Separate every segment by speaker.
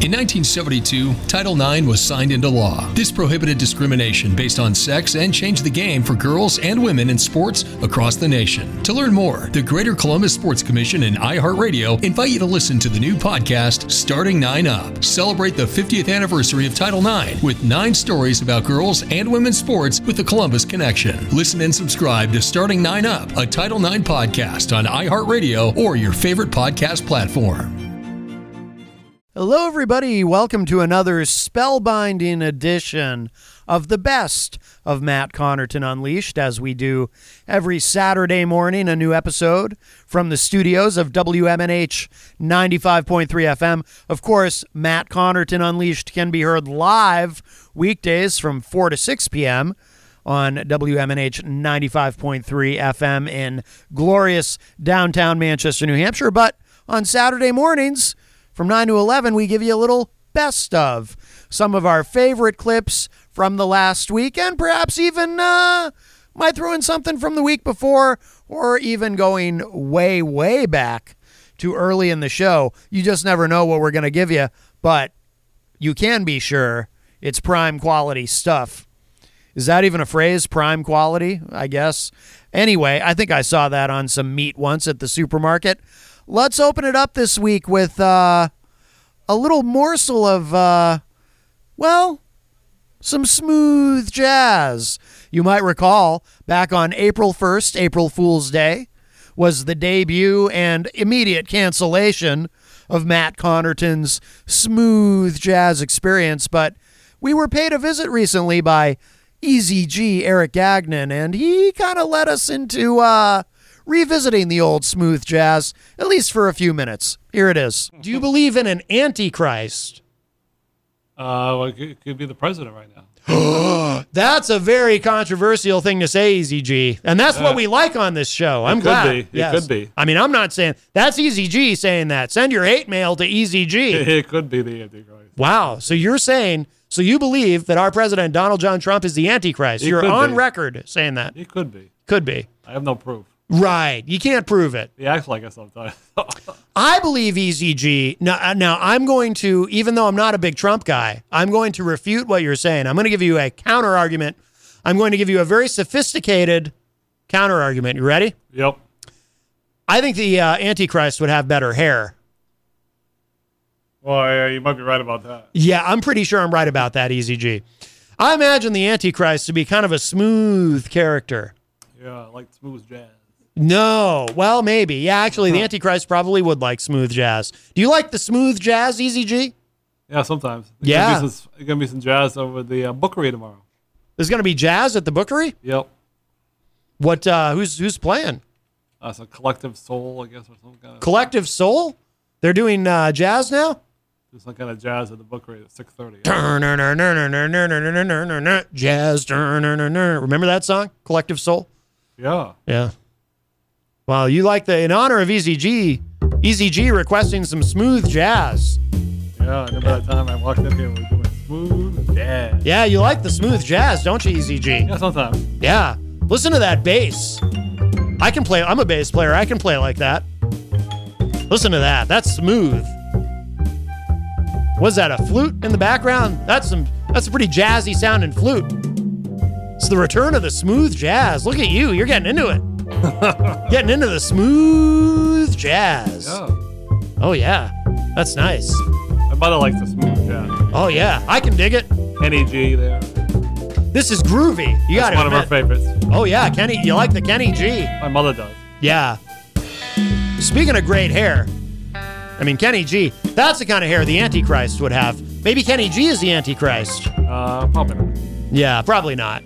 Speaker 1: In 1972, Title IX was signed into law. This prohibited discrimination based on sex and changed the game for girls and women in sports across the nation. To learn more, the Greater Columbus Sports Commission and iHeartRadio invite you to listen to the new podcast, Starting Nine Up. Celebrate the 50th anniversary of Title IX with nine stories about girls and women's sports with the Columbus Connection. Listen and subscribe to Starting Nine Up, a Title IX podcast on iHeartRadio or your favorite podcast platform.
Speaker 2: Hello, everybody. Welcome to another spellbinding edition of the best of Matt Connerton Unleashed, as we do every Saturday morning, a new episode from the studios of WMNH 95.3 FM. Of course, Matt Connerton Unleashed can be heard live weekdays from 4 to 6 p.m. on WMNH 95.3 FM in glorious downtown Manchester, New Hampshire. But on Saturday mornings, from 9 to 11, we give you a little best of some of our favorite clips from the last week, and perhaps even uh, might throw in something from the week before, or even going way, way back to early in the show. You just never know what we're going to give you, but you can be sure it's prime quality stuff. Is that even a phrase? Prime quality, I guess. Anyway, I think I saw that on some meat once at the supermarket let's open it up this week with uh, a little morsel of, uh, well, some smooth jazz. You might recall back on April 1st, April Fool's Day, was the debut and immediate cancellation of Matt Connerton's smooth jazz experience. But we were paid a visit recently by Easy G Eric Gagnon, and he kind of led us into. Uh, revisiting the old smooth jazz, at least for a few minutes. Here it is. Do you believe in an antichrist?
Speaker 3: Uh, well, it could, could be the president right now.
Speaker 2: That's a very controversial thing to say, Easy G. And that's what we like on this show. I'm
Speaker 3: could
Speaker 2: glad.
Speaker 3: be. Uh, It could be.
Speaker 2: I mean, I'm not saying that's Easy G saying that. Send your hate mail to Easy G.
Speaker 3: It could be the Antichrist.
Speaker 2: wow. So you're saying, so you believe that our president, Donald John Trump, is the antichrist.
Speaker 3: He
Speaker 2: you're
Speaker 3: could
Speaker 2: on
Speaker 3: be.
Speaker 2: record saying that.
Speaker 3: It could be.
Speaker 2: Could be.
Speaker 3: I have no proof.
Speaker 2: Right. You can't prove it.
Speaker 3: He acts like it sometimes.
Speaker 2: I believe EZG. Now, uh, now I'm going to, even though I'm not a big Trump guy, I'm going to refute what you're saying. I'm going to give you a counter argument. I'm going to give you a very sophisticated counter argument. You ready?
Speaker 3: yep.
Speaker 2: I think the uh, Antichrist would have better hair.
Speaker 3: Well, yeah, you might be right about that.
Speaker 2: Yeah, I'm pretty sure I'm right about that, EZG. I imagine the Antichrist to be kind of a smooth character.
Speaker 3: Yeah, I like smooth jazz.
Speaker 2: No, well, maybe. Yeah, actually, the Antichrist probably would like smooth jazz. Do you like the smooth jazz, E EZG?
Speaker 3: Yeah, sometimes. There's
Speaker 2: Yeah.
Speaker 3: Gonna be some, there's gonna be some jazz over the uh, bookery tomorrow.
Speaker 2: There's going to be jazz at the Bookery.
Speaker 3: Yep.
Speaker 2: What? Uh, who's who's playing?
Speaker 3: Uh, it's a collective soul, I guess, or some kind of
Speaker 2: Collective Soul. They're doing uh, jazz now.
Speaker 3: there's some kind of jazz at the bookery at six thirty.
Speaker 2: Jazz. Remember that song, Collective Soul?
Speaker 3: yeah.
Speaker 2: Yeah. Wow, you like the in honor of EZG, EZG requesting some smooth jazz.
Speaker 3: Yeah. I remember that time I walked up here, we were doing smooth jazz. Yeah.
Speaker 2: Yeah, you like the smooth jazz, don't you, EZG?
Speaker 3: sometimes.
Speaker 2: Yeah. Listen to that bass. I can play. I'm a bass player. I can play like that. Listen to that. That's smooth. Was that a flute in the background? That's some. That's a pretty jazzy sounding flute. It's the return of the smooth jazz. Look at you. You're getting into it. getting into the smooth jazz.
Speaker 3: Yeah.
Speaker 2: Oh yeah. That's nice.
Speaker 3: My mother likes the smooth jazz.
Speaker 2: Oh yeah. I can dig it.
Speaker 3: Kenny G there.
Speaker 2: This is groovy. You got
Speaker 3: That's
Speaker 2: it.
Speaker 3: one of our favorites.
Speaker 2: Oh yeah, Kenny. You like the Kenny G?
Speaker 3: My mother does.
Speaker 2: Yeah. Speaking of great hair, I mean, Kenny G, that's the kind of hair the Antichrist would have. Maybe Kenny G is the Antichrist.
Speaker 3: Uh, probably not.
Speaker 2: Yeah, probably not.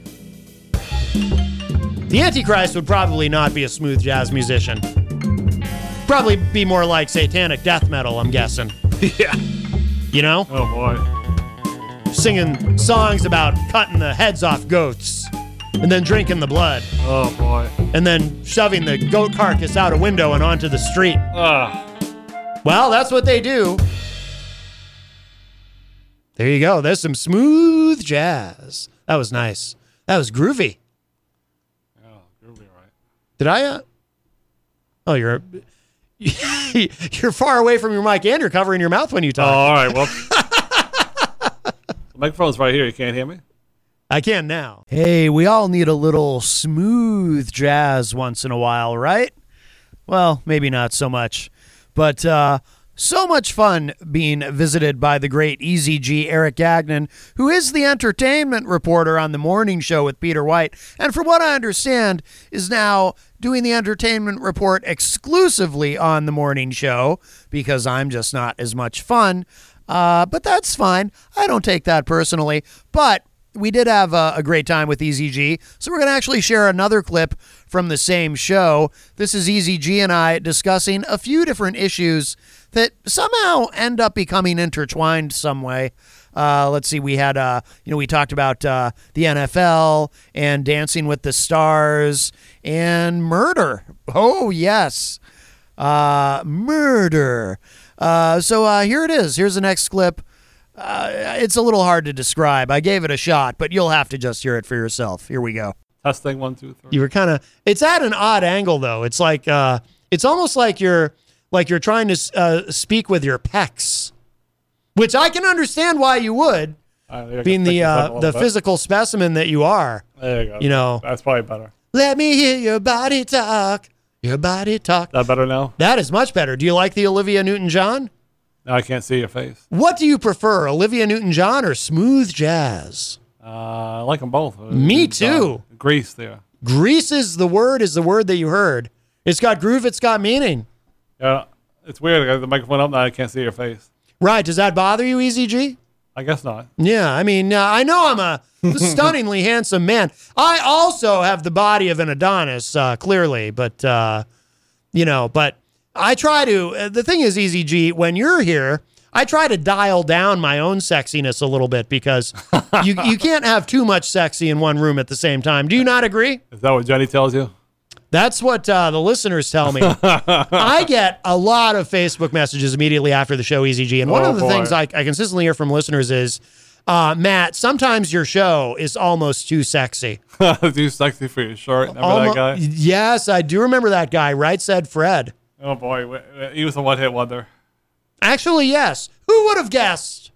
Speaker 2: The Antichrist would probably not be a smooth jazz musician. Probably be more like satanic death metal, I'm guessing.
Speaker 3: Yeah.
Speaker 2: you know?
Speaker 3: Oh boy.
Speaker 2: Singing songs about cutting the heads off goats and then drinking the blood
Speaker 3: Oh boy.
Speaker 2: and then shoving the goat carcass out a window and onto the street.
Speaker 3: Ah.
Speaker 2: Well, that's what they do. There you go. There's some smooth jazz. That was nice. That was groovy.
Speaker 3: Oh, you'll be right.
Speaker 2: Did I? Uh... Oh, you're you're far away from your mic and you're covering your mouth when you
Speaker 3: Oh,
Speaker 2: talk.
Speaker 3: all right. Well, the microphone's right here. You can't hear me.
Speaker 2: I can now. Hey, we all need a little smooth jazz once in a while, right? Well, maybe not so much. But uh, so much fun being visited by the great Easy G Eric Gagnon, who is the entertainment reporter on the morning show with Peter White, and from what I understand, is now doing the entertainment report exclusively on the morning show because I'm just not as much fun. Uh, but that's fine. I don't take that personally. But we did have a, a great time with EZG, so we're going to actually share another clip from the same show. This is EZG and I discussing a few different issues that somehow end up becoming intertwined some way. Uh, let's see, we had, uh, you know, we talked about uh, the NFL and Dancing with the Stars and murder. Oh, yes uh, murder. Uh, so uh, here it is. Here's the next clip. Uh, it's a little hard to describe. I gave it a shot, but you'll have to just hear it for yourself. Here we go.
Speaker 3: Testing one, two, three.
Speaker 2: You were kind of. It's at an odd angle though. It's like uh, it's almost like you're like you're trying to uh, speak with your pecs, which I can understand why you would,
Speaker 3: All right, I
Speaker 2: being the
Speaker 3: gotta pick this up a
Speaker 2: uh,
Speaker 3: little
Speaker 2: the
Speaker 3: bit.
Speaker 2: physical specimen that you are.
Speaker 3: There you go.
Speaker 2: you know.
Speaker 3: That's probably better.
Speaker 2: Let me hear your body talk. Your body talk.
Speaker 3: That better now?
Speaker 2: That is much better. Do you like the Olivia Newton-John?
Speaker 3: Now I can't see your face.
Speaker 2: What do you prefer, Olivia Newton John or smooth jazz?
Speaker 3: Uh, I like them both.
Speaker 2: Me
Speaker 3: It's, uh,
Speaker 2: too.
Speaker 3: Grease there.
Speaker 2: Grease is the word, is the word that you heard. It's got groove, it's got meaning.
Speaker 3: Yeah, it's weird. I got the microphone up now. I can't see your face.
Speaker 2: Right. Does that bother you, E EZG?
Speaker 3: I guess not.
Speaker 2: Yeah. I mean, uh, I know I'm a stunningly handsome man. I also have the body of an Adonis, uh, clearly, but, uh, you know, but I try to. Uh, the thing is, EZG, when you're here, I try to dial down my own sexiness a little bit because you, you can't have too much sexy in one room at the same time. Do you not agree?
Speaker 3: Is that what Jenny tells you?
Speaker 2: That's what uh, the listeners tell me. I get a lot of Facebook messages immediately after the show, EZG. And one
Speaker 3: Oh,
Speaker 2: of the
Speaker 3: boy.
Speaker 2: things I, I consistently hear from listeners is uh, Matt, sometimes your show is almost too sexy.
Speaker 3: Too sexy for your shirt. Remember
Speaker 2: Almo-
Speaker 3: that guy?
Speaker 2: Yes, I do remember that guy, right? Said Fred.
Speaker 3: Oh boy, w- w- he was a one-hit wonder.
Speaker 2: Actually, yes. Who would have guessed?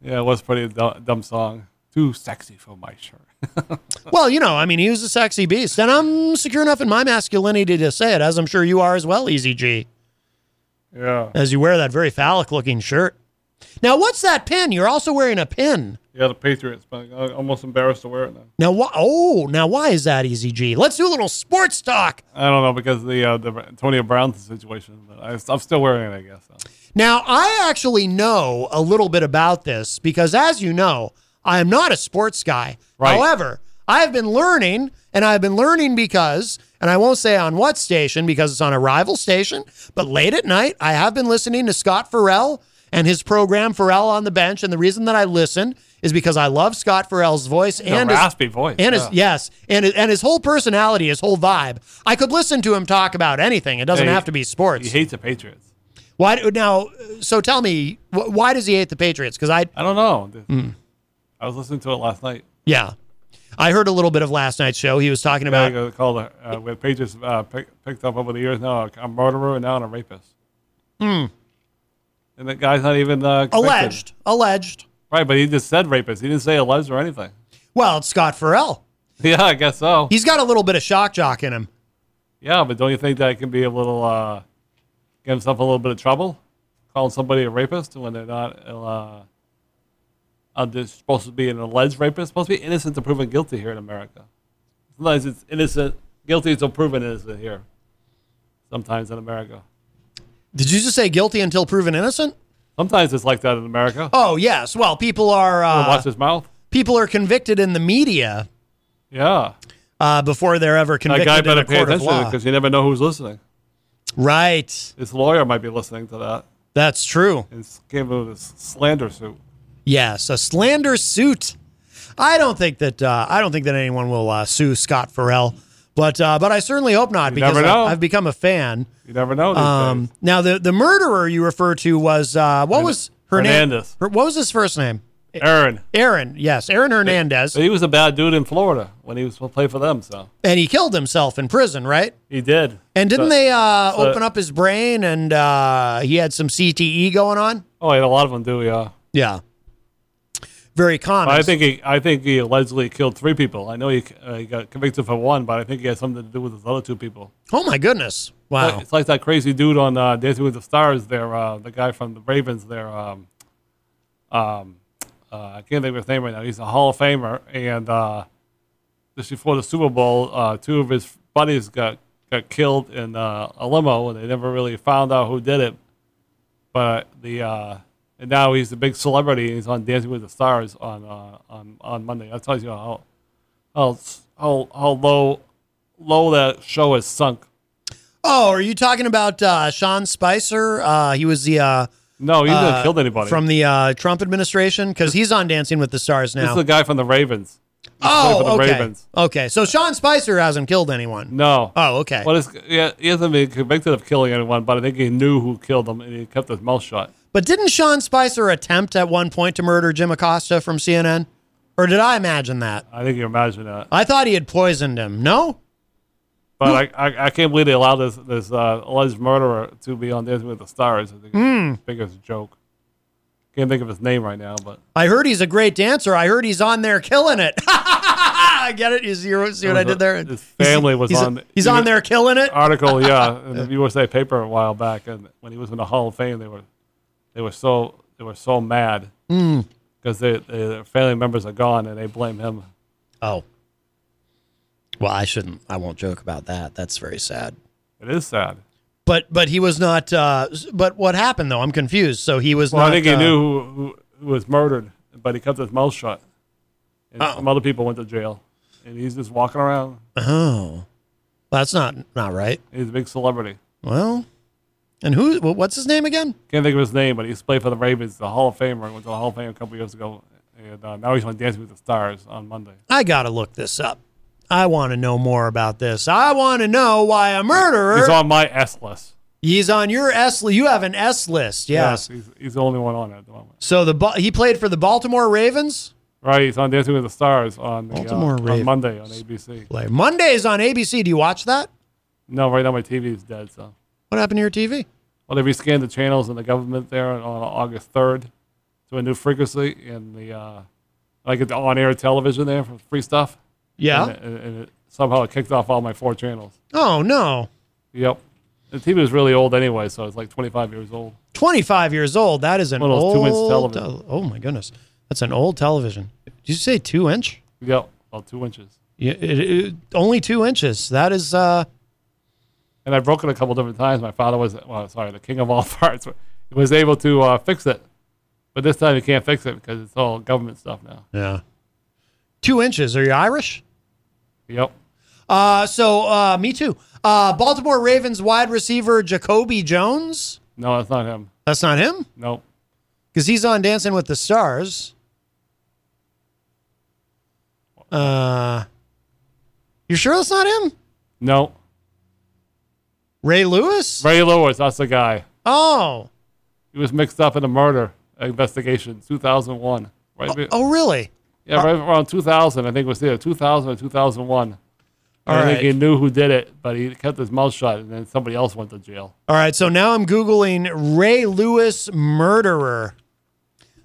Speaker 3: Yeah, it was pretty du- dumb song. Too sexy for my shirt.
Speaker 2: Well, you know, I mean, he was a sexy beast. And I'm secure enough in my masculinity to say it, as I'm sure you are as well, EZG,
Speaker 3: yeah,
Speaker 2: as you wear that very phallic looking shirt. Now, what's that pin? You're also wearing a pin.
Speaker 3: yeah, the Patriots. But I'm almost embarrassed to wear it now.
Speaker 2: Now why? Oh, now why is that easy? G. Let's do a little sports talk.
Speaker 3: I don't know because of the uh, the Antonio Brown situation, but I, I'm still wearing it. I guess.
Speaker 2: Now I actually know a little bit about this because, as you know, I am not a sports guy.
Speaker 3: Right.
Speaker 2: However, I have been learning, and I've been learning because, and I won't say on what station because it's on a rival station, but late at night I have been listening to Scott Farrell and his program Farrell on the Bench, and the reason that I listen is because I love Scott Farrell's voice and
Speaker 3: a
Speaker 2: his
Speaker 3: raspy voice.
Speaker 2: And his
Speaker 3: yeah.
Speaker 2: yes, and and his whole personality, his whole vibe. I could listen to him talk about anything. It doesn't
Speaker 3: Hey,
Speaker 2: have to be sports.
Speaker 3: he hates the Patriots.
Speaker 2: why do- now? So tell me, wh- why does he hate the Patriots? Because I
Speaker 3: I don't know. I was listening to it last night.
Speaker 2: yeah, I heard a little bit of last night's show. He was talking
Speaker 3: Yeah, I
Speaker 2: about.
Speaker 3: got called uh, uh, where Patriots uh, pick, picked up over the years now a murderer and now a rapist. Hmm. And the guy's not even uh, convicted.
Speaker 2: Alleged, alleged.
Speaker 3: Right, but he just said rapist. He didn't say alleged or anything.
Speaker 2: Well, it's Scott Farrell.
Speaker 3: Yeah, I guess so.
Speaker 2: He's got a little bit of shock jock in him.
Speaker 3: yeah, but don't you think that can be a little uh, get himself a little bit of trouble calling somebody a rapist when they're not uh, uh, they're supposed to be an alleged rapist? Supposed to be innocent to proven guilty here in America. Sometimes it's innocent, guilty until proven innocent here. Sometimes in America.
Speaker 2: Did you just say guilty until proven innocent?
Speaker 3: Sometimes it's like that in America.
Speaker 2: Oh yes. Well, people are
Speaker 3: Watch
Speaker 2: uh,
Speaker 3: his mouth.
Speaker 2: people are convicted in the media
Speaker 3: Yeah,
Speaker 2: uh, before they're ever
Speaker 3: that
Speaker 2: convicted
Speaker 3: guy
Speaker 2: in
Speaker 3: better
Speaker 2: a
Speaker 3: pay
Speaker 2: court of
Speaker 3: attention
Speaker 2: law.
Speaker 3: because you never know who's listening.
Speaker 2: Right.
Speaker 3: His lawyer might be listening to that.
Speaker 2: That's true.
Speaker 3: and s- came up with a s- slander suit.
Speaker 2: Yes, a slander suit. I don't think that uh, I don't think that anyone will uh, sue Scott Farrell, but uh, but I certainly hope not because
Speaker 3: never
Speaker 2: I-
Speaker 3: know.
Speaker 2: I've become a fan.
Speaker 3: You never know. These
Speaker 2: Um,
Speaker 3: days.
Speaker 2: now the the murderer you refer to was uh, what was her name?
Speaker 3: Hernandez.
Speaker 2: Her- What was his first name?
Speaker 3: Aaron.
Speaker 2: Aaron. Yes, Aaron Hernandez,
Speaker 3: But he was a bad dude in Florida when he was supposed to play for them. So
Speaker 2: and he killed himself in prison, right?
Speaker 3: he did.
Speaker 2: And didn't
Speaker 3: So-
Speaker 2: they uh,
Speaker 3: so-
Speaker 2: open up his brain and uh, he had some CTE going on?
Speaker 3: Oh, yeah, a lot of them do. Yeah.
Speaker 2: Yeah, very common.
Speaker 3: I think he. I think he allegedly killed three people. I know he, uh, he got convicted for one, but I think he had something to do with those other two people.
Speaker 2: oh my goodness! Wow.
Speaker 3: It's like that crazy dude on uh, Dancing with the Stars. There, uh, the guy from the Ravens. There, um, um, uh, I can't think of his name right now. He's a Hall of Famer, and uh, just before the Super Bowl, uh, two of his buddies got got killed in uh, a limo, and they never really found out who did it. But the uh, and now he's a big celebrity. And he's on Dancing with the Stars on uh, on on Monday. That tells you how how how, how low low that show has sunk.
Speaker 2: Oh, are you talking about uh, Sean Spicer? Uh, he was the uh,
Speaker 3: No, he hasn't
Speaker 2: uh,
Speaker 3: killed anybody.
Speaker 2: from the uh, Trump administration because he's on Dancing with the Stars
Speaker 3: this is
Speaker 2: now.
Speaker 3: the guy from the Ravens. played
Speaker 2: oh,
Speaker 3: for the
Speaker 2: okay,
Speaker 3: Ravens.
Speaker 2: okay. So Sean Spicer hasn't killed anyone.
Speaker 3: No.
Speaker 2: Oh, okay.
Speaker 3: Well, it's, yeah, he hasn't been convicted of killing anyone, but I think he knew who killed him and he kept his mouth shut.
Speaker 2: But didn't Sean Spicer attempt at one point to murder Jim Acosta from CNN, or did I imagine that?
Speaker 3: I think you imagine that.
Speaker 2: I thought he had poisoned him. No.
Speaker 3: But I, I, I can't believe they allowed this this uh, alleged murderer to be on Dancing with the Stars. I think
Speaker 2: Hmm.
Speaker 3: it's the biggest joke. Can't think of his name right now, but
Speaker 2: I heard he's a great dancer. I heard he's on there killing it. I get it. You see, you see what I did there?
Speaker 3: His family was
Speaker 2: he's,
Speaker 3: on.
Speaker 2: He's on there killing it.
Speaker 3: article, yeah, in the USA paper a while back, and when he was in the Hall of Fame, they were they were so they were so mad
Speaker 2: Hmm.
Speaker 3: because their family members are gone, and they blame him.
Speaker 2: Oh. Well, I shouldn't. I won't joke about that. That's very sad.
Speaker 3: It is sad.
Speaker 2: But but he was not. Uh, s- but what happened though? I'm confused. So he was
Speaker 3: Well,
Speaker 2: not.
Speaker 3: I think he
Speaker 2: uh,
Speaker 3: knew who, who who was murdered, but he kept his mouth shut, and some other people went to jail, and he's just walking around.
Speaker 2: Oh, that's not not right.
Speaker 3: He's a big celebrity.
Speaker 2: Well, and who? wh- What's his name again?
Speaker 3: Can't think of his name, but he used to play for the Ravens, the Hall of Famer. Went to the Hall of Fame a couple years ago, and uh, now he's on Dancing with the Stars on Monday.
Speaker 2: I gotta look this up. I want to know more about this. I want to know why a murderer.
Speaker 3: He's on my S list.
Speaker 2: He's on your S. li- You have an S list. Yes.
Speaker 3: he's, he's the only one on it at the moment.
Speaker 2: So the Ba- he played for the Baltimore Ravens.
Speaker 3: Right, he's on Dancing with the Stars on the, uh,
Speaker 2: Baltimore
Speaker 3: on
Speaker 2: Ravens.
Speaker 3: Monday on ABC.
Speaker 2: Play Mondays on ABC. Do you watch that?
Speaker 3: No, right now my TV is dead. So,
Speaker 2: What happened to your TV?
Speaker 3: well, they rescanned the channels in the government there on August third to a new frequency, and the uh, like it's on-air television there for free stuff.
Speaker 2: Yeah.
Speaker 3: and, it, and it, somehow it kicked off all my four channels.
Speaker 2: Oh no.
Speaker 3: Yep, the TV is really old anyway, so it's like 25 years old.
Speaker 2: 25 years old. That is an
Speaker 3: One of those
Speaker 2: old.
Speaker 3: two-inch television.
Speaker 2: tel- oh my goodness, that's an old television. Did you say two inch?
Speaker 3: Yep, about two inches.
Speaker 2: Yeah, it, it- only two inches. That is. uh
Speaker 3: and I broke it a couple different times. My father was, well, sorry, the king of all parts, was able to uh, fix it, but this time he can't fix it because it's all government stuff now.
Speaker 2: Yeah. Two inches. Are you Irish?
Speaker 3: Yep.
Speaker 2: Uh, so uh, me too. Uh, Baltimore Ravens wide receiver Jacoby Jones.
Speaker 3: No, that's not him.
Speaker 2: That's not him
Speaker 3: Nope.
Speaker 2: because he's on Dancing with the Stars. Uh, you sure that's not him?
Speaker 3: No.
Speaker 2: Ray Lewis?
Speaker 3: Ray Lewis, that's the guy.
Speaker 2: Oh,
Speaker 3: He was mixed up in a murder investigation, 2001. Right. be-
Speaker 2: oh, really? Uh,
Speaker 3: yeah, right around 2000, I think it was either 2000 or 2001.
Speaker 2: All
Speaker 3: I think
Speaker 2: right.
Speaker 3: he knew who did it, but he kept his mouth shut, and then somebody else went to jail.
Speaker 2: All right, so now I'm googling Ray Lewis murderer.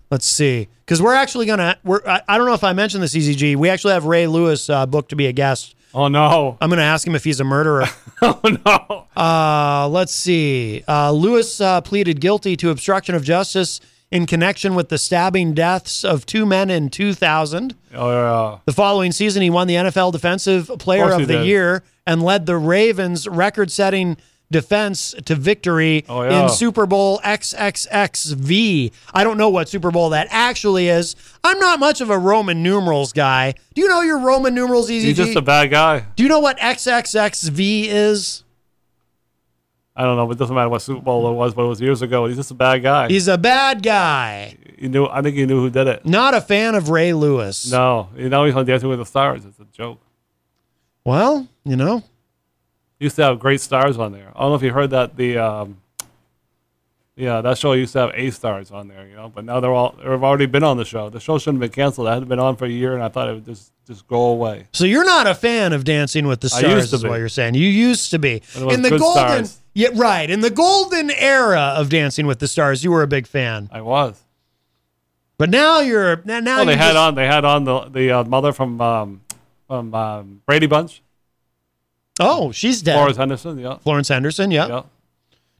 Speaker 2: Let's see, because we're actually gonna. We're I, I don't know if I mentioned this EZG. We actually have Ray Lewis uh, booked to be a guest.
Speaker 3: Oh, no.
Speaker 2: I'm gonna ask him if he's a murderer.
Speaker 3: Oh, no.
Speaker 2: Uh, let's see. Uh, Lewis uh, pleaded guilty to obstruction of justice in connection with the stabbing deaths of two men in 2000.
Speaker 3: Oh, yeah.
Speaker 2: The following season, he won the NFL Defensive Player
Speaker 3: course
Speaker 2: of,
Speaker 3: he
Speaker 2: the
Speaker 3: did.
Speaker 2: Year and led the Ravens' record setting defense to victory
Speaker 3: Oh, yeah.
Speaker 2: in Super Bowl XXXV. I don't know what Super Bowl that actually is. I'm not much of a Roman numerals guy. Do you know your Roman numerals, EZG?
Speaker 3: He's just a bad guy.
Speaker 2: Do you know what XXXV is?
Speaker 3: I don't know. It doesn't matter what Super Bowl it was, but it was years ago. He's just a bad guy.
Speaker 2: He's a bad guy.
Speaker 3: you knew. I think you knew who did it.
Speaker 2: Not a fan of Ray Lewis.
Speaker 3: No, you know he's on Dancing with the Stars. It's a joke.
Speaker 2: Well, you know,
Speaker 3: used to have great stars on there. I don't know if you heard that the um, yeah that show used to have A stars on there, you know. But now they're all they've already been on the show. The show shouldn't have been canceled. It had been on for a year, and I thought it would just just go away.
Speaker 2: So you're not a fan of Dancing with the
Speaker 3: I
Speaker 2: Stars,
Speaker 3: used to
Speaker 2: is what
Speaker 3: be.
Speaker 2: you're saying. You used to be
Speaker 3: it was
Speaker 2: in the
Speaker 3: good
Speaker 2: golden,
Speaker 3: stars.
Speaker 2: yeah, right. In the golden era of Dancing with the Stars, you were a big fan,
Speaker 3: I was.
Speaker 2: but now you're now, now
Speaker 3: Well, they
Speaker 2: you're
Speaker 3: had
Speaker 2: just-
Speaker 3: on they had on the the uh, mother from um, from um, Brady Bunch,
Speaker 2: Oh, she's dead.
Speaker 3: Florence
Speaker 2: Florence,
Speaker 3: Henderson. Yeah,
Speaker 2: Henderson. Yeah.
Speaker 3: yeah.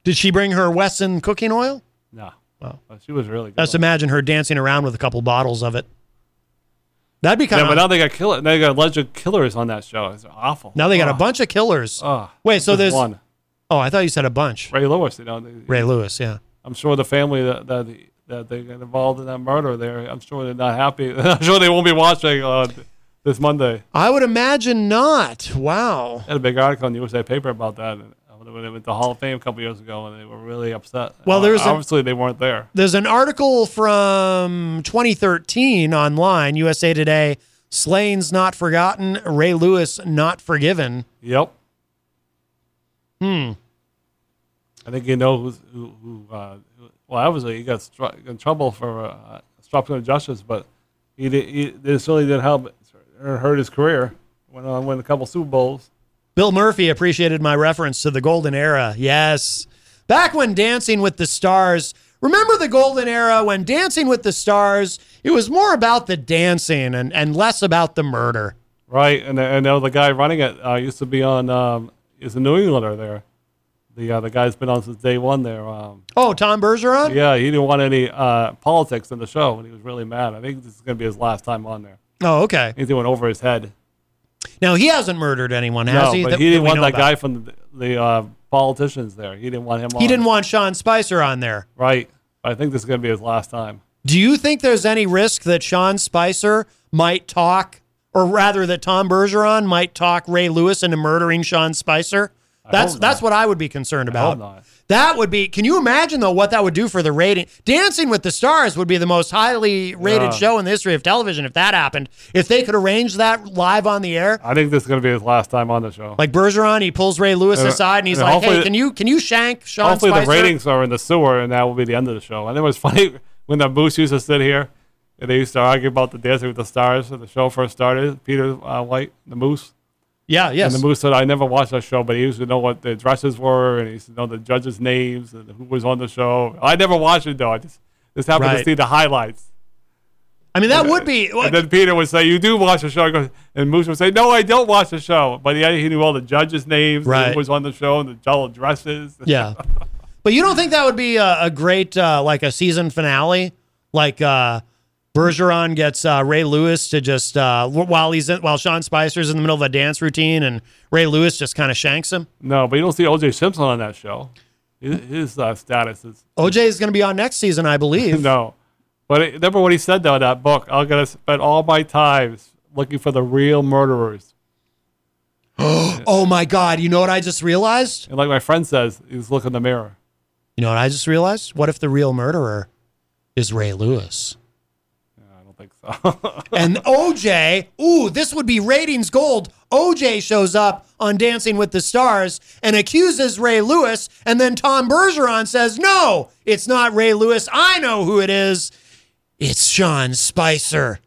Speaker 2: Did she bring her Wesson cooking oil?
Speaker 3: No,
Speaker 2: Wow.
Speaker 3: But she was really good.
Speaker 2: Just imagine her dancing around with a couple bottles of it. That'd be kind
Speaker 3: yeah, but
Speaker 2: of.
Speaker 3: now
Speaker 2: Now,
Speaker 3: they got killer. Now they got alleged killers on that show. It's awful.
Speaker 2: they got a
Speaker 3: Ugh.
Speaker 2: bunch of killers.
Speaker 3: Ugh.
Speaker 2: Wait, so
Speaker 3: Ah. Just
Speaker 2: there's.
Speaker 3: one
Speaker 2: Oh, I thought you said a bunch.
Speaker 3: Ray Lewis. You know, they-
Speaker 2: Ray Lewis, yeah.
Speaker 3: I'm sure the family that that that they got involved in that murder there. I'm sure they're not happy. I'm sure they won't be watching uh, this Monday.
Speaker 2: I would imagine not. Wow.
Speaker 3: I had a big article in the USA paper about that. And when they went to Hall of Fame a couple years ago, and they were really upset. Uh,
Speaker 2: Well, there's a-
Speaker 3: obviously they weren't there.
Speaker 2: There's an article from 2013 online, USA Today. Slane's not forgotten, Ray Lewis not forgiven.
Speaker 3: Yep. Hmm. I think you know who's, who. who uh, who- well, obviously he got struck in trouble for uh, obstruction of justice, but he, did, he this really didn't help or hurt his career. Went on to win a couple Super Bowls.
Speaker 2: Bill Murphy appreciated my reference to the golden era. Yes. Back when Dancing with the Stars, remember the golden era when Dancing with the Stars, it was more about the dancing and, and less about the murder.
Speaker 3: Right, and and now the guy running it uh, used to be on um, is a New Englander there. The uh, the guy's been on since day one there. Um,
Speaker 2: Oh, Tom Bergeron?
Speaker 3: yeah, he didn't want any uh, politics in the show, and he was really mad. I think this is gonna be his last time on there.
Speaker 2: Oh, okay.
Speaker 3: He's went over his head.
Speaker 2: Now, he hasn't murdered anyone, has
Speaker 3: no,
Speaker 2: he?
Speaker 3: but
Speaker 2: That-
Speaker 3: he
Speaker 2: that
Speaker 3: didn't
Speaker 2: we
Speaker 3: want
Speaker 2: know
Speaker 3: that
Speaker 2: about?
Speaker 3: guy from the, the uh, politicians there. He didn't want him. on.
Speaker 2: He didn't want Sean Spicer on there.
Speaker 3: Right, I think this is gonna be his last time.
Speaker 2: Do you think there's any risk that Sean Spicer might talk, or rather that Tom Bergeron might talk Ray Lewis into murdering Sean Spicer? That's
Speaker 3: hope not.
Speaker 2: that's what I would be concerned about.
Speaker 3: hope not.
Speaker 2: That would be. Can you imagine though what that would do for the rating? Dancing with the Stars would be the most highly rated
Speaker 3: Yeah.
Speaker 2: show in the history of television if that happened. If they could arrange that live on the air,
Speaker 3: I think this is gonna be his last time on the show.
Speaker 2: like Bergeron, he pulls Ray Lewis
Speaker 3: Yeah.
Speaker 2: aside and he's
Speaker 3: Yeah,
Speaker 2: like,
Speaker 3: Uh, hopefully
Speaker 2: "Hey,
Speaker 3: the-
Speaker 2: can you can you shank Sean
Speaker 3: Hopefully
Speaker 2: Spicer?"
Speaker 3: the ratings are in the sewer, and that will be the end of the show. And it was funny when the Moose used to sit here, and they used to argue about the Dancing with the Stars when the show first started. Peter uh, White, the Moose,
Speaker 2: Yeah, yes.
Speaker 3: and the Moose said, "I never watched that show, but he used to know what the dresses were, and he used to know the judges' names and who was on the show. I never watched it though. I just just happened
Speaker 2: Right.
Speaker 3: to see the highlights."
Speaker 2: I mean, that would be.
Speaker 3: And then Peter would say, "You do watch the show," He goes- and Moose would say, "No, I don't watch the show." But yeah, he knew all the judges' names, and
Speaker 2: Right.
Speaker 3: who was on the show, and the dull dresses.
Speaker 2: Yeah. But you don't think that would be a, a great, uh, like a season finale? Like uh, Bergeron gets uh, Ray Lewis to just, uh, wh- while he's in, while Sean Spicer's in the middle of a dance routine and Ray Lewis just kind of shanks him.
Speaker 3: No, but you don't see O.J. Simpson on that show. His, his uh, status is
Speaker 2: OJ is going to be on next season, I believe.
Speaker 3: no. But it, remember what he said though in that book. I'm gonna spend all my time looking for the real murderers.
Speaker 2: Oh my God. You know what I just realized?
Speaker 3: And like my friend says, he's looking in the mirror.
Speaker 2: You know what I just realized? What if the real murderer is Ray Lewis?
Speaker 3: I don't think so.
Speaker 2: And OJ, ooh, this would be ratings gold. OJ shows up on Dancing with the Stars and accuses Ray Lewis, and then Tom Bergeron says, "No, it's not Ray Lewis. I know who it is. It's Sean Spicer."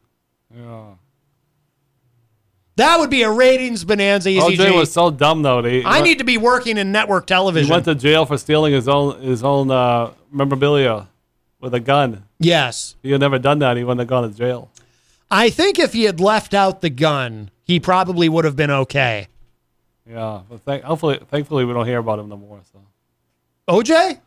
Speaker 3: yeah.
Speaker 2: That would be a ratings bonanza.
Speaker 3: O.J.
Speaker 2: EZG.
Speaker 3: was so dumb though. that He, he
Speaker 2: I
Speaker 3: went,
Speaker 2: need to be working in network
Speaker 3: He
Speaker 2: television.
Speaker 3: went to jail for stealing his own his own uh, memorabilia with a gun.
Speaker 2: yes,
Speaker 3: If he had never done that, he wouldn't have gone to jail.
Speaker 2: I think if he had left out the gun, he probably would have been okay.
Speaker 3: Yeah, but thank, hopefully, thankfully, we don't hear about him no more. So
Speaker 2: OJ.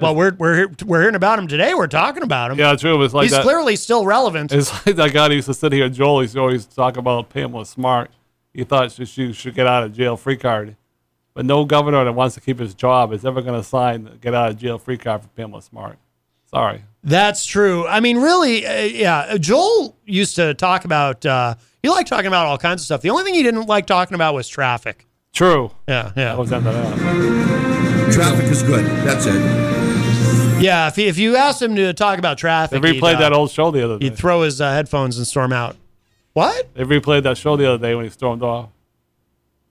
Speaker 2: Well, we're we're we're hearing about him today. We're talking about him.
Speaker 3: yeah, true. It's like
Speaker 2: He's
Speaker 3: that.
Speaker 2: clearly still relevant.
Speaker 3: It's like that guy that used to sit here, Joel. He's always talk about Pamela Smart. He thought she, she should get out of jail free card, but no governor that wants to keep his job is ever going to sign the get out of jail free card for Pamela Smart. Sorry,
Speaker 2: That's true. I mean, really, uh, yeah. Joel used to talk about, uh, he liked talking about all kinds of stuff. The only thing he didn't like talking about was traffic.
Speaker 3: true.
Speaker 2: Yeah, yeah.
Speaker 3: I was that.
Speaker 4: Traffic is good. That's it.
Speaker 2: Yeah, if, he, if you asked him to talk about
Speaker 3: They
Speaker 2: traffic, he'd,
Speaker 3: replayed
Speaker 2: uh,
Speaker 3: that old show the other day.
Speaker 2: he'd throw his uh, headphones and storm out. What?
Speaker 3: They replayed that show the other day when he stormed off.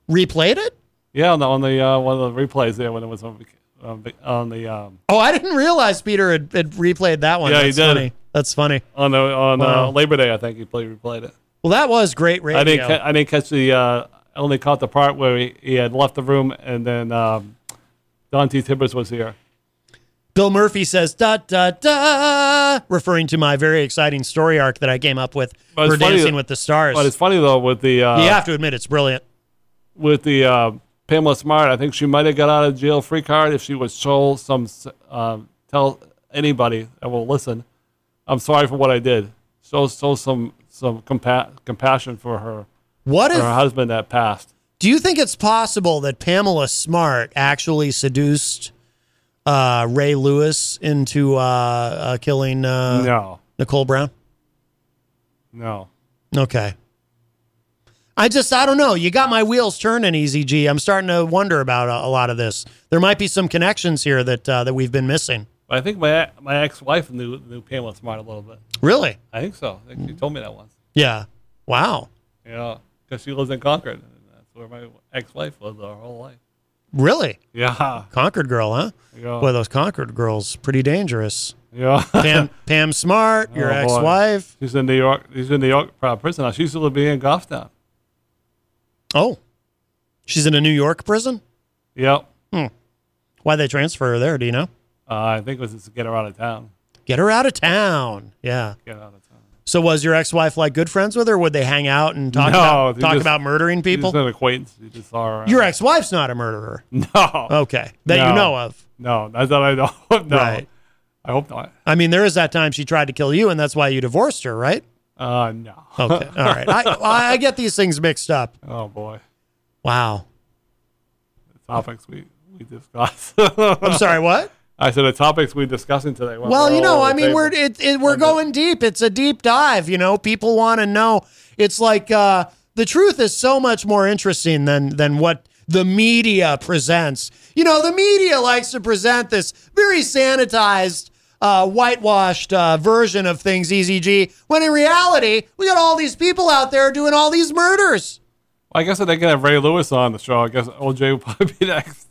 Speaker 2: Replayed it?
Speaker 3: Yeah, on the, on the uh, one of the replays there when it was on, on the on the um,
Speaker 2: Oh, I didn't realize Peter had, had replayed that one.
Speaker 3: Yeah, he
Speaker 2: That's
Speaker 3: did.
Speaker 2: Funny. That's funny.
Speaker 3: on, the, on
Speaker 2: Wow.
Speaker 3: uh, Labor Day. I think he played replayed it.
Speaker 2: Well, that was great radio.
Speaker 3: I didn't ca- I didn't catch the uh, I only caught the part where he, he had left the room and then um, Don T. Tibbers was here.
Speaker 2: Bill Murphy says da da da, referring to my very exciting story arc that I came up with
Speaker 3: But it's
Speaker 2: for
Speaker 3: funny-
Speaker 2: Dancing with the Stars.
Speaker 3: But it's funny though with the uh,
Speaker 2: you have to admit it's brilliant.
Speaker 3: with the uh, Pamela Smart. I think she might have got out of jail free card if she would show some s- um, tell anybody that will listen. I'm sorry for what I did. Show show some some compa- compassion for her
Speaker 2: What
Speaker 3: for
Speaker 2: if?
Speaker 3: her husband that passed.
Speaker 2: do you think it's possible that Pamela Smart actually seduced uh, Ray Lewis into uh, uh, killing uh,
Speaker 3: No,
Speaker 2: Nicole Brown?
Speaker 3: no.
Speaker 2: Okay. I just, I don't know. You got my wheels turning, Easy G. I'm starting to wonder about a, a lot of this. There might be some connections here that uh, that we've been missing.
Speaker 3: But I think my my ex-wife knew knew Pamela Smart a little bit.
Speaker 2: Really?
Speaker 3: I think so. I think she told me that once.
Speaker 2: Yeah. Wow.
Speaker 3: Yeah, because she lives in Concord. And that's where my ex-wife was her whole life.
Speaker 2: Really?
Speaker 3: Yeah,
Speaker 2: Concord girl, huh?
Speaker 3: yeah,
Speaker 2: Boy, those Concord girls, pretty dangerous.
Speaker 3: yeah.
Speaker 2: Pam, Pam Smart, your
Speaker 3: Oh, boy.
Speaker 2: ex-wife.
Speaker 3: She's in New York. She's in New York uh, prison now. She used to be in Goffstown.
Speaker 2: Oh, she's in a New York prison.
Speaker 3: Yep.
Speaker 2: Why Hmm. they transfer her there? Do you know?
Speaker 3: Uh, I think it was just to get her out of town.
Speaker 2: Get her out of town. Yeah.
Speaker 3: Get out of town.
Speaker 2: So was your ex-wife like good friends with her? Would they hang out and talk
Speaker 3: No,
Speaker 2: about
Speaker 3: they
Speaker 2: talk
Speaker 3: just-
Speaker 2: about murdering people?
Speaker 3: She's an acquaintance. You just saw her. around.
Speaker 2: Your ex-wife's not a murderer.
Speaker 3: No.
Speaker 2: Okay, that you
Speaker 3: No.
Speaker 2: know of.
Speaker 3: No, that's not I know. of. no.
Speaker 2: Right.
Speaker 3: I hope not.
Speaker 2: I mean, there is that time she tried to kill you, and that's why you divorced her, right?
Speaker 3: Uh, no.
Speaker 2: Okay, all right. I, I I get these things mixed up.
Speaker 3: Oh boy.
Speaker 2: Wow.
Speaker 3: The topics we we discussed.
Speaker 2: I'm sorry. What?
Speaker 3: I said the topics we discussing today. went
Speaker 2: Well,
Speaker 3: all
Speaker 2: you know,
Speaker 3: over
Speaker 2: I
Speaker 3: the
Speaker 2: mean, we're
Speaker 3: table.
Speaker 2: it, it we're going deep. It's a deep dive. You know, people want to know. It's like uh, the truth is so much more interesting than than what the media presents. You know, the media likes to present this very sanitized. Uh, whitewashed uh, version of things, EZG, when in reality, we got all these people out there doing all these murders.
Speaker 3: I guess if they can have Ray Lewis on the show. I guess OJ will probably be next.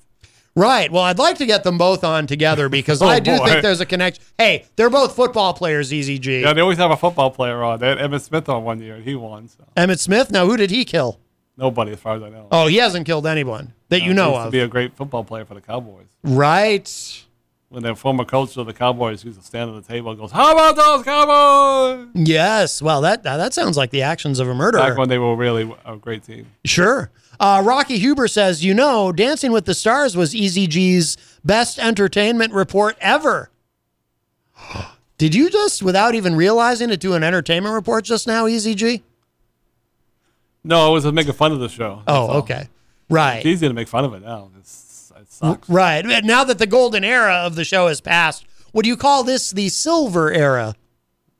Speaker 2: Right. Well, I'd like to get them both on together because I do
Speaker 3: Oh, boy.
Speaker 2: think there's a connection. Hey, they're both football players, E EZG.
Speaker 3: Yeah, they always have a football player on. They had Emmett Smith on one year, and he won. So
Speaker 2: Emmett Smith, now who did he kill?
Speaker 3: nobody, as far as I know.
Speaker 2: Oh, he hasn't killed anyone that you know
Speaker 3: he used to
Speaker 2: of.
Speaker 3: be a great football player for the Cowboys.
Speaker 2: right.
Speaker 3: When their former coach of the Cowboys used to stand at the table and goes, "How about those Cowboys?"
Speaker 2: Yes. Well, that that sounds like the actions of a murderer.
Speaker 3: Back when they were really a great team.
Speaker 2: Sure. Uh, Rocky Huber says, you know, Dancing with the Stars was EZG's best entertainment report ever. Did you just, without even realizing it, do an entertainment report just now, EZG?
Speaker 3: No, it was just making fun of the show. That's all.
Speaker 2: Oh, okay. Right.
Speaker 3: It's easy to make fun of it now. It's, it sucks.
Speaker 2: Right. But Now that the golden era of the show has passed, would you call this the silver era?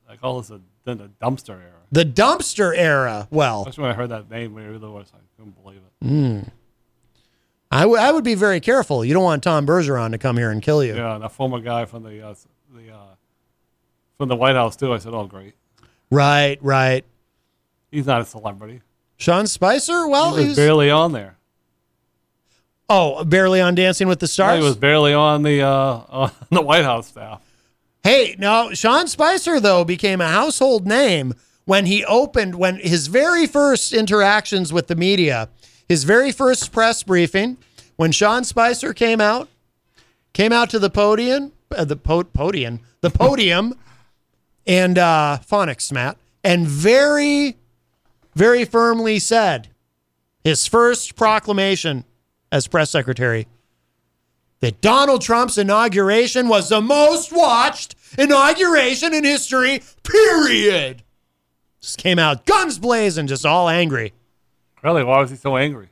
Speaker 3: I call this a, then a dumpster era.
Speaker 2: The dumpster era? Well,
Speaker 3: Especially when I heard that name, when it was, I couldn't believe it.
Speaker 2: Mm. I would- I would be very careful. You don't want Tom Bergeron to come here and kill you.
Speaker 3: Yeah, and a former guy from the uh, s- the uh, from the White House too. I said, "Oh, great.
Speaker 2: Right, right.
Speaker 3: He's not a celebrity.
Speaker 2: Sean Spicer? Well, Oh,
Speaker 3: he was
Speaker 2: he's
Speaker 3: barely on there.
Speaker 2: oh, barely on Dancing with the
Speaker 3: Yeah,
Speaker 2: Stars.
Speaker 3: he was barely on the uh, on the White House staff.
Speaker 2: hey, no, Sean Spicer though became a household name when he opened when his very first interactions with the media, his very first press briefing, when Sean Spicer came out, came out to the podium, uh, the po- podium, the podium, and uh, phonics, Matt, and very, very firmly said his first proclamation as press secretary that Donald Trump's inauguration was the most watched inauguration in history, period. Just came out guns blazing, just all angry.
Speaker 3: Really? Why was he so angry?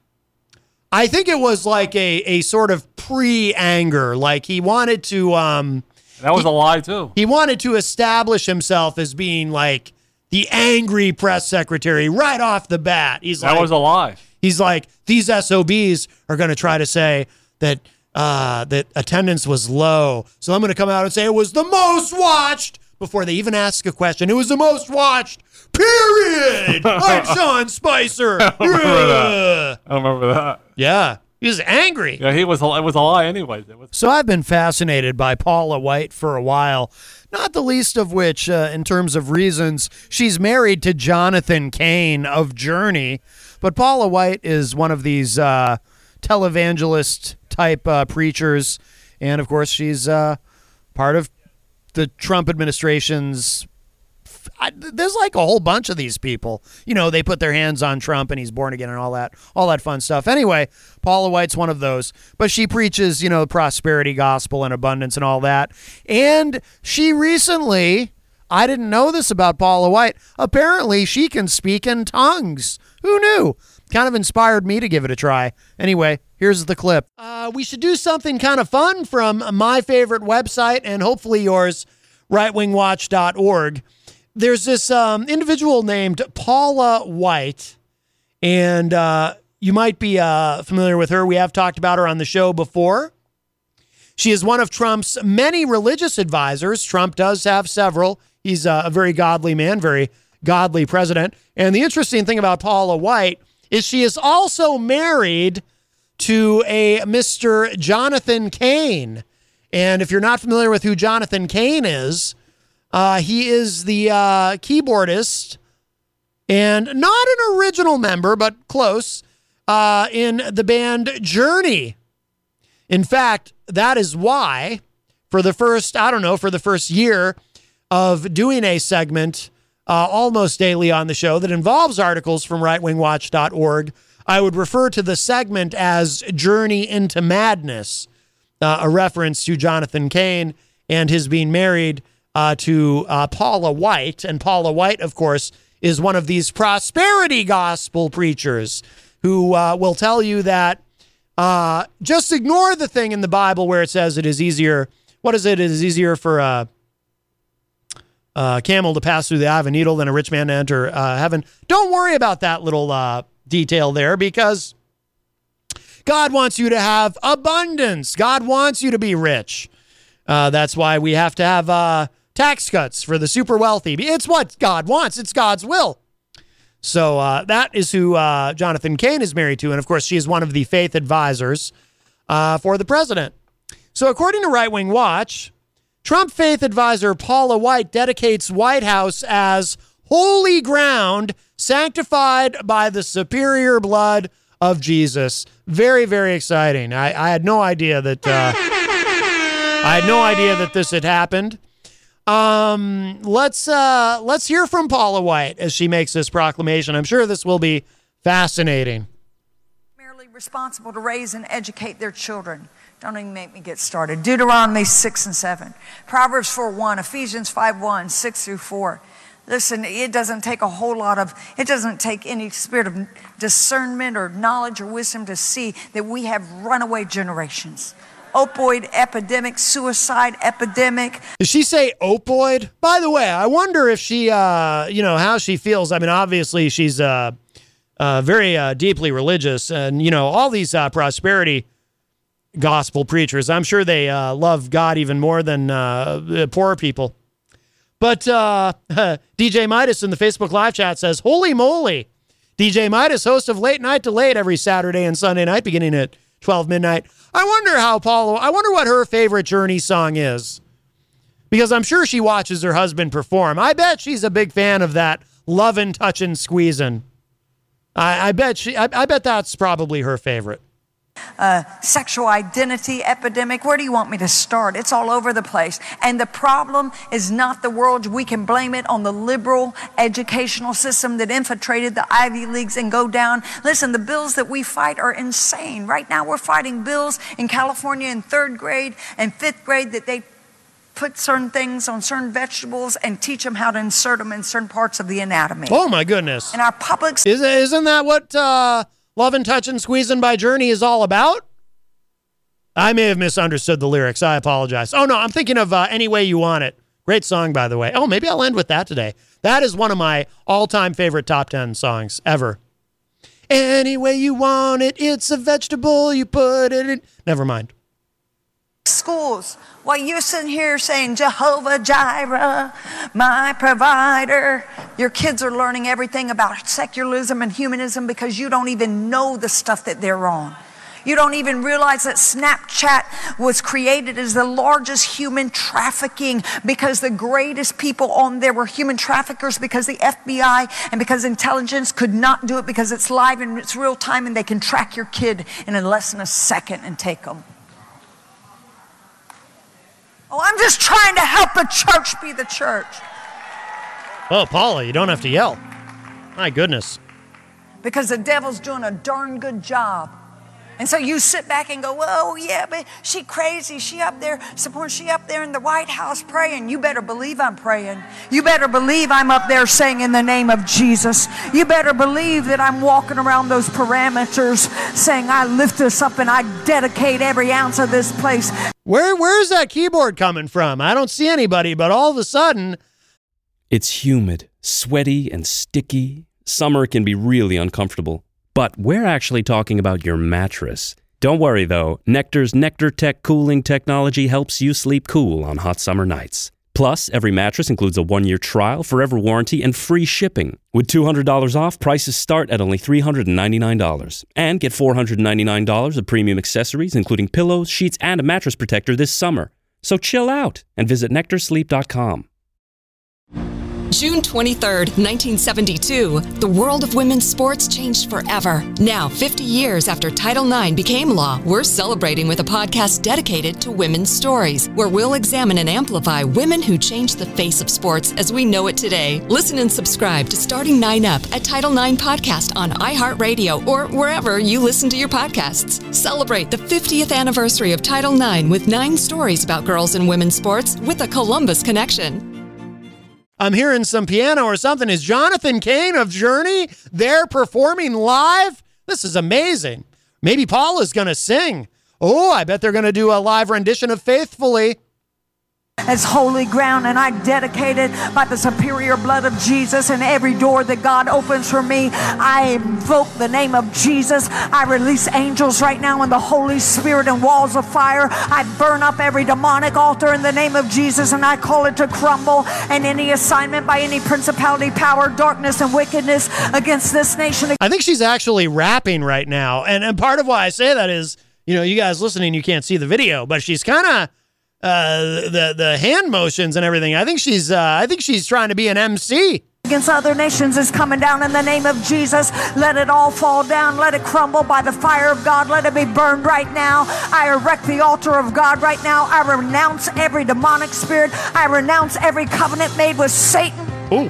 Speaker 2: I think it was like a, a sort of pre anger. Like he wanted to um
Speaker 3: And that was a lie too.
Speaker 2: he wanted to establish himself as being like the angry press secretary right off the bat. He's
Speaker 3: That
Speaker 2: like
Speaker 3: was a lie.
Speaker 2: he's like, these SOBs are gonna try to say that uh, that attendance was low. So I'm going to come out and say it was the most watched before they even ask a question. It was the most watched. Period. I'm Sean Spicer. yeah.
Speaker 3: I don't remember that.
Speaker 2: yeah. He was angry.
Speaker 3: Yeah, he was. a- It was a lie, anyways. It was.
Speaker 2: So I've been fascinated by Paula White for a while, not the least of which, uh, in terms of reasons, she's married to Jonathan Cain of Journey. But Paula White is one of these uh, televangelist type uh, preachers. And of course, she's uh, part of the Trump administration's. I, there's like a whole bunch of these people. You know, they put their hands on Trump and he's born again and all that, all that fun stuff. Anyway, Paula White's one of those, but she preaches, you know, the prosperity gospel and abundance and all that. And she recently, I didn't know this about Paula White. Apparently, she can speak in tongues. Who knew? Kind of inspired me to give it a try. Anyway, here's the clip. Uh, we should do something kind of fun from my favorite website and hopefully yours, rightwingwatch.org. There's this um, individual named Paula White, and uh, you might be uh, familiar with her. We have talked about her on the show before. She is one of Trump's many religious advisors. Trump does have several. He's uh, a, a very godly man, very godly president. And the interesting thing about Paula White is she is also married to a Mr. Jonathan Cain. And if you're not familiar with who Jonathan Cain is, uh, he is the uh, keyboardist and not an original member, but close uh, in the band Journey. In fact, that is why, for the first, I don't know, for the first year of doing a segment uh, almost daily on the show that involves articles from rightwingwatch.org, I would refer to the segment as Journey into Madness, uh, a reference to Jonathan Cain and his being married uh, to uh, Paula White. And Paula White, of course, is one of these prosperity gospel preachers who uh, will tell you that uh, just ignore the thing in the Bible where it says it is easier. What is it? It is easier for a, a camel to pass through the eye of a needle than a rich man to enter uh, heaven. Don't worry about that little uh, detail there because God wants you to have abundance. God wants you to be rich. Uh, that's why we have to have uh, tax cuts for the super wealthy. It's what God wants, it's God's will. So uh, that is who uh, Jonathan Cain is married to. And of course, she is one of the faith advisors uh, for the president. So, according to Right Wing Watch, Trump faith advisor Paula White dedicates White House as holy ground sanctified by the superior blood of Jesus. Very, very exciting. I, I had no idea that. Uh, I had no idea that this had happened. Um, let's uh, let's hear from Paula White as she makes this proclamation. I'm sure this will be fascinating.
Speaker 5: primarily responsible to raise and educate their children. Don't even make me get started. Deuteronomy 6 and 7, Proverbs 4 1, Ephesians 5 1, 6 through 4. Listen, it doesn't take a whole lot of, it doesn't take any spirit of discernment or knowledge or wisdom to see that we have runaway generations. Opioid epidemic, suicide epidemic,
Speaker 2: Does she say opoid? By the way, I wonder if she, uh, you know, how she feels. I mean, obviously she's uh, uh, very uh, deeply religious, and you know, all these uh, prosperity gospel preachers. I'm sure they uh, love God even more than uh, the poor people. But uh, DJ Midas in the Facebook live chat says, "Holy moly!" DJ Midas, host of Late Night to Late every Saturday and Sunday night, beginning at 12 midnight. I wonder how Paula. I wonder what her favorite Journey song is because I'm sure she watches her husband perform. I bet she's a big fan of that lovin', touchin', squeezin'. I, I bet she. I, I bet that's probably her favorite.
Speaker 5: sexual identity epidemic. Where do you want me to start? It's all over the place. And the problem is not the world. We can blame it on the liberal educational system that infiltrated the Ivy Leagues and go down. Listen, the bills that we fight are insane. Right now, we're fighting bills in California in third grade and fifth grade that they put certain things on certain vegetables and teach them how to insert them in certain parts of the anatomy.
Speaker 2: Oh my goodness!
Speaker 5: And our public
Speaker 2: Is, isn't that what uh, lovin', touchin', squeezin' by Journey is all about? I may have misunderstood the lyrics. I apologize. Oh no, I'm thinking of uh, "Any Way You Want It." Great song, by the way. Oh, maybe I'll end with that today. That is one of my all-time favorite top ten songs ever. Any way you want it, it's a vegetable. You put it in. Never mind.
Speaker 5: schools while you're sitting here saying jehovah jireh my provider your kids are learning everything about secularism and humanism because you don't even know the stuff that they're on you don't even realize that Snapchat was created as the largest human trafficking because the greatest people on there were human traffickers because the FBI and because intelligence could not do it because it's live and it's real time and they can track your kid in less than a second and take them. Oh, I'm just trying to help the church be the church.
Speaker 2: Oh, Paula, you don't have to yell. My goodness.
Speaker 5: because the devil's doing a darn good job. And so you sit back and go, "Oh yeah, but she crazy. She up there supporting. She up there in the White House praying. You better believe I'm praying. You better believe I'm up there saying in the name of Jesus. You better believe that I'm walking around those parameters saying I lift this up and I dedicate every ounce of this place
Speaker 2: Where where is that keyboard coming from? I don't see anybody, but all of a sudden,
Speaker 6: It's humid, sweaty, and sticky. Summer can be really uncomfortable. But we're actually talking about your mattress. Don't worry though, Nectar's Nectar Tech cooling technology helps you sleep cool on hot summer nights. Plus, every mattress includes a one year trial, forever warranty, and free shipping. With $200 off, prices start at only $399. And get $499 of premium accessories, including pillows, sheets, and a mattress protector this summer. So chill out and visit nectarsleep.com.
Speaker 7: June 23rd, 1972, the world of women's sports changed forever. Now, 50 years after Title IX became law, we're celebrating with a podcast dedicated to women's stories, where we'll examine and amplify women who changed the face of sports as we know it today. Listen and subscribe to Starting Nine Up at Title IX Podcast on iHeartRadio or wherever you listen to your podcasts. Celebrate the 50th anniversary of Title IX with nine stories about girls and women's sports with a Columbus connection.
Speaker 2: I'm hearing some piano or something. Is Jonathan Kane of Journey there performing live? This is amazing. Maybe Paula's going to sing. Oh, I bet they're going to do a live rendition of Faithfully.
Speaker 5: as holy ground, and I dedicate it by the superior blood of Jesus. And every door that God opens for me, I invoke the name of Jesus. I release angels right now in the Holy Spirit and walls of fire. I burn up every demonic altar in the name of Jesus, and I call it to crumble. And any assignment by any principality, power, darkness, and wickedness against this nation,
Speaker 2: I think she's actually rapping right now. And and part of why I say that is, you know, you guys listening, you can't see the video, but she's kind of uh, the the hand motions and everything. I think she's uh, I think she's trying to be an MC.
Speaker 5: against other nations is coming down in the name of Jesus. Let it all fall down. Let it crumble by the fire of God. Let it be burned right now. I erect the altar of God right now. I renounce every demonic spirit. I renounce every covenant made with Satan
Speaker 2: Ooh.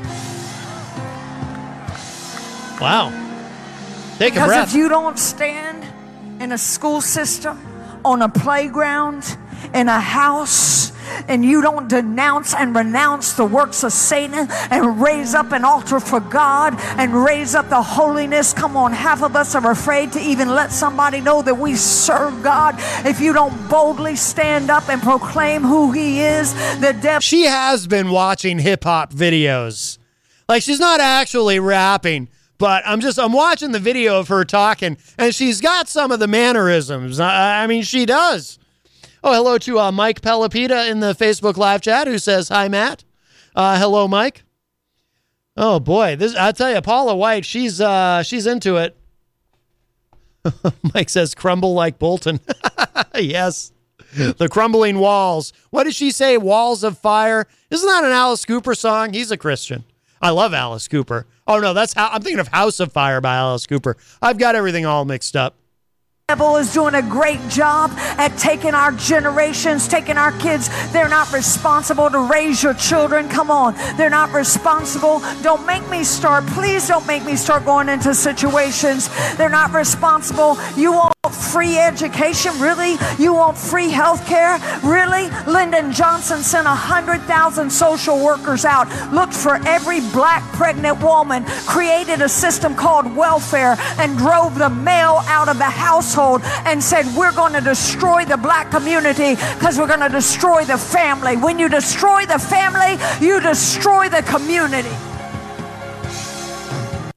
Speaker 2: Wow. Take a
Speaker 5: because
Speaker 2: breath.
Speaker 5: if you don't stand in a school system, on a playground, in a house, and you don't denounce and renounce the works of Satan and raise up an altar for God and raise up the holiness, come on, half of us are afraid to even let somebody know that we serve God. If you don't boldly stand up and proclaim who He is, the devil.
Speaker 2: she has been watching hip hop videos. Like she's not actually rapping, but I'm just I'm watching the video of her talking, and she's got some of the mannerisms. I, I mean, she does. Oh, hello to uh, Mike Pelopita in the Facebook live chat who says hi, Matt. Uh, hello, Mike. Oh boy, this I tell you, Paula White, she's uh, she's into it. Mike says crumble like Bolton. yes. The crumbling walls. What did she say? Walls of fire. Isn't that an Alice Cooper song? He's a Christian. I love Alice Cooper. Oh no, that's how I'm thinking of House of Fire by Alice Cooper. I've got everything all mixed up.
Speaker 5: devil is doing a great job at taking our generations, taking our kids. They're not responsible to raise your children. Come on. They're not responsible. Don't make me start. Please don't make me start going into situations. They're not responsible. You want free education? Really? You want free health care? Really? Lyndon Johnson sent 100,000 social workers out, looked for every black pregnant woman, created a system called welfare, and drove the male out of the household and said, We're going to destroy the black community because we're going to destroy the family. When you destroy the family, you destroy the community.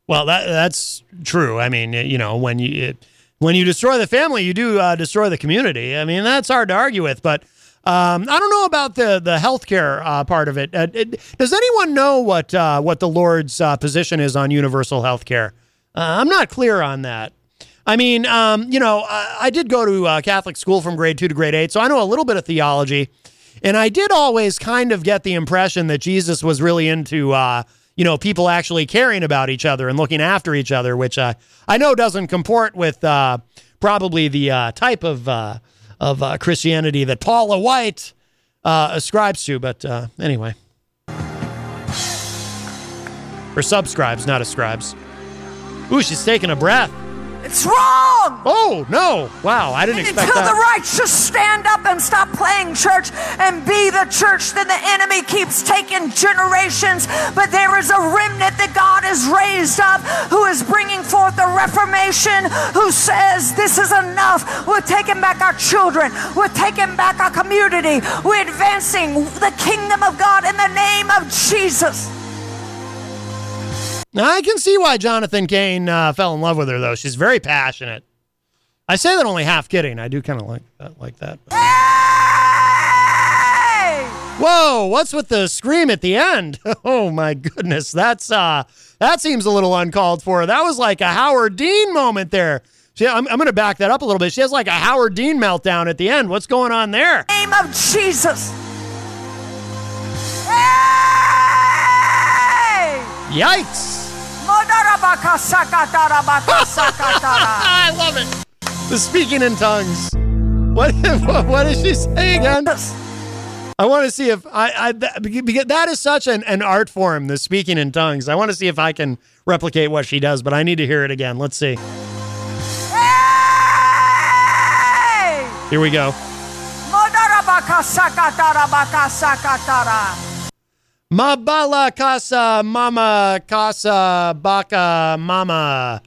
Speaker 2: Well, that that's true. I mean, you know, when you it, when you destroy the family, you do uh, destroy the community. I mean, that's hard to argue with, but um, I don't know about the the healthcare uh, part of it. Uh, it- Does anyone know what uh, what the Lord's uh, position is on universal healthcare? Uh, I'm not clear on that. I mean, um, you know, I, I did go to uh, Catholic school from grade two to grade eight, so I know a little bit of theology. And I did always kind of get the impression that Jesus was really into, uh, you know, people actually caring about each other and looking after each other, which uh, I know doesn't comport with uh, probably the uh, type of uh, of uh, Christianity that Paula White uh, ascribes to. But uh, anyway, or subscribes, not ascribes. Ooh, she's taking a breath.
Speaker 5: It's wrong.
Speaker 2: Oh no! Wow, I didn't expect
Speaker 5: Until
Speaker 2: that.
Speaker 5: the righteous stand up and stop playing church and be the church, then the enemy keeps taking generations. But there is a remnant that God has raised up who is bringing forth a reformation who says, This is enough. We're taking back our children. We're taking back our community. We're advancing the kingdom of God in the name of Jesus.
Speaker 2: Now, I can see why Jonathan Cain uh, fell in love with her, though. She's very passionate. I say that only half kidding. I do kind of like that. Like that.
Speaker 5: Hey!
Speaker 2: Whoa! What's with the scream at the end? Oh my goodness, that's uh, that seems a little uncalled for. That was like a Howard Dean moment there. She, I'm, I'm going to back that up a little bit. She has like a Howard Dean meltdown at the end. What's going on there?
Speaker 5: name of Jesus. Hey!
Speaker 2: Yikes!
Speaker 5: Modarabakasakatarabakasakatara.
Speaker 2: I love it. The speaking in tongues. What? What, what is she saying again? I want to see if I, I that, because that is such an, an art form, the speaking in tongues. I want to see if I can replicate what she does, but I need to hear it again. Let's see.
Speaker 5: Hey!
Speaker 2: Here we go.
Speaker 5: Modarabakasakatarabakasakatara.
Speaker 2: Mabala casa mama casa baka mama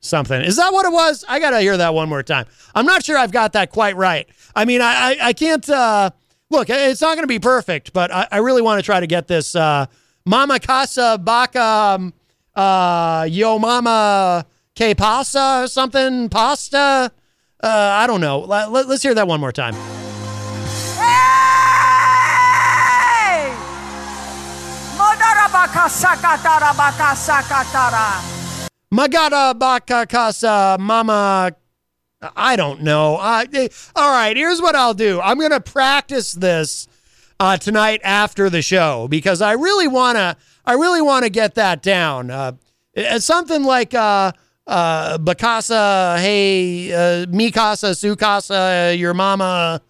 Speaker 2: something. Is that what it was? I gotta hear that one more time. I'm not sure I've got that quite right. I mean, I I, I can't uh, look. It's not gonna be perfect, but I, I really want to try to get this. Uh, mama casa baka um, uh, yo mama que pasa or something pasta. Uh, I don't know. Let, let, let's hear that one more time.
Speaker 5: Hey! Modarabakasakatarabakasakatara.
Speaker 2: Magada baka uh, casa mama. I don't know. I, eh, all right, here's what I'll do. I'm gonna practice this uh, tonight after the show because I really wanna. I really wanna get that down. Uh, it's something like uh, uh, Bacasa, hey, uh, Mikasa, Sukasa, your mama.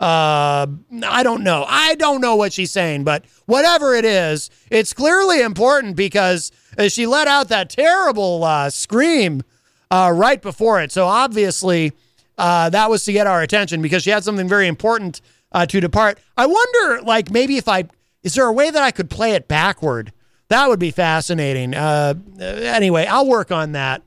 Speaker 2: Uh, I don't know. I don't know what she's saying, but whatever it is, it's clearly important because uh, she let out that terrible uh, scream uh, right before it. So obviously, uh, that was to get our attention because she had something very important uh, to depart. I wonder, like, maybe if I is there a way that I could play it backward? That would be fascinating. Uh, anyway, I'll work on that.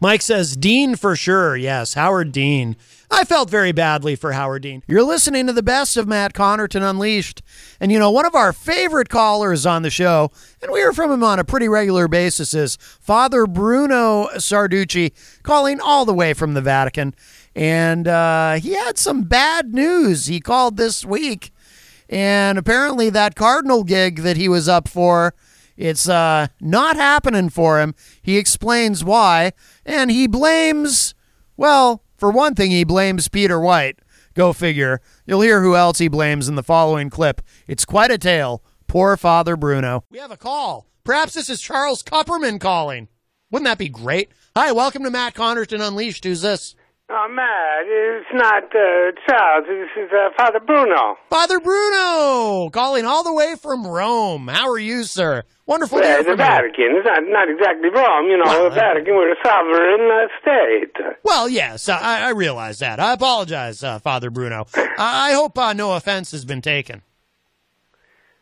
Speaker 2: Mike says Dean for sure. Yes, Howard Dean. I felt very badly for Howard Dean. You're listening to the best of Matt Connerton Unleashed. And you know, one of our favorite callers on the show, and we hear from him on a pretty regular basis, is Father Bruno Sarducci, calling all the way from the Vatican. And uh, he had some bad news. He called this week and apparently that cardinal gig that he was up for it's uh, not happening for him he explains why and he blames well for one thing he blames peter white go figure you'll hear who else he blames in the following clip it's quite a tale poor father bruno we have a call perhaps this is charles copperman calling wouldn't that be great hi welcome to matt connerton unleashed who's this
Speaker 8: Oh, Matt, it's not uh, Charles. This is uh, Father Bruno.
Speaker 2: Father Bruno, calling all the way from Rome. How are you, sir? Wonderful to
Speaker 8: Uh,
Speaker 2: hear
Speaker 8: the
Speaker 2: from you.
Speaker 8: Vatican. It's not, not exactly Rome. You know,
Speaker 2: Well,
Speaker 8: the
Speaker 2: uh,
Speaker 8: Vatican, we're a sovereign uh, state.
Speaker 2: Well, yes, I, I realize that. I apologize, uh, Father Bruno. I I hope uh, no offense has been taken.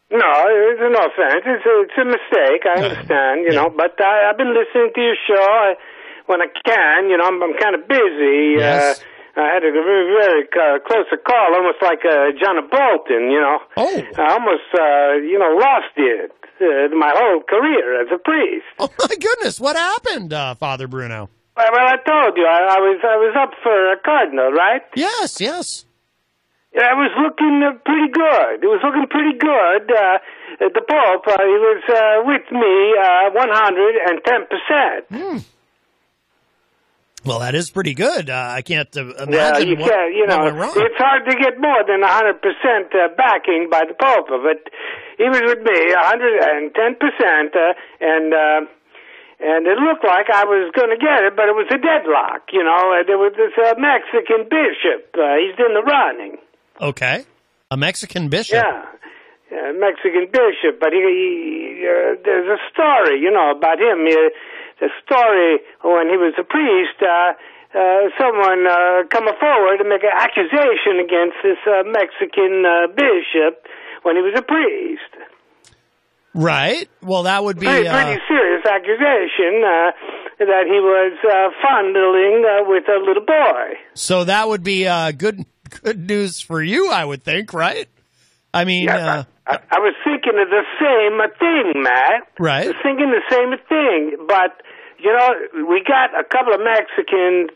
Speaker 8: No, it's an offense. It's a, it's a mistake. I understand, you know. But I, I've been listening to your show I, when I can. You know, I'm, I'm kind of busy.
Speaker 2: Yes.
Speaker 8: Uh, I had a very, very uh, close a call, almost like uh, John Bolton. You know,
Speaker 2: Oh.
Speaker 8: I almost, uh, you know, lost it. Uh, my whole career as a priest.
Speaker 2: Oh my goodness, what happened, uh, Father Bruno?
Speaker 8: Well, well, I told you I, I was I was up for a cardinal, right?
Speaker 2: Yes, yes.
Speaker 8: Yeah, it was looking uh, pretty good. It was looking pretty good. Uh, the Pope, uh, he was uh, with me uh, 110%.
Speaker 2: Hmm. Well, that is pretty good. Uh, I can't uh, imagine
Speaker 8: Yeah, you
Speaker 2: what,
Speaker 8: can't, you
Speaker 2: what
Speaker 8: know,
Speaker 2: went wrong.
Speaker 8: it's hard to get more than 100% uh, backing by the Pope, but he was with me 110%, uh, and, uh, and it looked like I was going to get it, but it was a deadlock, you know. Uh, there was this uh, Mexican bishop, uh, he's in the running.
Speaker 2: okay, a Mexican bishop.
Speaker 8: Yeah. Yeah, Mexican bishop, but he, he uh, there's a story, you know, about him. Uh, the story when he was a priest, uh, uh, someone uh, come forward to make an accusation against this uh, Mexican uh, bishop when he was a priest.
Speaker 2: Right. Well, that would be.
Speaker 8: Pretty,
Speaker 2: Uh,
Speaker 8: pretty serious accusation uh, that he was uh, fondling uh, with a little boy.
Speaker 2: so that would be uh, good. Good news for you, I would think. Right. I mean, uh,
Speaker 8: I, I was thinking of the same thing, Matt.
Speaker 2: Right.
Speaker 8: I was thinking the same thing, but you know, we got a couple of Mexican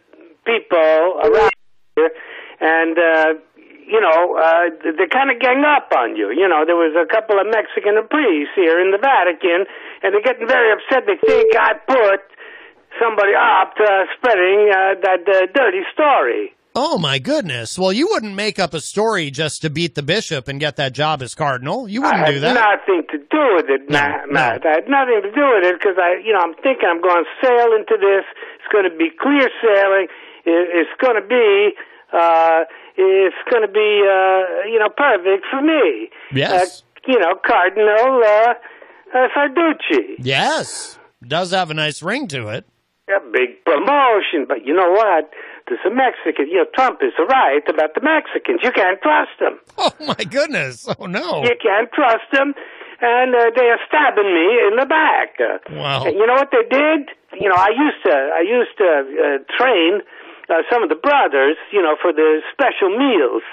Speaker 8: people around here, and uh, you know, uh, they kind of gang up on you. You know, there was a couple of Mexican priests here in the Vatican, and they're getting very upset. They think I put somebody up to spreading uh, that uh, dirty story.
Speaker 2: oh my goodness. Well, you wouldn't make up a story just to beat the bishop and get that job as cardinal. You wouldn't
Speaker 8: I
Speaker 2: do
Speaker 8: had
Speaker 2: that.
Speaker 8: nothing to do with it,
Speaker 2: No,
Speaker 8: Matt.
Speaker 2: no.
Speaker 8: Matt. I had nothing to do with it because I, you know, I'm thinking I'm going to sail into this. It's going to be clear sailing. It, it's going to be, uh, it's going to be, uh, you know, perfect for me.
Speaker 2: Yes.
Speaker 8: Uh, you know, Cardinal uh, uh, Sarducci.
Speaker 2: Yes, does have a nice ring to it.
Speaker 8: A big promotion, but you know what? There's a Mexican. You know, Trump is right about the Mexicans. You can't trust them.
Speaker 2: Oh my goodness! Oh no!
Speaker 8: You can't trust them, and uh, they are stabbing me in the back. Uh,
Speaker 2: Wow.
Speaker 8: and You know what they did? You know, I used to I used to uh, train uh, some of the brothers, you know, for the special meals.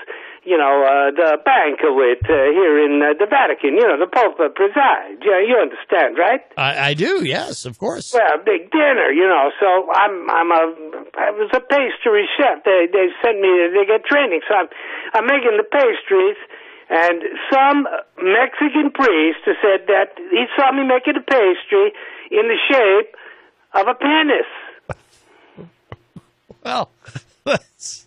Speaker 8: You know, uh, the banquet uh, here in uh, the Vatican. You know, the Pope uh, presides. Yeah, you understand, right?
Speaker 2: I, I do. Yes, of course.
Speaker 8: Well, big dinner, you know. So I'm I'm a I was a pastry chef. They they sent me to they get training. So I'm I'm making the pastries, and some Mexican priest said that he saw me making a pastry in the shape of a penis.
Speaker 2: Well, that's,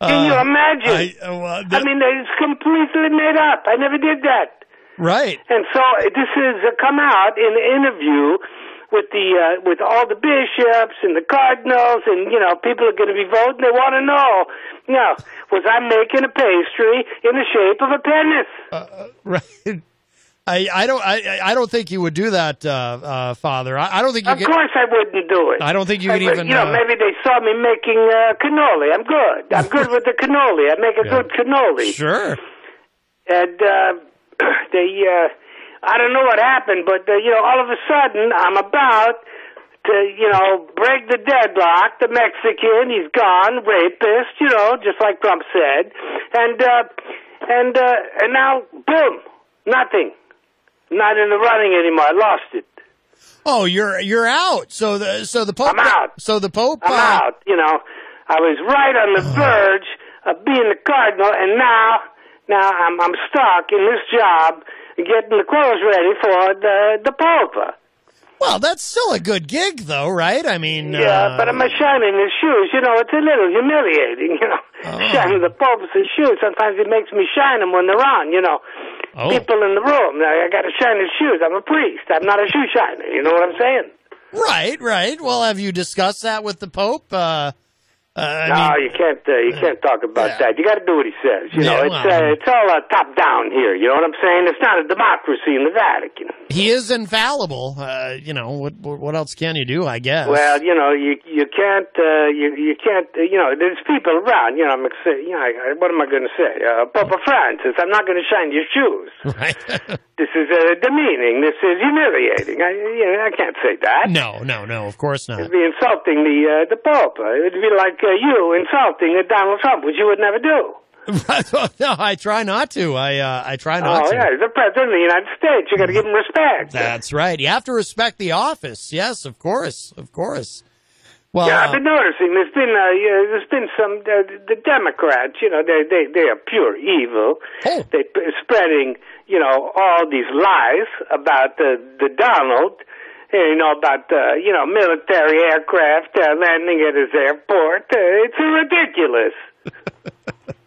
Speaker 8: Can you
Speaker 2: uh,
Speaker 8: imagine?
Speaker 2: I, uh, well,
Speaker 8: I
Speaker 2: that-
Speaker 8: mean, it's completely made up. I never did that.
Speaker 2: right?
Speaker 8: And so this is uh, come out in the interview with the uh, with all the bishops and the cardinals, and you know people are going to be voting. They want to know, you know, was I making a pastry in the shape of a penis?
Speaker 2: Uh, Right. I, I don't I, I don't think you would do that, uh, uh, Father. I, I don't think you
Speaker 8: of
Speaker 2: get.
Speaker 8: course, I wouldn't do it.
Speaker 2: I don't think you
Speaker 8: I
Speaker 2: would
Speaker 8: would-
Speaker 2: even,
Speaker 8: You
Speaker 2: uh,
Speaker 8: know, maybe they saw me making uh, cannoli. I'm good. I'm good with the cannoli. I make a good cannoli.
Speaker 2: Sure.
Speaker 8: and uh, they uh, I don't know what happened, but uh, you know, all of a sudden I'm about to you know break the deadlock. The Mexican, he's gone, rapist, you know, just like Trump said, and uh, and uh, and now boom, nothing, not in the running anymore. I lost it.
Speaker 2: Oh, you're you're out. So the so the Pope.
Speaker 8: I'm out.
Speaker 2: So the Pope.
Speaker 8: I'm
Speaker 2: uh, Oh.
Speaker 8: out. You know, I was right on the verge of being the cardinal, and now, now I'm I'm stuck in this job, getting the clothes ready for the the pope.
Speaker 2: Well, that's still a good gig, though, right? I mean,
Speaker 8: Yeah,
Speaker 2: uh,
Speaker 8: but I'm a shine in his shoes. You know, it's a little humiliating. You know,
Speaker 2: Oh.
Speaker 8: shining the pope's shoes. Sometimes it makes me shine them when they're on. You know,
Speaker 2: Oh.
Speaker 8: people in the room. Now I got to shine his shoes. I'm a priest. I'm not a shoe shiner. You know what I'm saying?
Speaker 2: right, right. Well, have you discussed that with the Pope? Uh, uh, I
Speaker 8: no,
Speaker 2: mean,
Speaker 8: you can't. Uh, you can't talk about
Speaker 2: Yeah.
Speaker 8: that. You got to do what he says. You
Speaker 2: Yeah,
Speaker 8: know, it's
Speaker 2: well-
Speaker 8: uh, it's all uh, top down here. You know what I'm saying? It's not a democracy in the Vatican.
Speaker 2: he is infallible. Uh, you know what? What else can you do? I guess.
Speaker 8: Well, you know, you you can't uh, you you can't uh, you know. There's people around. You know, I'm ex- you know. I, I, what am I going to say? Uh, Papa Francis, I'm not going to shine your shoes.
Speaker 2: right.
Speaker 8: This is uh, demeaning. This is humiliating. I you know, I can't say that.
Speaker 2: No, no, no, of course not.
Speaker 8: It'd be insulting the uh, the Pope. Uh, It'd be like uh, you insulting uh, Donald Trump, which you would never do.
Speaker 2: no, I try not to. I uh, I try not
Speaker 8: Oh
Speaker 2: to.
Speaker 8: yeah, he's the president of the United States. You got to give him respect.
Speaker 2: That's right. You have to respect the office. Yes, of course, of course. Well,
Speaker 8: yeah, I've
Speaker 2: uh,
Speaker 8: been noticing there's been uh, yeah, there's been some uh, the Democrats, you know, they they they are pure evil.
Speaker 2: Oh.
Speaker 8: They p- spreading, you know, all these lies about the the Donald, you know, about uh, you know military aircraft uh, landing at his airport. Uh, it's ridiculous.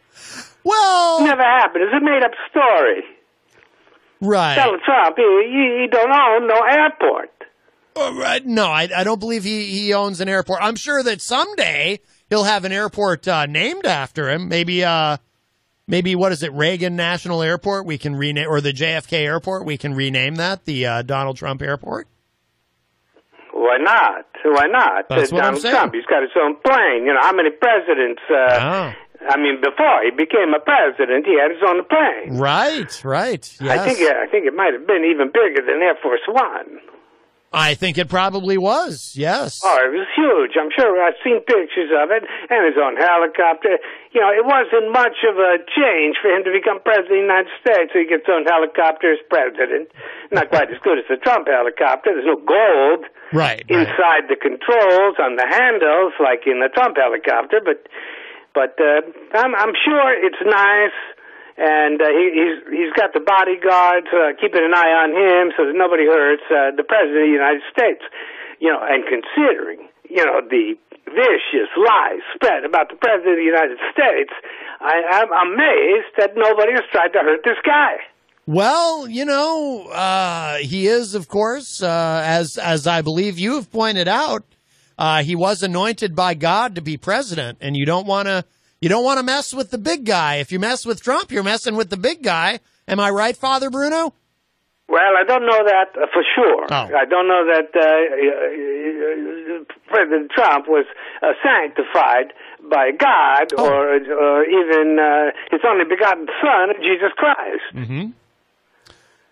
Speaker 2: well,
Speaker 8: Never happened. It's a made up story.
Speaker 2: right.
Speaker 8: Donald Trump, he, he, he don't own no airport.
Speaker 2: Uh, right. No, I, I don't believe he, he owns an airport. I'm sure that someday he'll have an airport uh, named after him. Maybe uh, maybe what is it, Reagan National Airport? We can rename or the JFK Airport. We can rename that the uh, Donald Trump Airport.
Speaker 8: Why not? Why not?
Speaker 2: That's
Speaker 8: Uh,
Speaker 2: what I'm
Speaker 8: Donald
Speaker 2: saying.
Speaker 8: Trump, he's got his own plane. You know, how many presidents? Uh,
Speaker 2: Ah.
Speaker 8: I mean, before he became a president, he had his own plane.
Speaker 2: Right. Right. Yes.
Speaker 8: I think I think it might have been even bigger than Air Force One.
Speaker 2: I think it probably was. Yes.
Speaker 8: Oh, it was huge. I'm sure I've seen pictures of it, and his own helicopter. You know, it wasn't much of a change for him to become president of the United States. He gets his own helicopter as president. Not quite as good as the Trump helicopter. There's no gold
Speaker 2: Right. right.
Speaker 8: inside the controls on the handles, like in the Trump helicopter. But, but uh, I'm, I'm sure it's nice. And uh, he, he's he's got the bodyguards uh, keeping an eye on him so that nobody hurts uh, the president of the United States, you know. And considering you know the vicious lies spread about the president of the United States, I, I'm amazed that nobody has tried to hurt this guy.
Speaker 2: Well, you know, uh, he is, of course, uh, as as I believe you have pointed out, uh, he was anointed by God to be president, and you don't want to you don't want to mess with the big guy. If you mess with Trump, you're messing with the big guy. Am I right, Father Bruno?
Speaker 8: Well, I don't know that uh, for sure.
Speaker 2: Oh.
Speaker 8: I don't know that uh, uh, President Trump was uh, sanctified by God
Speaker 2: Oh.
Speaker 8: or, or even uh, his only begotten Son, Jesus Christ.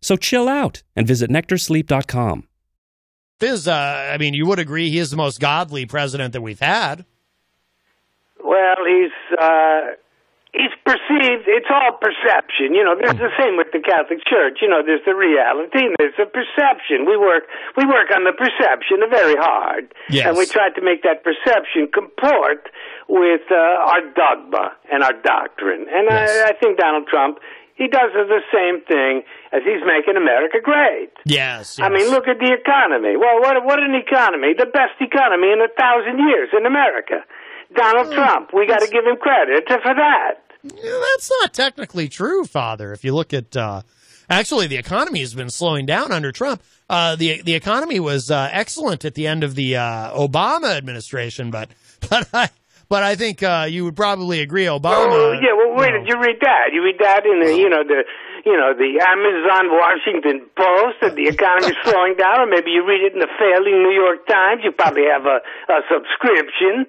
Speaker 6: So chill out and visit nectarsleep.com.
Speaker 2: Is uh, I mean, you would agree he is the most godly president that we've had.
Speaker 8: Well, he's uh, he's perceived. It's all perception, you know. There's the same with the Catholic Church. You know, there's the reality, and there's the perception. We work we work on the perception very hard,
Speaker 2: Yes.
Speaker 8: and we try to make that perception comport with uh, our dogma and our doctrine. And
Speaker 2: Yes.
Speaker 8: I, I think Donald Trump. He does the same thing as he's making America great.
Speaker 2: Yes,
Speaker 8: I mean,
Speaker 2: yes.
Speaker 8: look at the economy. Well, what what an economy! The best economy in a thousand years in America.
Speaker 2: Hmm.
Speaker 8: Donald Trump. We got to give him credit for that.
Speaker 2: Yeah, that's not technically true, Father. If you look at uh, actually, the economy has been slowing down under Trump. Uh, the the economy was uh, excellent at the end of the uh, Obama administration, but but I but I think uh, you would probably agree,
Speaker 8: Oh,
Speaker 2: Obama.
Speaker 8: yeah. Well, where
Speaker 2: no.
Speaker 8: did you read that? You read that in the you know the you know the Amazon Washington Post that the economy's slowing down, or maybe you read it in the failing New York Times. You probably have a, a subscription.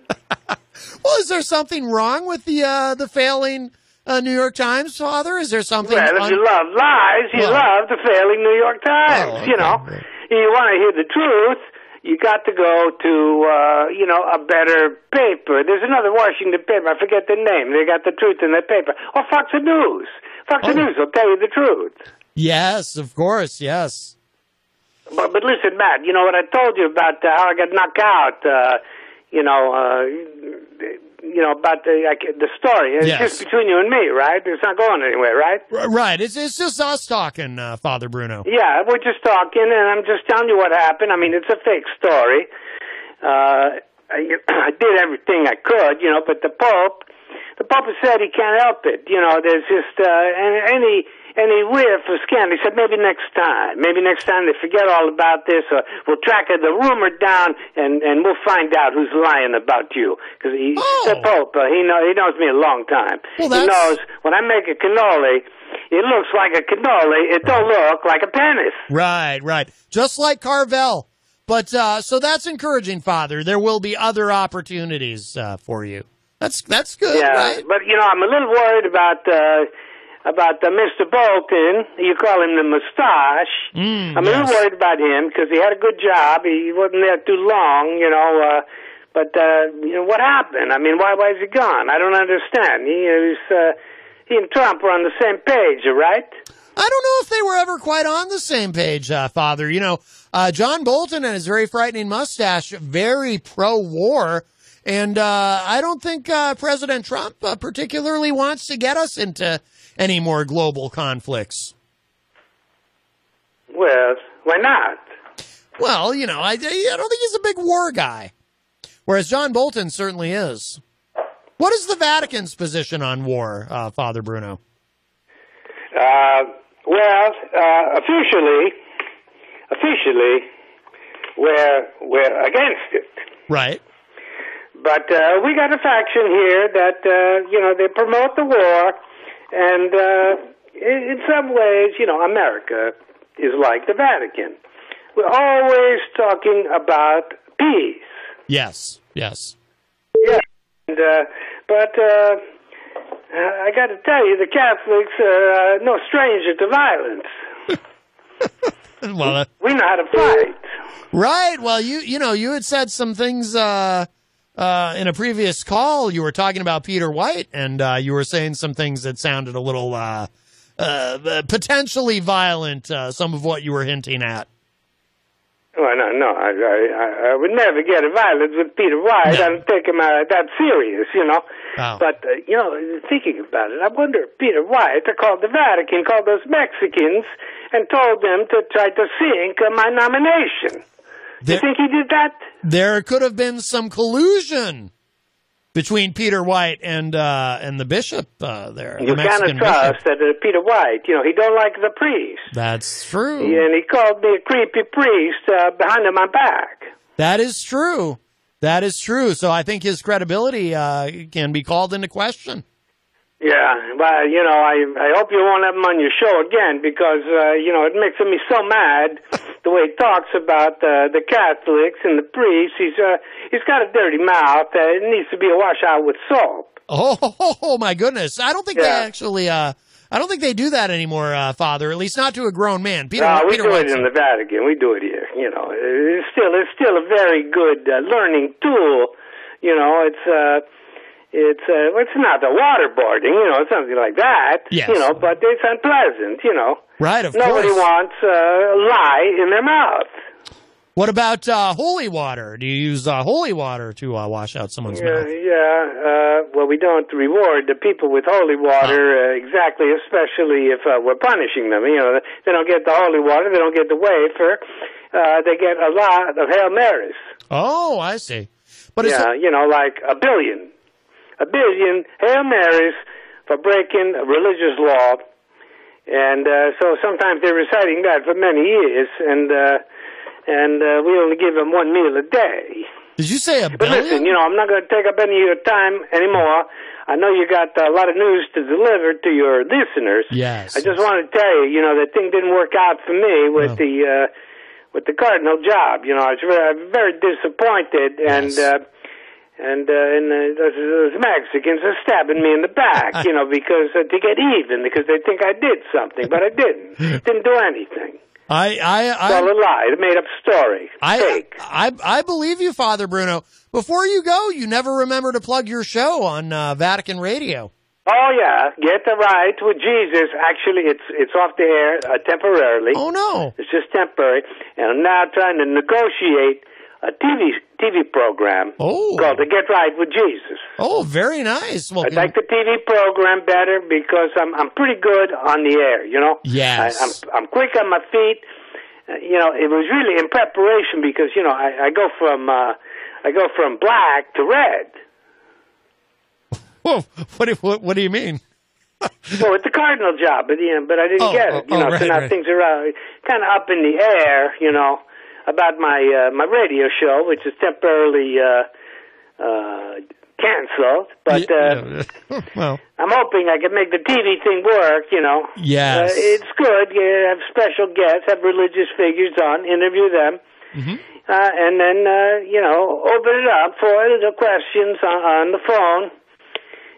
Speaker 2: Well, is there something wrong with the uh, the failing uh, New York Times, Father? Is there something?
Speaker 8: Well, if
Speaker 2: un-
Speaker 8: you love lies, you
Speaker 2: Well-
Speaker 8: love the failing New York Times.
Speaker 2: Oh,
Speaker 8: You know,
Speaker 2: okay.
Speaker 8: you want to hear the truth. You got to go to uh, you know a better paper. There's another Washington paper. I forget the name. They got the truth in that paper. Or Fox News.
Speaker 2: Oh.
Speaker 8: Fox News will tell you the truth.
Speaker 2: yes, of course, yes.
Speaker 8: But but listen, Matt. You know what I told you about uh, how I got knocked out. Uh, you know, uh, you know about the I, ca- the story. It's
Speaker 2: Yes.
Speaker 8: just between you and me, right? It's not going anywhere, right?
Speaker 2: R- right. It's it's just us talking, uh, Father Bruno.
Speaker 8: Yeah, we're just talking, and I'm just telling you what happened. I mean, it's a fake story. Uh, I, I did everything I could, you know, but the Pope, the Pope has said he can't help it. You know, there's just uh, an- any any whiff of scandal. He said maybe next time, maybe next time they forget all about this, or we'll track the rumor down, and and we'll find out who's lying about you. Because he,
Speaker 2: Oh.
Speaker 8: the Pope, uh, he know he knows me a long time.
Speaker 2: Well,
Speaker 8: he
Speaker 2: that's-
Speaker 8: knows when I make a cannoli, it looks like a cannoli. It don't look like a penis.
Speaker 2: Right, right. Just like Carvel. But uh, so that's encouraging, Father. There will be other opportunities uh, for you. That's that's good,
Speaker 8: yeah,
Speaker 2: right?
Speaker 8: but you know, I'm a little worried about uh, about uh, Mr. Bolton. You call him the mustache.
Speaker 2: Hmm,
Speaker 9: Mm,
Speaker 8: I'm a little worried about him because he had a good job. He wasn't there too long, you know. Uh, but uh, you know what happened? I mean, why why is he gone? I don't understand. He is. Uh, he and Trump were on the same page, right?
Speaker 2: I don't know if they were ever quite on the same page, uh, Father. You know, uh, John Bolton and his very frightening mustache, very pro-war, and uh, I don't think uh, President Trump uh, particularly wants to get us into any more global conflicts.
Speaker 8: Well, why not?
Speaker 2: Well, you know, I, I don't think he's a big war guy, whereas John Bolton certainly is. What is the Vatican's position on war, uh, Father Bruno?
Speaker 8: Uh, well, uh, officially, officially, we're we're against it.
Speaker 2: Right.
Speaker 8: But uh, we got a faction here that uh, you know they promote the war, and uh, in, in some ways, you know, America is like the Vatican. We're always talking about peace,
Speaker 2: Yes. Yes.
Speaker 8: and uh, but uh, I got to tell you, the Catholics are uh, no stranger to violence.
Speaker 2: Well, uh,
Speaker 8: We know how to fight.
Speaker 2: Right. Well, you you know you had said some things uh, uh, in a previous call. You were talking about Peter White, and uh, you were saying some things that sounded a little uh, uh, potentially violent. Uh, some of what you were hinting at.
Speaker 8: Well, no, no, I, I, I- I would never get a violence with Peter White.
Speaker 2: No.
Speaker 8: I don't take him uh, that serious, you know.
Speaker 2: Oh.
Speaker 8: But uh, you know, thinking about it, I wonder if Peter White called the Vatican, called those Mexicans, and told them to try to sink uh, my nomination.
Speaker 2: There,
Speaker 8: You think he did that?
Speaker 2: there could have been some collusion between Peter White and uh, and the bishop uh, there. the
Speaker 8: You
Speaker 2: Mexican
Speaker 8: cannot
Speaker 2: bishop.
Speaker 8: trust that uh, Peter White. You know, he don't like the priest,
Speaker 2: That's true.
Speaker 8: and he called me a creepy priest uh, behind my back.
Speaker 2: That is true. That is true. So I think his credibility uh, can be called into question.
Speaker 8: Yeah, well, you know, I I hope you won't have him on your show again because uh, you know it makes me so mad the way he talks about uh, the Catholics and the priests. He's uh, he's got a dirty mouth. Uh, it needs to be a washout with soap.
Speaker 2: Oh, my goodness! I don't think
Speaker 8: Yeah.
Speaker 2: they actually. Uh, I don't think they do that anymore, uh, Father. At least not to a grown man. Peter,
Speaker 8: Uh, we
Speaker 2: Peter
Speaker 8: do it
Speaker 2: White's-
Speaker 8: in the Vatican. We do it here. You know, it's still it's still a very good uh, learning tool. You know, it's uh, it's uh, it's not the waterboarding. You know, it's something like that.
Speaker 2: Yes.
Speaker 8: You know, but it's unpleasant. You know.
Speaker 2: right, of
Speaker 8: Nobody
Speaker 2: course.
Speaker 8: wants uh, a lie in their mouth.
Speaker 2: what about uh, holy water? Do you use uh, holy water to uh, wash out someone's
Speaker 8: Uh,
Speaker 2: mouth?
Speaker 8: yeah, uh, well, we don't reward the people with holy water uh, exactly, especially if uh, we're punishing them. You know, they don't get the holy water, they don't get the wafer, uh, they get a lot of Hail Marys.
Speaker 2: Oh, I see. But it's
Speaker 8: yeah, you know, like a billion. A billion Hail Marys for breaking religious law. And uh, so sometimes they're reciting that for many years, and uh, and uh, we only give them one meal a day.
Speaker 2: did you say a
Speaker 8: But
Speaker 2: billion?
Speaker 8: listen, you know, I'm not going to take up any of your time anymore. I know you got a lot of news to deliver to your listeners.
Speaker 2: Yes. Oh.
Speaker 8: I just want to tell you, you know, that thing didn't work out for me with
Speaker 2: No.
Speaker 8: the uh, with the cardinal job. You know, I was very, very disappointed, and
Speaker 2: Yes.
Speaker 8: uh, and uh, and uh, those, those Mexicans are stabbing me in the back, you know, because uh, to get even, because they think I did something, but I didn't. didn't do anything.
Speaker 2: I, I, I,
Speaker 8: It's all a lie, a made up story.
Speaker 2: I,
Speaker 8: Fake.
Speaker 2: I, I believe you, Father Bruno. Before you go, you never remember to plug your show on uh, Vatican Radio.
Speaker 8: Oh yeah, get the right with Jesus. Actually, it's it's off the air uh, temporarily.
Speaker 2: Oh no!
Speaker 8: It's just temporary, and I'm now trying to negotiate a TV TV program
Speaker 2: Oh.
Speaker 8: called "The Get Right with Jesus."
Speaker 2: Oh, very nice. Well,
Speaker 8: I like the TV program better because I'm I'm pretty good on the air. You know,
Speaker 2: Yes.
Speaker 8: I, I'm I'm quick on my feet. Uh, You know, it was really in preparation because you know I, I go from uh, I go from black to red.
Speaker 2: Whoa, what, do- what, what do you mean?
Speaker 8: Well, with the cardinal job, but you know, but I didn't
Speaker 2: Oh,
Speaker 8: get
Speaker 2: oh,
Speaker 8: it. You
Speaker 2: oh,
Speaker 8: know, so
Speaker 2: right,
Speaker 8: now
Speaker 2: right.
Speaker 8: things are uh, kind of up in the air. You know, about my uh, my radio show, which is temporarily uh, uh, canceled. But uh,
Speaker 2: Yeah, yeah. well,
Speaker 8: I'm hoping I can make the TV thing work. You know,
Speaker 2: Yes.
Speaker 8: uh, it's good. You have special guests, have religious figures on, interview them.
Speaker 9: mm-hmm.
Speaker 8: Uh, and then uh, you know, open it up for the questions on, on the phone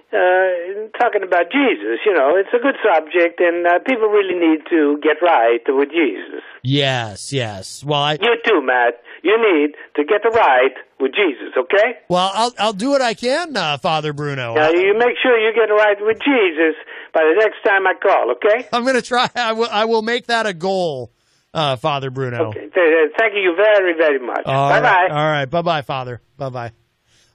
Speaker 8: uh, talking about Jesus. You know, it's a good subject, and uh, people really need to get right with Jesus.
Speaker 2: Yes, yes. Well, I
Speaker 8: You too, Matt. You need to get right with Jesus. Okay?
Speaker 2: well, I'll I'll do what I can, uh, Father Bruno.
Speaker 8: Now you make sure you get right with Jesus by the next time I call. Okay?
Speaker 2: I'm gonna try. I will. I will make that a goal, uh, Father Bruno.
Speaker 8: Th- th- Thank you very, very much.
Speaker 2: All
Speaker 8: bye
Speaker 2: right.
Speaker 8: bye.
Speaker 2: All right. Bye bye, Father. Bye bye.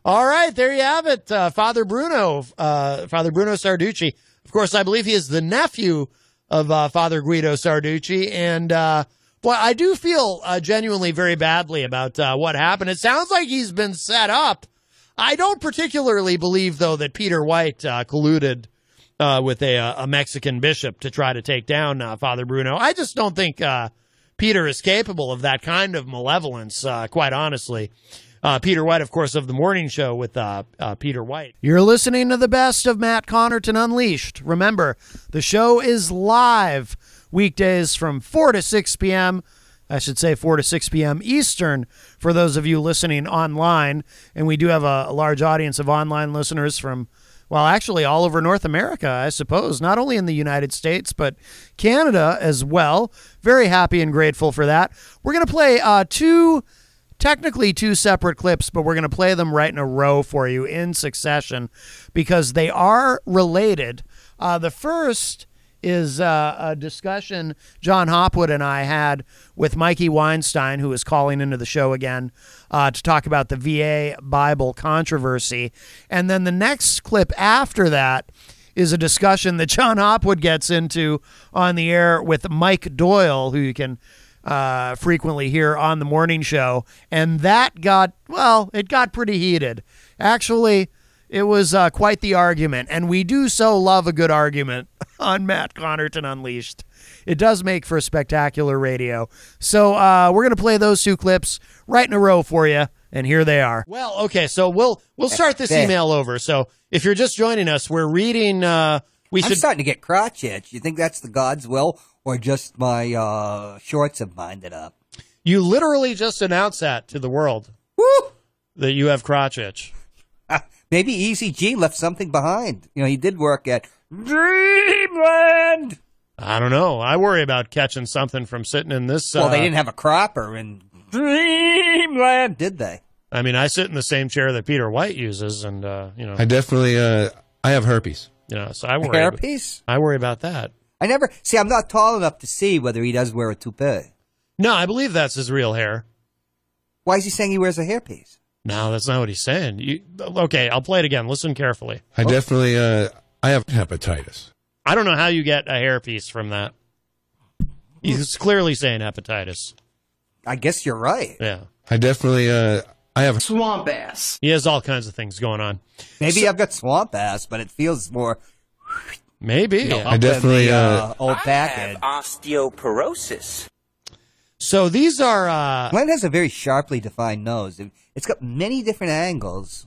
Speaker 2: All right. There you have it. Uh, Father Bruno, uh, Father Bruno Sarducci. Of course, I believe he is the nephew of uh, Father Guido Sarducci. And, uh, boy, I do feel uh, genuinely very badly about uh, what happened. It sounds like he's been set up. I don't particularly believe, though, that Peter White uh, colluded uh, with a, uh, a Mexican bishop to try to take down uh, Father Bruno. I just don't think uh, Peter is capable of that kind of malevolence, uh, quite honestly. Uh, Peter White, of course, of the morning show with uh, uh, Peter White. You're listening to the best of Matt Connerton Unleashed. Remember, the show is live weekdays from 4 to 6 p.m. I should say 4 to 6 p.m. Eastern for those of you listening online. And we do have a, a large audience of online listeners from, well, actually all over North America, I suppose, not only in the United States, but Canada as well. Very happy and grateful for that. We're going to play uh, two technically two separate clips, but we're going to play them right in a row for you in succession because they are related. Uh, the first is uh, a discussion John Hopwood and I had with Mikey Weinstein, who is calling into the show again uh, to talk about the VA Bible controversy. And then the next clip after that is a discussion that John Hopwood gets into on the air with Mike Doyle, who you can uh, frequently here on the morning show, and that got well, it got pretty heated. Actually, it was uh, quite the argument, and we do so love a good argument on Matt Connerton Unleashed. It does make for spectacular radio. So uh, we're gonna play those two clips right in a row for you, and here they are. Well, okay, so we'll we'll start this email over. So if you're just joining us, we're reading. Uh, we
Speaker 10: I'm
Speaker 2: should
Speaker 10: starting to get crotch itch. You think that's the God's will, or just my uh, shorts have binded up?
Speaker 2: you literally just announce that to the world
Speaker 10: Woo!
Speaker 2: that you have crotch itch.
Speaker 10: Ah, Maybe Easy G left something behind. You know, he did work at Dreamland.
Speaker 2: I don't know. I worry about catching something from sitting in this.
Speaker 10: well,
Speaker 2: uh,
Speaker 10: they didn't have a cropper in Dreamland, did they?
Speaker 2: I mean, I sit in the same chair that Peter White uses, and uh, you know,
Speaker 11: I definitely, uh, I have herpes.
Speaker 2: you know, so I worry.
Speaker 10: Hair
Speaker 2: ab-
Speaker 10: piece?
Speaker 2: I worry about that.
Speaker 10: I never see. I'm not tall enough to see whether he does wear a toupee.
Speaker 2: No, I believe that's his real hair.
Speaker 10: Why is he saying he wears a hairpiece?
Speaker 2: No, that's not what he's saying. You, okay, I'll play it again. Listen carefully.
Speaker 11: I definitely, uh, I have hepatitis.
Speaker 2: I don't know how you get a hairpiece from that. He's clearly saying hepatitis.
Speaker 10: I guess you're right.
Speaker 2: Yeah,
Speaker 11: I definitely, uh, I have
Speaker 2: he has all kinds of things going on.
Speaker 10: Maybe I've got swamp ass, but it feels more
Speaker 2: Maybe.
Speaker 11: I definitely,
Speaker 10: the,
Speaker 11: uh,
Speaker 10: uh, old package.
Speaker 12: osteoporosis.
Speaker 2: So these are. Uh,
Speaker 10: Glenn has a very sharply defined nose. It- It's got many different angles.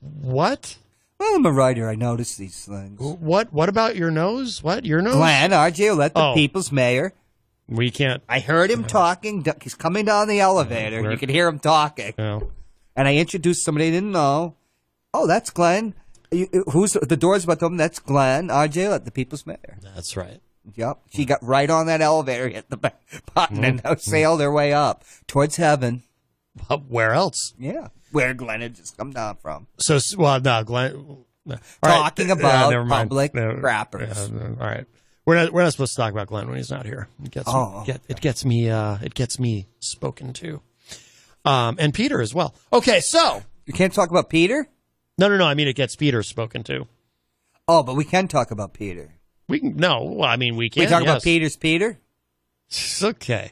Speaker 2: what?
Speaker 10: Well, I'm a writer. I notice these things.
Speaker 2: What? What about your nose? What your nose?
Speaker 10: Glenn, R.J. Olette, the
Speaker 2: Oh.
Speaker 10: people's mayor.
Speaker 2: We can't.
Speaker 10: I heard him talking. d- He's coming down the elevator.
Speaker 2: Where-
Speaker 10: You could hear him talking.
Speaker 2: No.
Speaker 10: And I introduced somebody I didn't know. Oh, that's Glenn. You- Who's the door's about to open? That's Glenn R.J. Olette, the people's mayor.
Speaker 2: That's right.
Speaker 10: Yep. She got right on that elevator, hit the bu- button, and
Speaker 2: Mm-hmm.
Speaker 10: now sailed her way up towards heaven.
Speaker 2: But where else?
Speaker 10: Yeah, where Glenn had just come down from.
Speaker 2: So, s- well, no, Glenn. no. All right,
Speaker 10: Talking
Speaker 2: uh,
Speaker 10: about
Speaker 2: never mind.
Speaker 10: public
Speaker 2: No,
Speaker 10: crappers.
Speaker 2: yeah, no, all right, we're not we're not supposed to talk about Glenn when he's not here. It gets
Speaker 10: Oh,
Speaker 2: me, get, it gets me uh, it gets me spoken to, um, and Peter as well. Okay, so
Speaker 10: You can't talk about Peter.
Speaker 2: no, no, no. I mean, it gets Peter spoken to.
Speaker 10: Oh, but we can talk about Peter.
Speaker 2: We can no. Well, I mean, we can.
Speaker 10: we talk about
Speaker 2: yes.
Speaker 10: Peter's Peter.
Speaker 2: It's okay.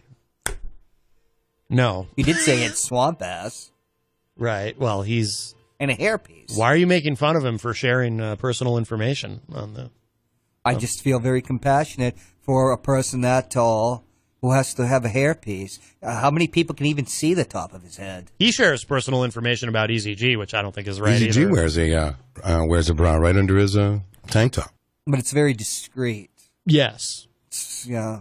Speaker 2: No,
Speaker 10: You did say it's swamp ass
Speaker 2: right. Well, he's.
Speaker 10: and a hairpiece.
Speaker 2: Why are you making fun of him for sharing uh, personal information on the? um,
Speaker 10: I just feel very compassionate for a person that tall who has to have a hairpiece. Uh, how many people can even see the top of his head?
Speaker 2: He shares personal information about EZG, which I don't think is right.
Speaker 11: Easy E G
Speaker 2: either.
Speaker 11: wears a, uh, uh, wears a bra right under his, uh, tank top.
Speaker 10: But it's very discreet.
Speaker 2: Yes.
Speaker 10: It's, yeah.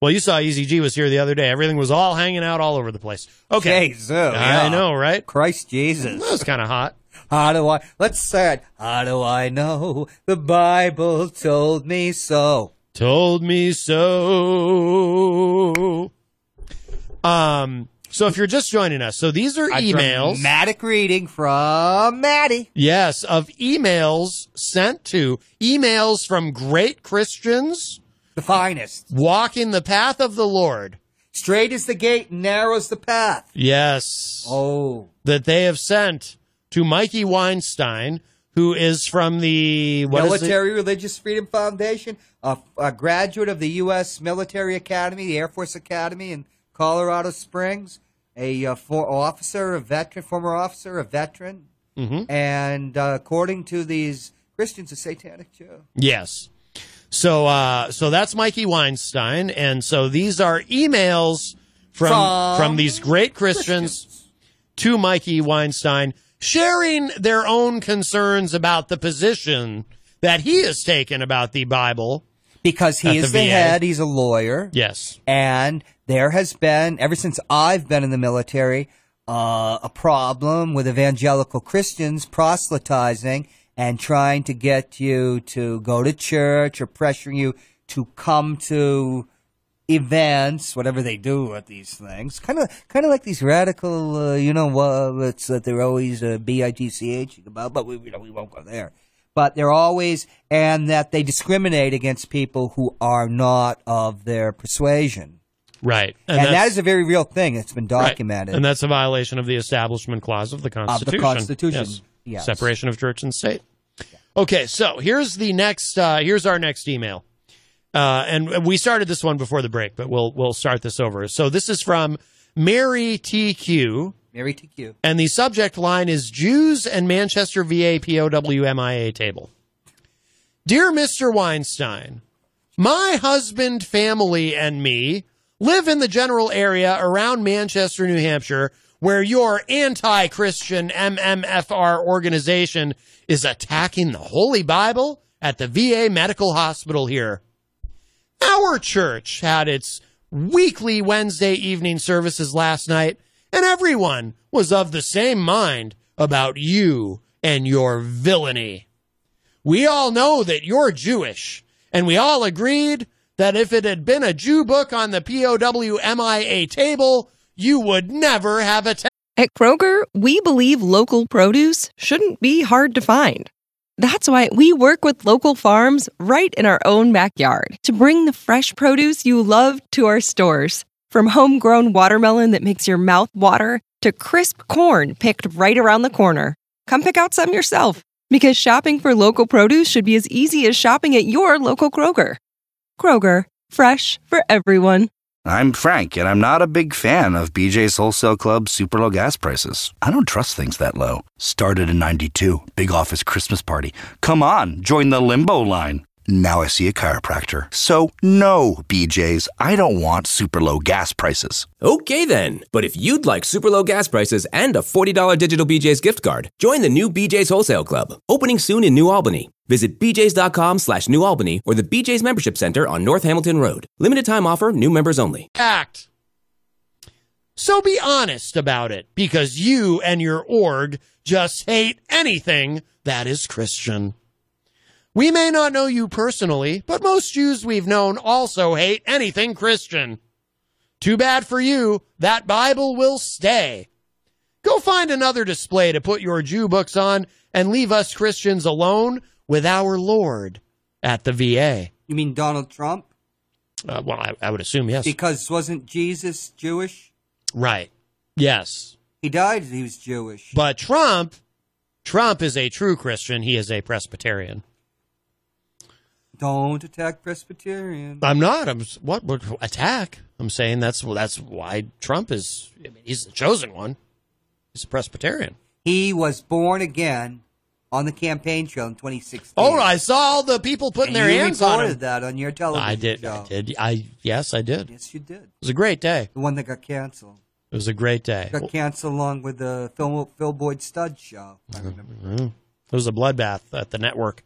Speaker 2: Well, you saw EZG was here the other day. Everything was all hanging out all over the place. Okay.
Speaker 10: Jesus, oh, yeah.
Speaker 2: I know, right?
Speaker 10: Christ
Speaker 2: That was
Speaker 10: Jesus.
Speaker 2: kind of hot.
Speaker 10: How do I? Let's start. How do I know? The Bible told me so.
Speaker 2: Told me so. Um. So if you're just joining us, so these are
Speaker 10: A
Speaker 2: emails.
Speaker 10: dramatic reading from Maddie.
Speaker 2: Yes, of emails sent to emails from great Christians,
Speaker 10: the finest,
Speaker 2: walking the path of the Lord.
Speaker 10: Straight is the gate, narrows the path.
Speaker 2: Yes.
Speaker 10: Oh.
Speaker 2: That they have sent to Mikey Weinstein, who is from the what is it?
Speaker 10: Military Religious Freedom Foundation, a, a graduate of the U.S. Military Academy, the Air Force Academy in Colorado Springs, a uh, for officer, a veteran, former officer, a veteran,
Speaker 2: Mhm.
Speaker 10: and uh, according to these Christians, a satanic Jew.
Speaker 2: Yes. So uh so that's Mikey Weinstein and so these are emails from
Speaker 10: From
Speaker 2: from, these great Christians, to Mikey Weinstein sharing their own concerns about the position that he has taken about the Bible
Speaker 10: because he is the head, he's a lawyer.
Speaker 2: Yes.
Speaker 10: And there has been, ever since I've been in the military, uh, a problem with evangelical Christians proselytizing and trying to get you to go to church or pressuring you to come to events, whatever they do at these things. Kind of, kind of like these radical, uh, you know, uh, it's that they're always uh, B-I-G-C-H about, but we, we, don't- we won't go there. But they're always, and that they discriminate against people who are not of their persuasion.
Speaker 2: Right.
Speaker 10: And, that is a very real thing. It's been documented.
Speaker 2: Right. And that's a violation of the Establishment Clause of the Constitution.
Speaker 10: Constitution,
Speaker 2: Yes.
Speaker 10: yes.
Speaker 2: Separation of church and state. Okay, so here's the next. Uh, here's our next email, uh, and we started this one before the break, but we'll we'll start this over. So this is from Mary TQ.
Speaker 10: Mary TQ.
Speaker 2: And the subject line is Jews and Manchester VA POWMIA table. Dear Mr. Weinstein, my husband, family, and me live in the general area around Manchester, New Hampshire, where your anti Christian MMFR organization is attacking the Holy Bible at the VA Medical Hospital here. Our church had its weekly Wednesday evening services last night, and everyone was of the same mind about you and your villainy. We all know that you're Jewish, and we all agreed that if it had been a Jew book on the POWMIA table, you would never have attacked.
Speaker 13: At Kroger, we believe local produce shouldn't be hard to find. That's why we work with local farms right in our own backyard to bring the fresh produce you love to our stores. From homegrown watermelon that makes your mouth water to crisp corn picked right around the corner. Come pick out some yourself because shopping for local produce should be as easy as shopping at your local Kroger. Kroger, fresh for everyone.
Speaker 14: I'm Frank, and I'm not a big fan of BJ's Wholesale Club's super low gas prices. I don't trust things that low. Started in 92, big office Christmas party. Come on, join the limbo line. Now I see a chiropractor. So, no, BJ's, I don't want super low gas prices.
Speaker 15: Okay then, but if you'd like super low gas prices and a $40 digital BJ's gift card, join the new BJ's Wholesale Club, opening soon in New Albany. Visit bjs.com slash New Albany or the BJ's Membership Center on North Hamilton Road. Limited time offer, new members only.
Speaker 2: act. So be honest about it because you and your org just hate anything that is Christian. We may not know you personally, but most Jews we've known also hate anything Christian. Too bad for you, that Bible will stay. Go find another display to put your Jew books on and leave us Christians alone with our Lord at the VA.
Speaker 10: You mean Donald Trump?
Speaker 2: Uh, well, I, I would assume yes.
Speaker 10: Because wasn't Jesus Jewish?
Speaker 2: Right. Yes.
Speaker 10: He died. He was Jewish.
Speaker 2: But Trump, Trump is a true Christian. He is a Presbyterian.
Speaker 10: Don't attack Presbyterian.
Speaker 2: I'm not. I'm what? What attack? I'm saying that's that's why Trump is. I mean, he's the chosen one. He's a Presbyterian.
Speaker 10: He was born again on the campaign trail in 2016.
Speaker 2: Oh, I saw all the people putting
Speaker 10: And
Speaker 2: their
Speaker 10: you
Speaker 2: hands on
Speaker 10: reported
Speaker 2: him.
Speaker 10: that on your television
Speaker 2: I did.
Speaker 10: show.
Speaker 2: I did. I yes, I did.
Speaker 10: Yes, you did.
Speaker 2: It was a great day.
Speaker 10: The one that got canceled.
Speaker 2: It was a great day.
Speaker 10: Got canceled along with the Phil, Phil Boyd Stud show. I remember.
Speaker 2: Mhm. It was a bloodbath at the network.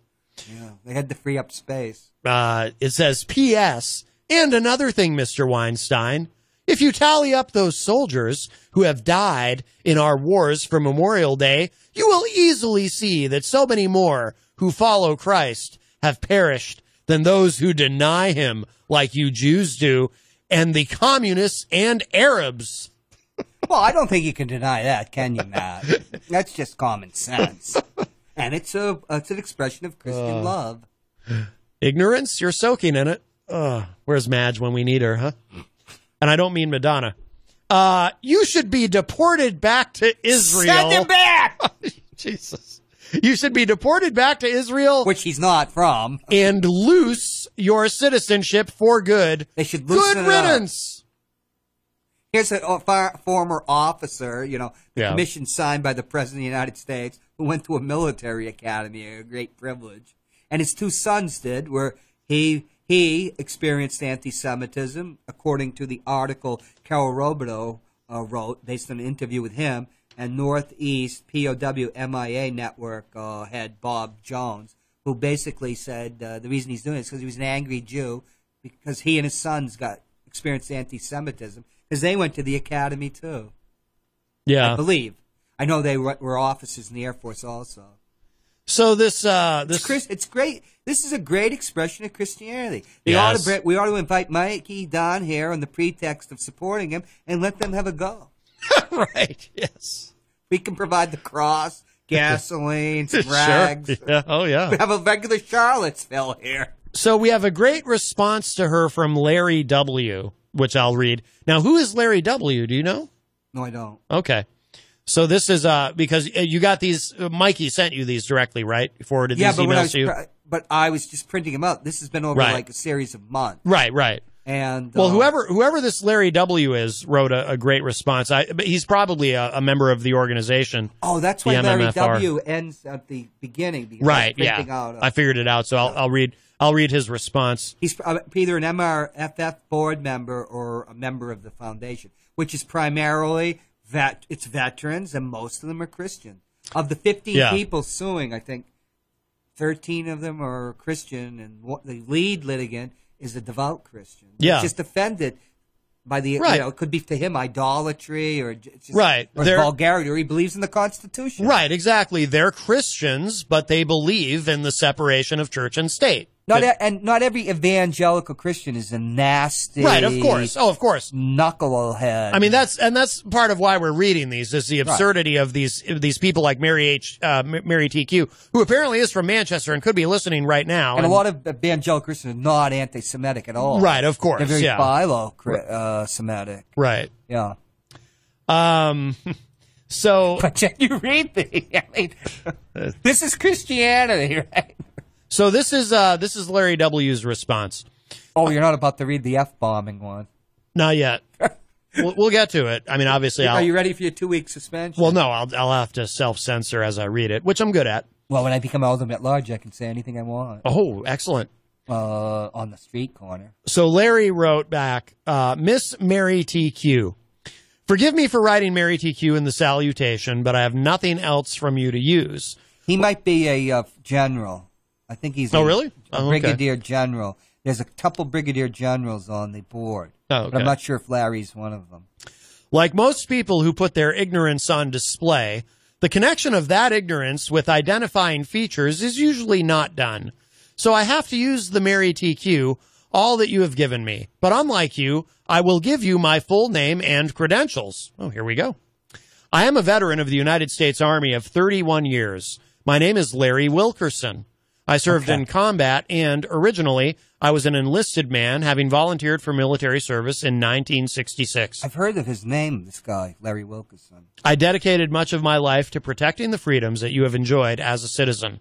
Speaker 10: Yeah, they had to free up space.
Speaker 2: Uh, it says, P.S. And another thing, Mr. Weinstein, If you tally up those soldiers who have died in our wars for Memorial Day, you will easily see that so many more who follow Christ have perished than those who deny him, like you Jews do, and the communists and Arabs.
Speaker 10: Well, I don't think you can deny that, can you, Matt? That's just common sense, and it's a it's an expression of Christian
Speaker 2: Uh.
Speaker 10: love.
Speaker 2: Ignorance, you're soaking in it. Ugh, where's Madge when we need her, huh? And I don't mean Madonna. Uh, you should be deported back to Israel.
Speaker 10: Send him back.
Speaker 2: Jesus. You should be deported back to Israel,
Speaker 10: which he's not from,
Speaker 2: and loose your citizenship for good.
Speaker 10: They should
Speaker 2: good
Speaker 10: loosen it up.
Speaker 2: riddance.
Speaker 10: Here's a, a fi- former officer, you know, the
Speaker 2: Yeah.
Speaker 10: commission signed by the President of the United States, who went to a military academy, a great privilege. And his two sons did, where he he experienced anti Semitism, according to the article Carol Robideau uh, wrote, based on an interview with him, and Northeast POW MIA Network uh, head Bob Jones, who basically said uh, the reason he's doing it is because he was an angry Jew, because he and his sons got experienced anti Semitism, because they went to the academy too. I
Speaker 2: Yeah.
Speaker 10: believe. I know they were, were officers in the Air Force also.
Speaker 2: So this uh this
Speaker 10: It's, Chris, it's great. This is a great expression of Christianity. They ought to
Speaker 2: Yes.
Speaker 10: bring- we ought to invite Mikey Don here on the pretext of supporting him and let them have a go.
Speaker 2: right. Yes.
Speaker 10: We can provide the cross, gasoline, some
Speaker 2: Sure.
Speaker 10: rags.
Speaker 2: Yeah. Oh yeah.
Speaker 10: We have a regular Charlottesville here.
Speaker 2: So we have a great response to her from Larry W, which I'll read. Now, who is Larry W? Do you know?
Speaker 10: No, I don't.
Speaker 2: Okay. So this is uh because uh, you got these uh, Mikey sent you these directly, right? Forwarded
Speaker 10: yeah,
Speaker 2: these
Speaker 10: but when I
Speaker 2: emails
Speaker 10: was,
Speaker 2: to you.
Speaker 10: pr- but I was just printing them out. This has been over
Speaker 2: Right.
Speaker 10: like a series of months.
Speaker 2: right, right.
Speaker 10: And
Speaker 2: Well,
Speaker 10: uh,
Speaker 2: whoever whoever this Larry W is wrote a, a great response. I but he's probably a, a member of the organization.
Speaker 10: Oh, that's
Speaker 2: the
Speaker 10: why Larry
Speaker 2: MMFR.
Speaker 10: W ends at the beginning. because I was
Speaker 2: Right, yeah.
Speaker 10: printing out, uh,
Speaker 2: I figured it out, so I'll, I'll read I'll read his response.
Speaker 10: He's uh, either an MRFF board member or a member of the foundation, which is primarily vet. It's veterans, and most of them are Christian. Of the 15
Speaker 2: Yeah.
Speaker 10: people suing, I think 13 of them are Christian, and what, the lead litigant is a devout Christian. He's
Speaker 2: Yeah.
Speaker 10: just offended by the
Speaker 2: Right.
Speaker 10: you know it could be to him idolatry or j- just,
Speaker 2: Right.
Speaker 10: or
Speaker 2: They're-
Speaker 10: vulgarity, or he believes in the Constitution.
Speaker 2: Right, exactly. They're Christians, but they believe in the separation of church and state.
Speaker 10: Not e- and not every evangelical Christian is a nasty,
Speaker 2: Right, of course. Oh, of course.
Speaker 10: knucklehead.
Speaker 2: I mean, that's and that's part of why we're reading these is the
Speaker 10: Right.
Speaker 2: absurdity of these these people like Mary H. Uh, M- Mary TQ, who apparently is from Manchester and could be listening right now.
Speaker 10: and, a lot of evangelical Christians are not anti-Semitic at all.
Speaker 2: Right, of course,
Speaker 10: They're very uh,
Speaker 2: yeah.
Speaker 10: philo-Semitic.
Speaker 2: right.
Speaker 10: Yeah.
Speaker 2: Um. So
Speaker 10: But yet you read the. I mean, this is Christianity, right?
Speaker 2: so this is uh this is Larry W's response.
Speaker 10: Oh, you're not about to read the f-bombing one.
Speaker 2: Not yet. we'll, we'll get to it. I mean, obviously,
Speaker 10: Are
Speaker 2: I'll.
Speaker 10: you ready for your two-week suspension?
Speaker 2: Well, no, I'll I'll have to self censor as I read it, which I'm good at.
Speaker 10: Well, when I become ultimate large, I can say anything I want
Speaker 2: Oh, excellent.
Speaker 10: uh, on the street corner.
Speaker 2: So Larry wrote back, uh, Miss Mary TQ. Forgive me for writing Mary TQ in the salutation, but I have nothing else from you to use.
Speaker 10: He might be a uh, general. I think he's.
Speaker 2: Oh,
Speaker 10: a-
Speaker 2: really?
Speaker 10: A
Speaker 2: Oh, okay.
Speaker 10: brigadier general. There's a couple brigadier generals on the board,
Speaker 2: Oh,
Speaker 10: but
Speaker 2: okay.
Speaker 10: I'm not sure if Larry's one of them.
Speaker 2: Like most people who put their ignorance on display, the connection of that ignorance with identifying features is usually not done. So I have to use the Mary TQ, all that you have given me. But unlike you, I will give you my full name and credentials. Oh, here we go. I am a veteran of the United States Army of 31 years. My name is Larry Wilkerson. I served in combat and originally I was an enlisted man having volunteered for military service in 1966.
Speaker 10: I've heard of his name, this guy, Larry Wilkerson.
Speaker 2: I dedicated much of my life to protecting the freedoms that you have enjoyed as a citizen.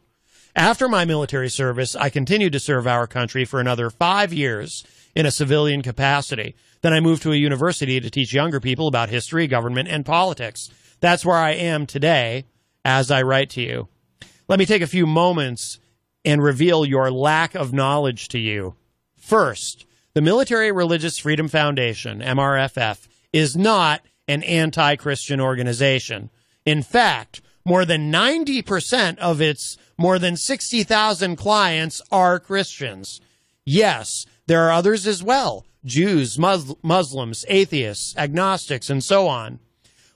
Speaker 2: After my military service, I continued to serve our country for another five years in a civilian capacity. Then I moved to a university to teach younger people about history, government, and politics. That's where I am today as I write to you. Let me take a few moments and reveal your lack of knowledge to you. First, the Military Religious Freedom Foundation, MRFF, is not an anti Christian organization. In fact, more than 90% of its more than 60,000 clients are Christians. Yes, there are others as well Jews, Mus- Muslims, atheists, agnostics, and so on.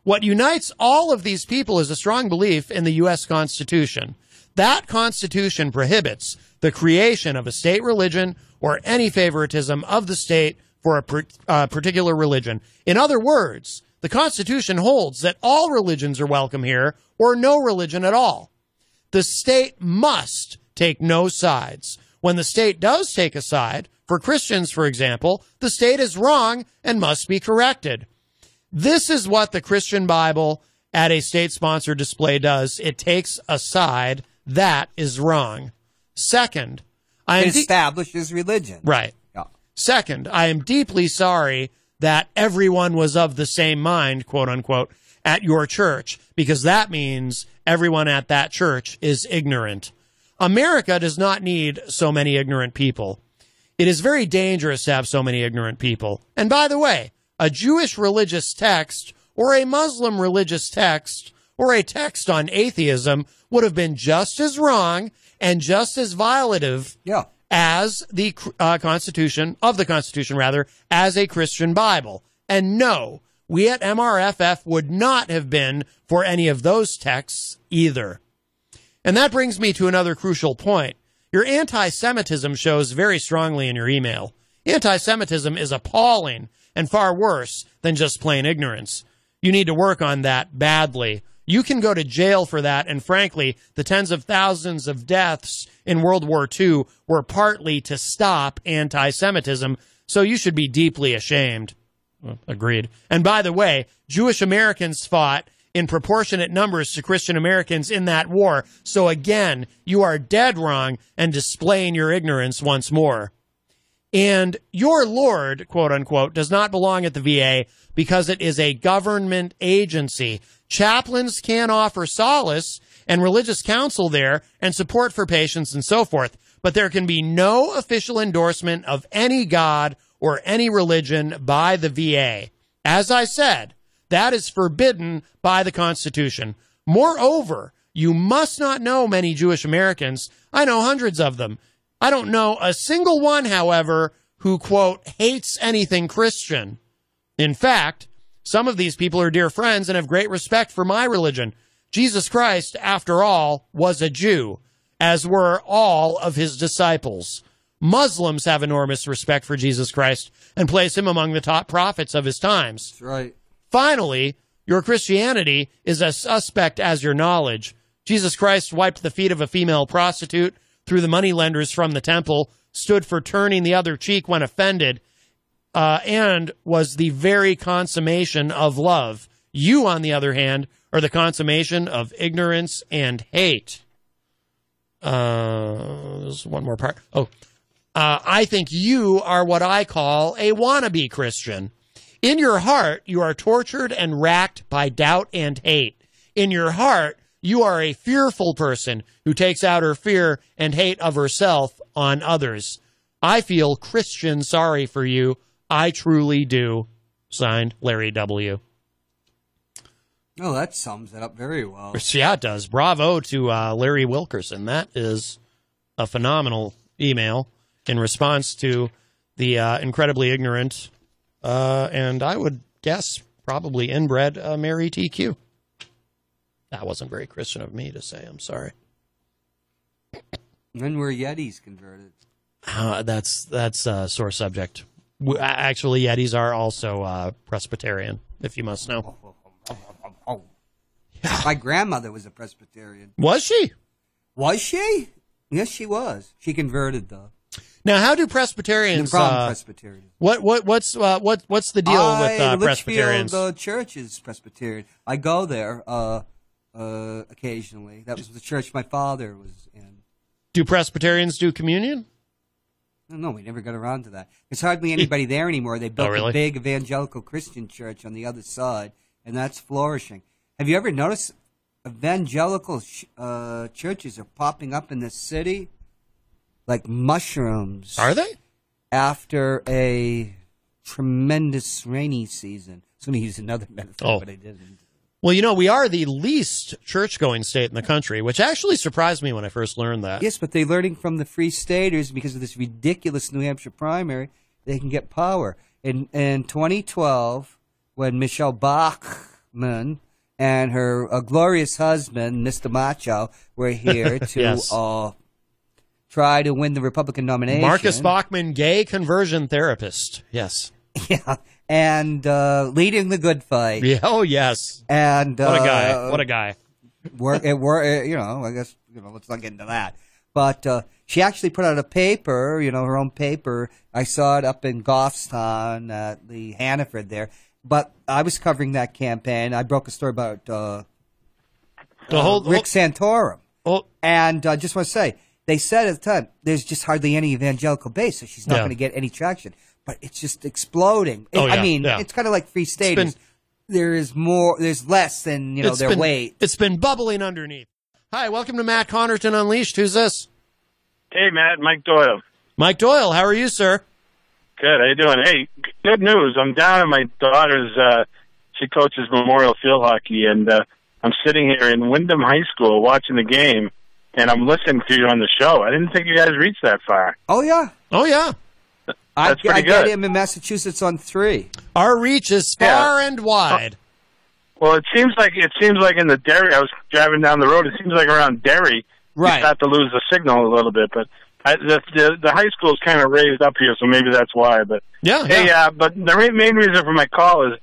Speaker 2: What unites all of these people is a strong belief in the U.S. Constitution. That Constitution prohibits the creation of a state religion or any favoritism of the state for a per- uh, particular religion. In other words, the Constitution holds that all religions are welcome here or no religion at all. The state must take no sides. When the state does take a side, for Christians, for example, the state is wrong and must be corrected. This is what the Christian Bible at a state sponsored display does it takes a side that is wrong. Second, I am
Speaker 10: It establishes religion.
Speaker 2: Right. Second, I am deeply sorry that everyone was of the same mind, quote unquote, at your church, because that means everyone at that church is ignorant. America does not need so many ignorant people. It is very dangerous to have so many ignorant people. And by the way, a Jewish religious text or a Muslim religious text or a text on atheism would have been just as wrong and just as violative as the uh, Constitution, of the Constitution rather, as a Christian Bible. And no, we at MRFF would not have been for any of those texts either. And that brings me to another crucial point. Your anti Semitism shows very strongly in your email. Anti Semitism is appalling and far worse than just plain ignorance. You need to work on that badly. You can go to jail for that, and frankly, the tens of thousands of deaths in World War II were partly to stop anti Semitism, so you should be deeply ashamed. Well, agreed. And by the way, Jewish Americans fought in proportionate numbers to Christian Americans in that war. So again, you are dead wrong and displaying your ignorance once more. And your Lord, quote unquote, does not belong at the VA because it is a government agency. Chaplains can offer solace and religious counsel there and support for patients and so forth. But there can be no official endorsement of any God or any religion by the VA. As I said, that is forbidden by the Constitution. Moreover, you must not know many Jewish Americans. I know hundreds of them. I don't know a single one, however, who, quote, hates anything Christian. In fact, some of these people are dear friends and have great respect for my religion. Jesus Christ, after all, was a Jew, as were all of his disciples. Muslims have enormous respect for Jesus Christ and place him among the top prophets of his times. That's
Speaker 10: right.
Speaker 2: Finally, your Christianity is as suspect as your knowledge. Jesus Christ wiped the feet of a female prostitute, threw the moneylenders from the temple, stood for turning the other cheek when offended, uh, and was the very consummation of love. You, on the other hand, are the consummation of ignorance and hate. Uh, there's one more part. Oh, uh, I think you are what I call a wannabe Christian. In your heart, you are tortured and racked by doubt and hate. In your heart, you are a fearful person who takes out her fear and hate of herself on others. I feel Christian sorry for you. I truly do. Signed, Larry W.
Speaker 10: No, Oh, that sums it up very well.
Speaker 2: Yeah, it does. Bravo to uh, Larry Wilkerson. That is a phenomenal email in response to the uh, incredibly ignorant uh, and I would guess probably inbred uh, Mary TQ. That wasn't very Christian of me to say. I'm sorry.
Speaker 10: Then we're Yetis converted.
Speaker 2: Uh, that's that's a sore subject. W- a- Actually, Yetis are also uh, Presbyterian, if you must know.
Speaker 10: My grandmother was a Presbyterian.
Speaker 2: Was she?
Speaker 10: Was she? Yes, she was. She converted though.
Speaker 2: Now, how do Presbyterians?
Speaker 10: From
Speaker 2: uh,
Speaker 10: Presbyterian.
Speaker 2: What what what's uh, what what's the deal
Speaker 10: I,
Speaker 2: with uh,
Speaker 10: Litchfield,
Speaker 2: Presbyterians?
Speaker 10: The church is Presbyterian. I go there uh, uh, occasionally. That was the church my father was in.
Speaker 2: do Presbyterians do communion?
Speaker 10: No, no, we never got around to that. There's hardly anybody there anymore. They built
Speaker 2: Oh, really?
Speaker 10: a big evangelical Christian church on the other side, and that's flourishing. Have you ever noticed evangelical sh- uh, churches are popping up in this city like mushrooms?
Speaker 2: Are they?
Speaker 10: After a tremendous rainy season. I was going to use another metaphor,
Speaker 2: Oh.
Speaker 10: but I didn't.
Speaker 2: Well, you know, we are the least church-going state in the country, which actually surprised me when I first learned that.
Speaker 10: Yes, but they're learning from the Free Staters because of this ridiculous New Hampshire primary. they can get power. In in 2012, when Michelle Bachmann and her uh, glorious husband, Mr. Macho, were here to
Speaker 9: Yes.
Speaker 10: uh, try to win the Republican nomination,
Speaker 9: Marcus Bachman, gay conversion therapist. Yes.
Speaker 10: yeah, and uh, leading the good fight.
Speaker 9: Yeah, oh yes,
Speaker 10: and
Speaker 9: What a
Speaker 10: uh,
Speaker 9: guy. What a guy.
Speaker 10: work it were it, you know i guess you know let's not get into that but uh, she actually put out a paper you know her own paper i saw it up in goffstown at the hannaford there but i was covering that campaign i broke a story about uh,
Speaker 9: The
Speaker 10: uh,
Speaker 9: whole- Oh.
Speaker 10: rick santorum and i uh, just want to say they said at the time there's just hardly any evangelical base so she's not
Speaker 9: Yeah.
Speaker 10: going to get any traction but it's just exploding
Speaker 9: Oh,
Speaker 10: i
Speaker 9: yeah,
Speaker 10: mean
Speaker 9: yeah.
Speaker 10: it's kind of like free
Speaker 9: been-
Speaker 10: state there is more there's less than you know
Speaker 9: It's
Speaker 10: their
Speaker 9: been-
Speaker 10: weight
Speaker 9: It's been bubbling underneath. Hi, welcome to Matt Connerton Unleashed. Who's this?
Speaker 16: Hey, Matt, Mike Doyle.
Speaker 9: Mike Doyle. How are you, sir?
Speaker 16: Good. How you doing? Hey, good news. I'm down at my daughter's. Uh, she coaches Memorial Field Hockey, and uh, I'm sitting here in Wyndham High School watching the game, and I'm listening to you on the show. I didn't think you guys reached that far.
Speaker 10: Oh yeah.
Speaker 9: Oh yeah.
Speaker 10: I,
Speaker 16: That's pretty
Speaker 10: I got
Speaker 16: good.
Speaker 10: him in Massachusetts on three.
Speaker 9: Our reach is
Speaker 16: Yeah. Uh,
Speaker 9: far and wide.
Speaker 16: Well, it seems like it seems like in the Derry. I was driving down the road. It seems like around Derry, you
Speaker 10: Right.
Speaker 16: start to lose the signal a little bit. But I, the, the the high school's kind of raised up here, so maybe that's why. But
Speaker 9: yeah,
Speaker 16: hey, Uh, but the re- main reason for my call is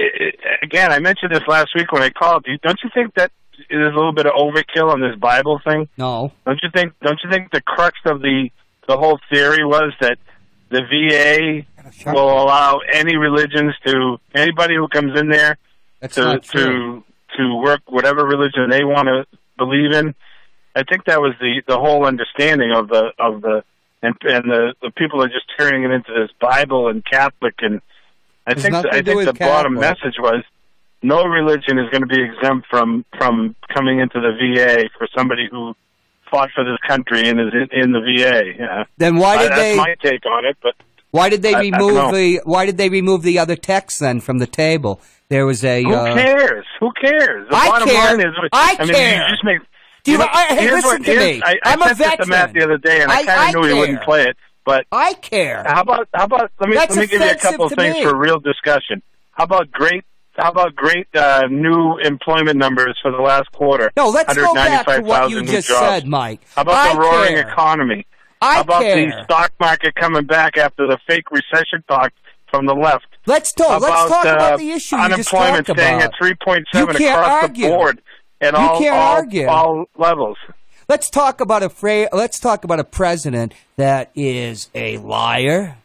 Speaker 16: i i again I mentioned this last week when I called. Do you- Don't you think that there's a little bit of overkill on this Bible thing?
Speaker 10: No.
Speaker 16: Don't you think? Don't you think the crux of the the whole theory was that the VA will allow any religions to anybody who comes in there to
Speaker 10: not
Speaker 16: to
Speaker 10: true.
Speaker 16: to work whatever religion they want to believe in? I think that was the the whole understanding of the of the and and the the people are just turning it into this Bible and Catholic and I
Speaker 10: It's
Speaker 16: think
Speaker 10: nothing
Speaker 16: I
Speaker 10: to do
Speaker 16: think
Speaker 10: with
Speaker 16: the bottom
Speaker 10: Catholic.
Speaker 16: message was no religion is going to be exempt from from coming into the VA for somebody who fought for this country and is in, in the VA. Yeah.
Speaker 10: Then why
Speaker 16: I-
Speaker 10: did
Speaker 16: that's
Speaker 10: they-
Speaker 16: my take on it, but
Speaker 10: Why did they
Speaker 16: I- I don't
Speaker 10: remove
Speaker 16: know.
Speaker 10: the Why did they remove the other text then from the table? There was a.
Speaker 16: who
Speaker 10: uh,
Speaker 16: cares? Who cares? The
Speaker 10: I
Speaker 16: bottom
Speaker 10: care.
Speaker 16: line is
Speaker 10: I
Speaker 16: mean,
Speaker 10: care.
Speaker 16: You just make.
Speaker 10: Do you-
Speaker 16: know,
Speaker 10: I- hey,
Speaker 16: here's
Speaker 10: listen
Speaker 16: what-
Speaker 10: to
Speaker 16: here's-
Speaker 10: me.
Speaker 16: I, I
Speaker 10: I'm a
Speaker 16: sent this to Matt
Speaker 10: veteran.
Speaker 16: the other day, and I,
Speaker 10: I-
Speaker 16: kind
Speaker 10: I
Speaker 16: of knew he
Speaker 10: care.
Speaker 16: wouldn't play it, but
Speaker 10: I care.
Speaker 16: How about how about let me
Speaker 10: That's
Speaker 16: let me give you a couple
Speaker 10: offensive
Speaker 16: of
Speaker 10: to
Speaker 16: things
Speaker 10: me.
Speaker 16: for real discussion. How about great? How about great uh, new employment numbers for the last quarter?
Speaker 10: No, let's go back to what
Speaker 16: 195,000
Speaker 10: you
Speaker 16: new
Speaker 10: just
Speaker 16: jobs.
Speaker 10: said, Mike.
Speaker 16: How about
Speaker 10: I
Speaker 16: the roaring
Speaker 10: care.
Speaker 16: economy?
Speaker 10: I
Speaker 16: how about
Speaker 10: care.
Speaker 16: the stock market coming back after the fake recession talk from the left?
Speaker 10: Let's talk.
Speaker 16: How
Speaker 10: let's
Speaker 16: about,
Speaker 10: talk
Speaker 16: uh,
Speaker 10: about the issue you just
Speaker 16: Unemployment
Speaker 10: talked
Speaker 16: staying at
Speaker 10: about.
Speaker 16: three point seven
Speaker 10: You can't
Speaker 16: across
Speaker 10: argue.
Speaker 16: the board at
Speaker 10: You
Speaker 16: all,
Speaker 10: can't
Speaker 16: all,
Speaker 10: argue.
Speaker 16: all levels.
Speaker 10: Let's talk about a fra- Let's talk about a president that is a liar,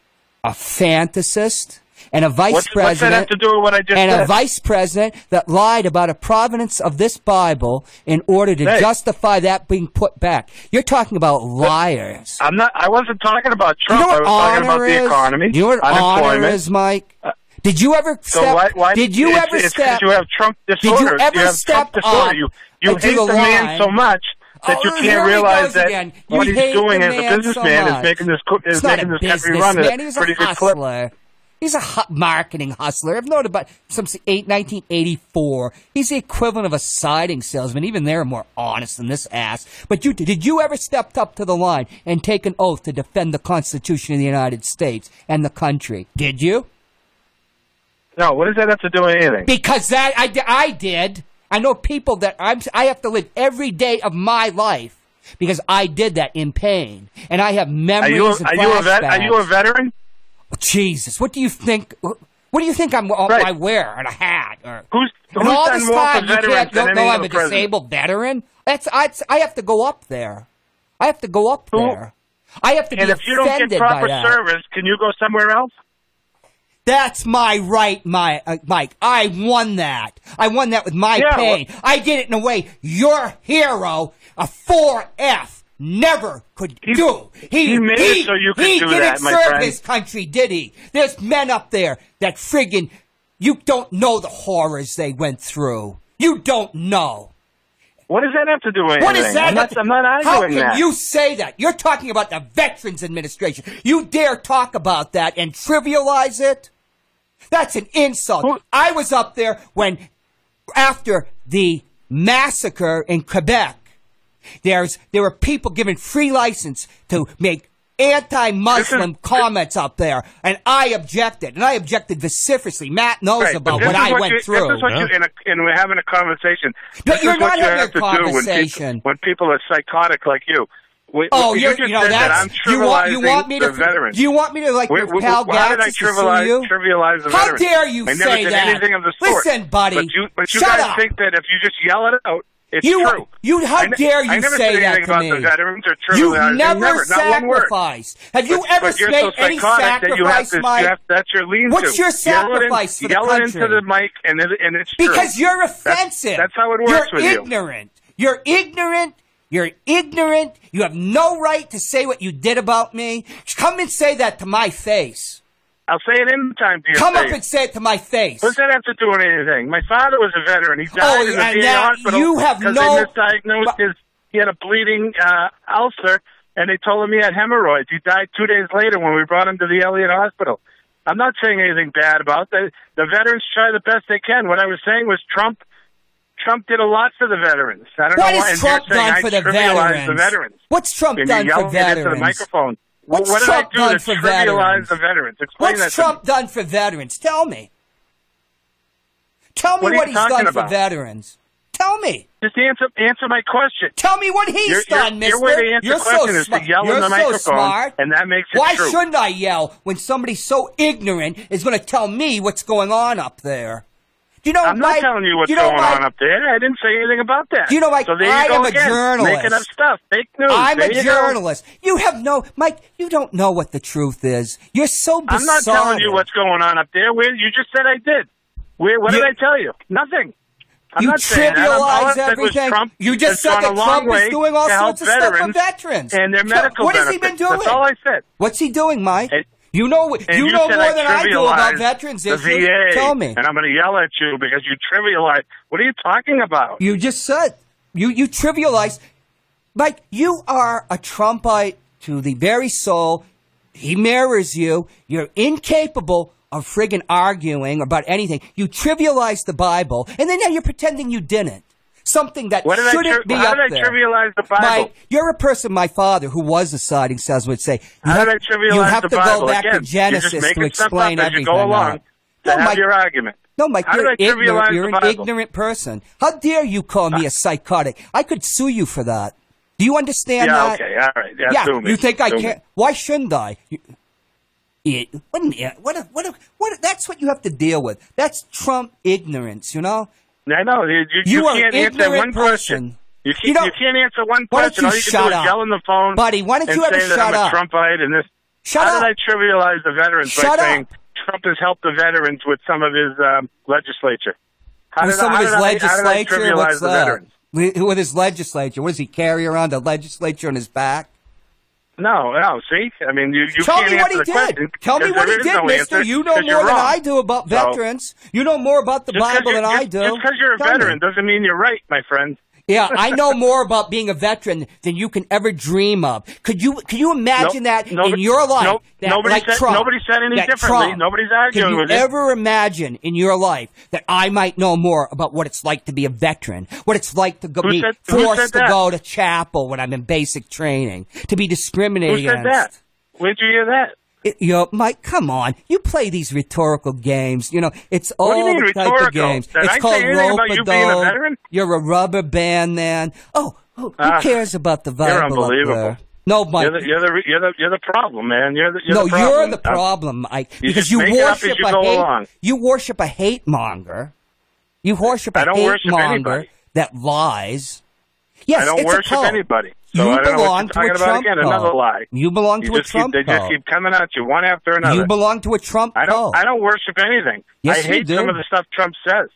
Speaker 10: a fantasist, and a vice
Speaker 16: What's-
Speaker 10: president.
Speaker 16: what's that have to do with what I just
Speaker 10: And a
Speaker 16: said?
Speaker 10: vice president that lied about a provenance of this Bible in order to
Speaker 16: Hey.
Speaker 10: justify that being put back. You're talking about liars.
Speaker 16: I'm not. I wasn't talking about
Speaker 10: Do you
Speaker 16: Trump. I was
Speaker 10: know what
Speaker 16: talking
Speaker 10: honor
Speaker 16: about the
Speaker 10: is?
Speaker 16: economy.
Speaker 10: Do you know what honor
Speaker 16: unemployment. Uh,
Speaker 10: is, Mike? Did you ever
Speaker 16: So
Speaker 10: step?
Speaker 16: why, why
Speaker 10: did you
Speaker 16: it's,
Speaker 10: ever
Speaker 16: it's 'cause
Speaker 10: step?
Speaker 16: You have Trump disorder.
Speaker 10: Did you ever
Speaker 16: have
Speaker 10: step
Speaker 16: Trump disorder.
Speaker 10: up
Speaker 16: you you
Speaker 10: to
Speaker 16: hate
Speaker 10: the
Speaker 16: the man
Speaker 10: line?
Speaker 16: so much that
Speaker 10: Oh,
Speaker 16: you
Speaker 10: here
Speaker 16: can't
Speaker 10: he
Speaker 16: realize
Speaker 10: goes
Speaker 16: that
Speaker 10: again.
Speaker 16: what
Speaker 10: You
Speaker 16: he's
Speaker 10: hate
Speaker 16: doing
Speaker 10: the
Speaker 16: as
Speaker 10: man
Speaker 16: a
Speaker 10: so
Speaker 16: businessman
Speaker 10: much.
Speaker 16: is making this co- is
Speaker 10: He's not
Speaker 16: making
Speaker 10: a
Speaker 16: this country run
Speaker 10: businessman.
Speaker 16: at
Speaker 10: He was
Speaker 16: a
Speaker 10: a
Speaker 16: pretty good clip.
Speaker 10: hustler. He's a hu- marketing hustler. I've known about since eight, 1984. He's the equivalent of a siding salesman. Even they're more honest than this ass. But you, did you ever step up to the line and take an oath to defend the Constitution of the United States and the country? Did you?
Speaker 16: No, what does that have to do with anything?
Speaker 10: Because that I, di- I did. I know people that I'm. I have to live every day of my life because I did that in pain, and I have
Speaker 16: Are
Speaker 10: memories
Speaker 16: you a,
Speaker 10: and
Speaker 16: are you a vet,
Speaker 10: flashbacks.
Speaker 16: are you a veteran?
Speaker 10: Oh, Jesus, what do you think? What do you think I'm? uh,
Speaker 16: Right.
Speaker 10: I wear and a hat. Or,
Speaker 16: Who's
Speaker 10: and
Speaker 16: who's
Speaker 10: all
Speaker 16: done
Speaker 10: this
Speaker 16: more
Speaker 10: time
Speaker 16: for
Speaker 10: you
Speaker 16: veterans
Speaker 10: can't
Speaker 16: than
Speaker 10: don't
Speaker 16: any
Speaker 10: know
Speaker 16: other
Speaker 10: I'm a
Speaker 16: president?
Speaker 10: disabled veteran. That's I, I have to go up there. I have to go up there. I have to
Speaker 16: And
Speaker 10: be
Speaker 16: if you don't get
Speaker 10: offended by
Speaker 16: proper
Speaker 10: that.
Speaker 16: service, can you go somewhere else?
Speaker 10: That's my right, my uh, Mike. I won that. I won that with my
Speaker 16: Yeah,
Speaker 10: pain. I did it in a way your hero, a four F, never could do. He,
Speaker 16: he made it so you could
Speaker 10: he
Speaker 16: do
Speaker 10: didn't
Speaker 16: that, my
Speaker 10: serve
Speaker 16: friend.
Speaker 10: his country, did he? There's men up there that friggin' you don't know the horrors they went through. You don't know.
Speaker 16: What does that have to do with
Speaker 10: What
Speaker 16: anything?
Speaker 10: is that?
Speaker 16: I'm not, I'm not
Speaker 10: How
Speaker 16: arguing
Speaker 10: can
Speaker 16: that.
Speaker 10: you say that? You're talking about the Veterans Administration. You dare talk about that and trivialize it? That's an insult. I was up there when, after the massacre in Quebec, there's there were people given free license to make anti-Muslim comments up there, and I objected, and I objected vociferously. Matt knows
Speaker 16: Right, but
Speaker 10: about
Speaker 16: this
Speaker 10: what
Speaker 16: is
Speaker 10: I went
Speaker 16: you,
Speaker 10: through.
Speaker 16: This is what you, and, and we're having a conversation.
Speaker 10: But
Speaker 16: this
Speaker 10: you're
Speaker 16: is what
Speaker 10: not
Speaker 16: you
Speaker 10: having
Speaker 16: have
Speaker 10: a
Speaker 16: to do when people,
Speaker 10: conversation.
Speaker 16: when people are psychotic like you. We,
Speaker 10: Oh,
Speaker 16: you
Speaker 10: you're-
Speaker 16: just
Speaker 10: you know,
Speaker 16: said that
Speaker 10: that's-
Speaker 16: I'm
Speaker 10: you want-
Speaker 16: trivializing
Speaker 10: you want me to-
Speaker 16: the veterans.
Speaker 10: you want me to, like,
Speaker 16: we,
Speaker 10: with
Speaker 16: we, How
Speaker 10: Pal
Speaker 16: did I
Speaker 10: Gatzis to sue
Speaker 16: trivialize,
Speaker 10: you?
Speaker 16: trivialize the
Speaker 10: How
Speaker 16: veterans?
Speaker 10: dare you
Speaker 16: I never
Speaker 10: say
Speaker 16: did
Speaker 10: that?
Speaker 16: anything of the sort.
Speaker 10: Listen, buddy,
Speaker 16: But you, but you
Speaker 10: shut
Speaker 16: guys
Speaker 10: up.
Speaker 16: think that if you just yell it out, it's
Speaker 10: You-
Speaker 16: true.
Speaker 10: you- how
Speaker 16: I ne-
Speaker 10: dare
Speaker 16: I
Speaker 10: you
Speaker 16: never
Speaker 10: say
Speaker 16: said
Speaker 10: that
Speaker 16: anything
Speaker 10: to
Speaker 16: about
Speaker 10: me.
Speaker 16: the veterans or
Speaker 10: You
Speaker 16: trivializing. not
Speaker 10: never
Speaker 16: one word.
Speaker 10: sacrificed. Have you
Speaker 16: But-
Speaker 10: ever
Speaker 16: but you're
Speaker 10: made
Speaker 16: so
Speaker 10: any
Speaker 16: psychotic that you have to-
Speaker 10: sacrifice, Mike?
Speaker 16: you have- That's your lean
Speaker 10: What's your sacrifice for the
Speaker 16: Yell it into
Speaker 10: country?
Speaker 16: the mic, and it, and it's true.
Speaker 10: Because you're
Speaker 16: That's-
Speaker 10: offensive.
Speaker 16: That's, how it works
Speaker 10: you're
Speaker 16: with you.
Speaker 10: ignorant. you. are ignorant. You're ignorant. You have no right to say what you did about me. Come and say that to my face.
Speaker 16: I'll say it in time to your
Speaker 10: Come up
Speaker 16: face.
Speaker 10: and say it to my face.
Speaker 16: What does that have to do with anything? My father was a veteran. He died
Speaker 10: Oh,
Speaker 16: in the
Speaker 10: and
Speaker 16: VA
Speaker 10: now
Speaker 16: hospital
Speaker 10: you have
Speaker 16: because
Speaker 10: no-
Speaker 16: they misdiagnosed his. He had a bleeding uh, ulcer, and they told him he had hemorrhoids. He died two days later when we brought him to the Elliott Hospital. I'm not saying anything bad about that. The veterans try the best they can. What I was saying was Trump. Trump did a lot for the veterans. I don't
Speaker 10: What
Speaker 16: know why.
Speaker 10: has
Speaker 16: and you're
Speaker 10: Trump
Speaker 16: saying
Speaker 10: done
Speaker 16: I
Speaker 10: for the
Speaker 16: trivialize The
Speaker 10: veterans?
Speaker 16: veterans.
Speaker 10: What's Trump
Speaker 16: and
Speaker 10: done
Speaker 16: you're
Speaker 10: for
Speaker 16: yelling it into
Speaker 10: veterans?
Speaker 16: the microphone.
Speaker 10: What's
Speaker 16: what did
Speaker 10: Trump
Speaker 16: I do
Speaker 10: done
Speaker 16: to
Speaker 10: for
Speaker 16: trivialize
Speaker 10: veterans?
Speaker 16: the veterans? Explain that
Speaker 10: What's
Speaker 16: to
Speaker 10: Trump done for veterans? Tell me. Tell me
Speaker 16: What
Speaker 10: what,
Speaker 16: are you
Speaker 10: he's
Speaker 16: talking
Speaker 10: done
Speaker 16: about?
Speaker 10: for veterans. Tell me.
Speaker 16: Just answer answer my question.
Speaker 10: Tell me what he's
Speaker 16: Your- your-
Speaker 10: done,
Speaker 16: your
Speaker 10: mister.
Speaker 16: way to answer
Speaker 10: You're so
Speaker 16: question is to
Speaker 10: smart.
Speaker 16: yell in
Speaker 10: You're
Speaker 16: the
Speaker 10: so
Speaker 16: microphone,
Speaker 10: smart.
Speaker 16: and that makes it
Speaker 10: Why
Speaker 16: true.
Speaker 10: shouldn't I yell when somebody so ignorant is going to tell me what's going on up there? Do you know
Speaker 16: I'm not
Speaker 10: Mike-
Speaker 16: telling you what's
Speaker 10: do you know,
Speaker 16: going
Speaker 10: Mike,
Speaker 16: on up there. I didn't say anything about that.
Speaker 10: Do you know, Mike,
Speaker 16: so there you
Speaker 10: I
Speaker 16: go
Speaker 10: am a
Speaker 16: again,
Speaker 10: journalist.
Speaker 16: Making up stuff. Fake news.
Speaker 10: I'm
Speaker 16: There
Speaker 10: a
Speaker 16: you go.
Speaker 10: journalist. You have no, Mike. You don't know what the truth is. You're so
Speaker 16: I'm
Speaker 10: bizarre.
Speaker 16: not telling you what's going on up there. Where you just said I did. Where? What did I tell you? Nothing. I'm
Speaker 10: you
Speaker 16: not saying that. I'm- all I
Speaker 10: trivialize
Speaker 16: said was
Speaker 10: everything.
Speaker 16: Trump
Speaker 10: you
Speaker 16: has
Speaker 10: just said
Speaker 16: gone
Speaker 10: that
Speaker 16: a long
Speaker 10: Trump
Speaker 16: way
Speaker 10: is doing all
Speaker 16: to help
Speaker 10: sorts of stuff for
Speaker 16: veterans
Speaker 10: veterans
Speaker 16: and their
Speaker 10: Tr-
Speaker 16: medical
Speaker 10: What has he been
Speaker 16: benefits.
Speaker 10: doing?
Speaker 16: That's all I said.
Speaker 10: What's he doing, Mike? you know,
Speaker 16: And
Speaker 10: you, know
Speaker 16: said
Speaker 10: more than I do
Speaker 16: trivialized
Speaker 10: about veterans
Speaker 16: the
Speaker 10: issues.
Speaker 16: VA,
Speaker 10: Tell me.
Speaker 16: And I'm going to yell at you because you trivialize. What are you talking about?
Speaker 10: You just said you you trivialize, Mike. You are a Trumpite to the very soul. He mirrors you. You're incapable of friggin' arguing about anything. You trivialize the Bible, and then now you're pretending you didn't. Something that
Speaker 16: What did I
Speaker 10: shouldn't
Speaker 16: tri-
Speaker 10: be
Speaker 16: how
Speaker 10: up
Speaker 16: did I
Speaker 10: there.
Speaker 16: trivialize the Bible?
Speaker 10: Mike, you're a person. My father, who was a siding sales, would say. You
Speaker 16: How
Speaker 10: have,
Speaker 16: did I trivialize
Speaker 10: you have
Speaker 16: the
Speaker 10: to
Speaker 16: Bible?
Speaker 10: go back
Speaker 16: Again,
Speaker 10: to Genesis
Speaker 16: you're just
Speaker 10: to
Speaker 16: making stuff
Speaker 10: explain
Speaker 16: up as
Speaker 10: everything.
Speaker 16: you go along
Speaker 10: out.
Speaker 16: to
Speaker 10: No,
Speaker 16: have
Speaker 10: Mike,
Speaker 16: your argument.
Speaker 10: no, Mike,
Speaker 16: How did
Speaker 10: you're,
Speaker 16: I
Speaker 10: ignorant.
Speaker 16: trivialize
Speaker 10: you're
Speaker 16: the
Speaker 10: an
Speaker 16: Bible?
Speaker 10: ignorant person. How dare you call me a psychotic? I could sue you for that. Do you understand
Speaker 16: Yeah,
Speaker 10: that?
Speaker 16: okay, all right. Yeah, sue me.
Speaker 10: you think I
Speaker 16: Sue me.
Speaker 10: can't? Why shouldn't I? You- It, what, an- what, a, what, a, what a- That's what you have to deal with. That's Trump ignorance, you know?
Speaker 16: I know. You, you,
Speaker 10: You
Speaker 16: you
Speaker 10: are
Speaker 16: can't answer one
Speaker 10: ignorant
Speaker 16: question. You can't,
Speaker 10: You know-
Speaker 16: you can't answer one
Speaker 10: Why don't
Speaker 16: question.
Speaker 10: you
Speaker 16: All you can
Speaker 10: shut
Speaker 16: do is
Speaker 10: up?
Speaker 16: yell on the phone.
Speaker 10: Buddy, why don't
Speaker 16: and
Speaker 10: you ever
Speaker 16: say that
Speaker 10: shut
Speaker 16: I'm
Speaker 10: up?
Speaker 16: a Trumpite and this.
Speaker 10: Shut
Speaker 16: How
Speaker 10: up.
Speaker 16: did I trivialize the veterans
Speaker 10: Shut
Speaker 16: by
Speaker 10: up.
Speaker 16: saying Trump has helped the veterans with some of his um, legislature? How
Speaker 10: with
Speaker 16: did, I-
Speaker 10: some
Speaker 16: how
Speaker 10: of his
Speaker 16: did I- how did I
Speaker 10: legislature?
Speaker 16: trivialize
Speaker 10: What's
Speaker 16: the
Speaker 10: that?
Speaker 16: veterans?
Speaker 10: With with his legislature. What does he carry around? The legislature on his back?
Speaker 16: No, no. See, I mean, you, you
Speaker 10: Tell
Speaker 16: can't
Speaker 10: me
Speaker 16: answer
Speaker 10: what he
Speaker 16: the
Speaker 10: did.
Speaker 16: question.
Speaker 10: Tell me
Speaker 16: 'cause
Speaker 10: what
Speaker 16: there
Speaker 10: he
Speaker 16: is
Speaker 10: did,
Speaker 16: no
Speaker 10: mister.
Speaker 16: answer,
Speaker 10: you know
Speaker 16: 'cause
Speaker 10: more
Speaker 16: you're
Speaker 10: than
Speaker 16: wrong.
Speaker 10: I do about
Speaker 16: So,
Speaker 10: veterans. You know more about the
Speaker 16: just 'cause
Speaker 10: Bible
Speaker 16: you-
Speaker 10: than I
Speaker 16: just-
Speaker 10: do.
Speaker 16: Just because you're a
Speaker 10: Tell me.
Speaker 16: veteran doesn't mean you're right, my friend.
Speaker 10: Yeah, I know more about being a veteran than you can ever dream of. Could you could you imagine
Speaker 16: Nope,
Speaker 10: that in
Speaker 16: nobody-
Speaker 10: your life?
Speaker 16: nope,
Speaker 10: that,
Speaker 16: nobody
Speaker 10: like
Speaker 16: said-
Speaker 10: Trump,
Speaker 16: nobody said any
Speaker 10: that
Speaker 16: differently.
Speaker 10: Trump,
Speaker 16: Nobody's arguing
Speaker 10: could you
Speaker 16: with it.
Speaker 10: ever imagine in your life that I might know more about what it's like to be a veteran, what it's like to go,
Speaker 16: Who
Speaker 10: be
Speaker 16: said- who said
Speaker 10: forced to
Speaker 16: that?
Speaker 10: go to chapel when I'm in basic training, to be discriminated
Speaker 16: Who said
Speaker 10: against?
Speaker 16: that? Where'd you hear that?
Speaker 10: It- you know, Mike, come on. You play these rhetorical games. You know, it's all
Speaker 16: What do you mean
Speaker 10: the type of
Speaker 16: rhetorical?
Speaker 10: games.
Speaker 16: Did
Speaker 10: it's
Speaker 16: I say
Speaker 10: called
Speaker 16: anything about you being a
Speaker 10: rope-a-dope.
Speaker 16: veteran?
Speaker 10: You're a rubber band man. Oh, who, who
Speaker 16: Ah,
Speaker 10: cares about the
Speaker 16: You're
Speaker 10: Bible
Speaker 16: unbelievable.
Speaker 10: up there? No, Mike.
Speaker 16: You're the, you're the you're the you're the problem, man. You're the you're
Speaker 10: no,
Speaker 16: the problem.
Speaker 10: you're the
Speaker 16: I'm-
Speaker 10: problem, Mike.
Speaker 16: You
Speaker 10: because
Speaker 16: just
Speaker 10: you
Speaker 16: make it up as
Speaker 10: worship
Speaker 16: you
Speaker 10: a
Speaker 16: go
Speaker 10: hate.
Speaker 16: along.
Speaker 10: You worship a hate monger. You worship
Speaker 16: I
Speaker 10: a
Speaker 16: don't
Speaker 10: hate
Speaker 16: worship
Speaker 10: monger
Speaker 16: anybody.
Speaker 10: that lies. Yes,
Speaker 16: I don't
Speaker 10: it's
Speaker 16: worship
Speaker 10: a cult.
Speaker 16: anybody. So
Speaker 10: you
Speaker 16: I don't know
Speaker 10: belong
Speaker 16: what
Speaker 10: to
Speaker 16: you're talking
Speaker 10: a
Speaker 16: about
Speaker 10: Trump
Speaker 16: again.
Speaker 10: cult.
Speaker 16: Another lie.
Speaker 10: You belong
Speaker 16: You
Speaker 10: to a
Speaker 16: just keep-
Speaker 10: Trump
Speaker 16: They just
Speaker 10: cult.
Speaker 16: keep coming at you one after another.
Speaker 10: You belong to a Trump
Speaker 16: I don't.
Speaker 10: cult.
Speaker 16: I don't worship anything.
Speaker 10: Yes,
Speaker 16: I
Speaker 10: you
Speaker 16: hate
Speaker 10: do.
Speaker 16: some of the stuff Trump says.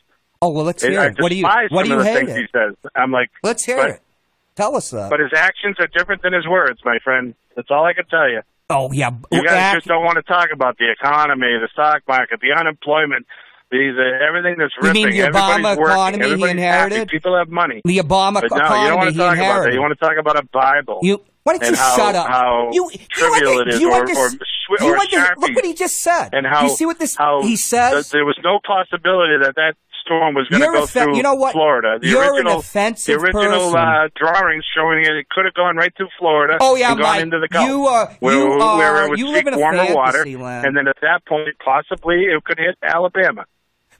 Speaker 10: Oh well, let's
Speaker 16: I-
Speaker 10: hear
Speaker 16: I
Speaker 10: it. What do you?
Speaker 16: despise
Speaker 10: What do
Speaker 16: some
Speaker 10: you
Speaker 16: of the
Speaker 10: hate?
Speaker 16: things
Speaker 10: it?
Speaker 16: he says. I'm like,
Speaker 10: Let's hear
Speaker 16: but,
Speaker 10: it. Tell us that.
Speaker 16: But his actions are different than his words, my friend. That's all I can tell you.
Speaker 10: oh yeah,
Speaker 16: You guys
Speaker 10: act-
Speaker 16: just don't want to talk about the economy, the stock market, the unemployment, the, the everything that's
Speaker 10: You
Speaker 16: ripping.
Speaker 10: mean the
Speaker 16: Everybody's
Speaker 10: Obama
Speaker 16: working.
Speaker 10: economy he
Speaker 16: Everybody's Happy.
Speaker 10: inherited?
Speaker 16: People have money.
Speaker 10: the Obama
Speaker 16: but no,
Speaker 10: economy
Speaker 16: you don't want to
Speaker 10: he
Speaker 16: talk about
Speaker 10: inherited.
Speaker 16: that. You want to talk about a Bible.
Speaker 10: You- why don't
Speaker 16: and
Speaker 10: you
Speaker 16: how,
Speaker 10: shut up?
Speaker 16: How
Speaker 10: You- you
Speaker 16: trivial
Speaker 10: under-
Speaker 16: it is,
Speaker 10: you
Speaker 16: or,
Speaker 10: under-
Speaker 16: or, swi-
Speaker 10: you
Speaker 16: or
Speaker 10: under-
Speaker 16: Sharpie.
Speaker 10: look what he just said.
Speaker 16: And how
Speaker 10: Do you see what this
Speaker 16: how
Speaker 10: he says?
Speaker 16: th- there was no possibility that that storm was going to
Speaker 10: You're
Speaker 16: go
Speaker 10: a fa-
Speaker 16: through
Speaker 10: you know what?
Speaker 16: Florida. The
Speaker 10: You're an
Speaker 16: original,
Speaker 10: offensive
Speaker 16: the original
Speaker 10: person.
Speaker 16: Uh, drawings showing it, it could have gone right through Florida.
Speaker 10: Oh, yeah,
Speaker 16: and gone
Speaker 10: Mike,
Speaker 16: into the Gulf,
Speaker 10: you are-
Speaker 16: where,
Speaker 10: you
Speaker 16: where
Speaker 10: are-
Speaker 16: it would
Speaker 10: you
Speaker 16: seek
Speaker 10: live in a
Speaker 16: warmer water,
Speaker 10: fantasy land.
Speaker 16: and then at that point, possibly it could hit Alabama.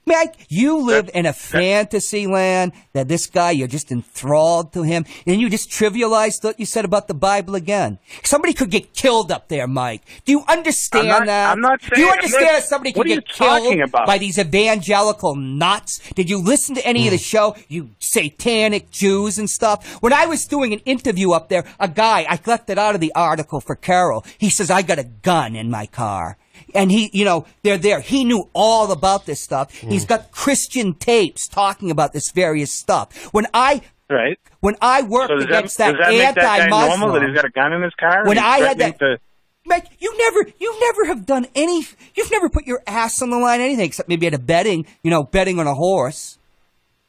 Speaker 10: Mike, you live in a fantasy land that this guy, you're just enthralled to him, and you just trivialized what you said about the Bible again. Somebody could get killed up there, Mike. Do you understand
Speaker 16: I'm not-
Speaker 10: that?
Speaker 16: I'm not
Speaker 10: Do you
Speaker 16: saying-
Speaker 10: understand
Speaker 16: I'm not-
Speaker 10: somebody
Speaker 16: what
Speaker 10: could
Speaker 16: are you
Speaker 10: get killed
Speaker 16: talking about?
Speaker 10: by these evangelical nuts? Did you listen to any of the show? You satanic Jews and stuff. When I was doing an interview up there, a guy, I left it out of the article for Carol. He says, I got a gun in my car. And he, you know, they're there. He knew all about this stuff. He's got Christian tapes talking about this various stuff. When I,
Speaker 16: right.
Speaker 10: when I worked
Speaker 16: So does that,
Speaker 10: against that,
Speaker 16: does that make that guy normal that
Speaker 10: anti-Muslim,
Speaker 16: he's got a gun in his car?
Speaker 10: When
Speaker 16: He's
Speaker 10: I had
Speaker 16: threatening
Speaker 10: that-
Speaker 16: to-
Speaker 10: Mike, you never, you never have done any, you've never put your ass on the line, anything except maybe at a betting, you know, betting on a horse.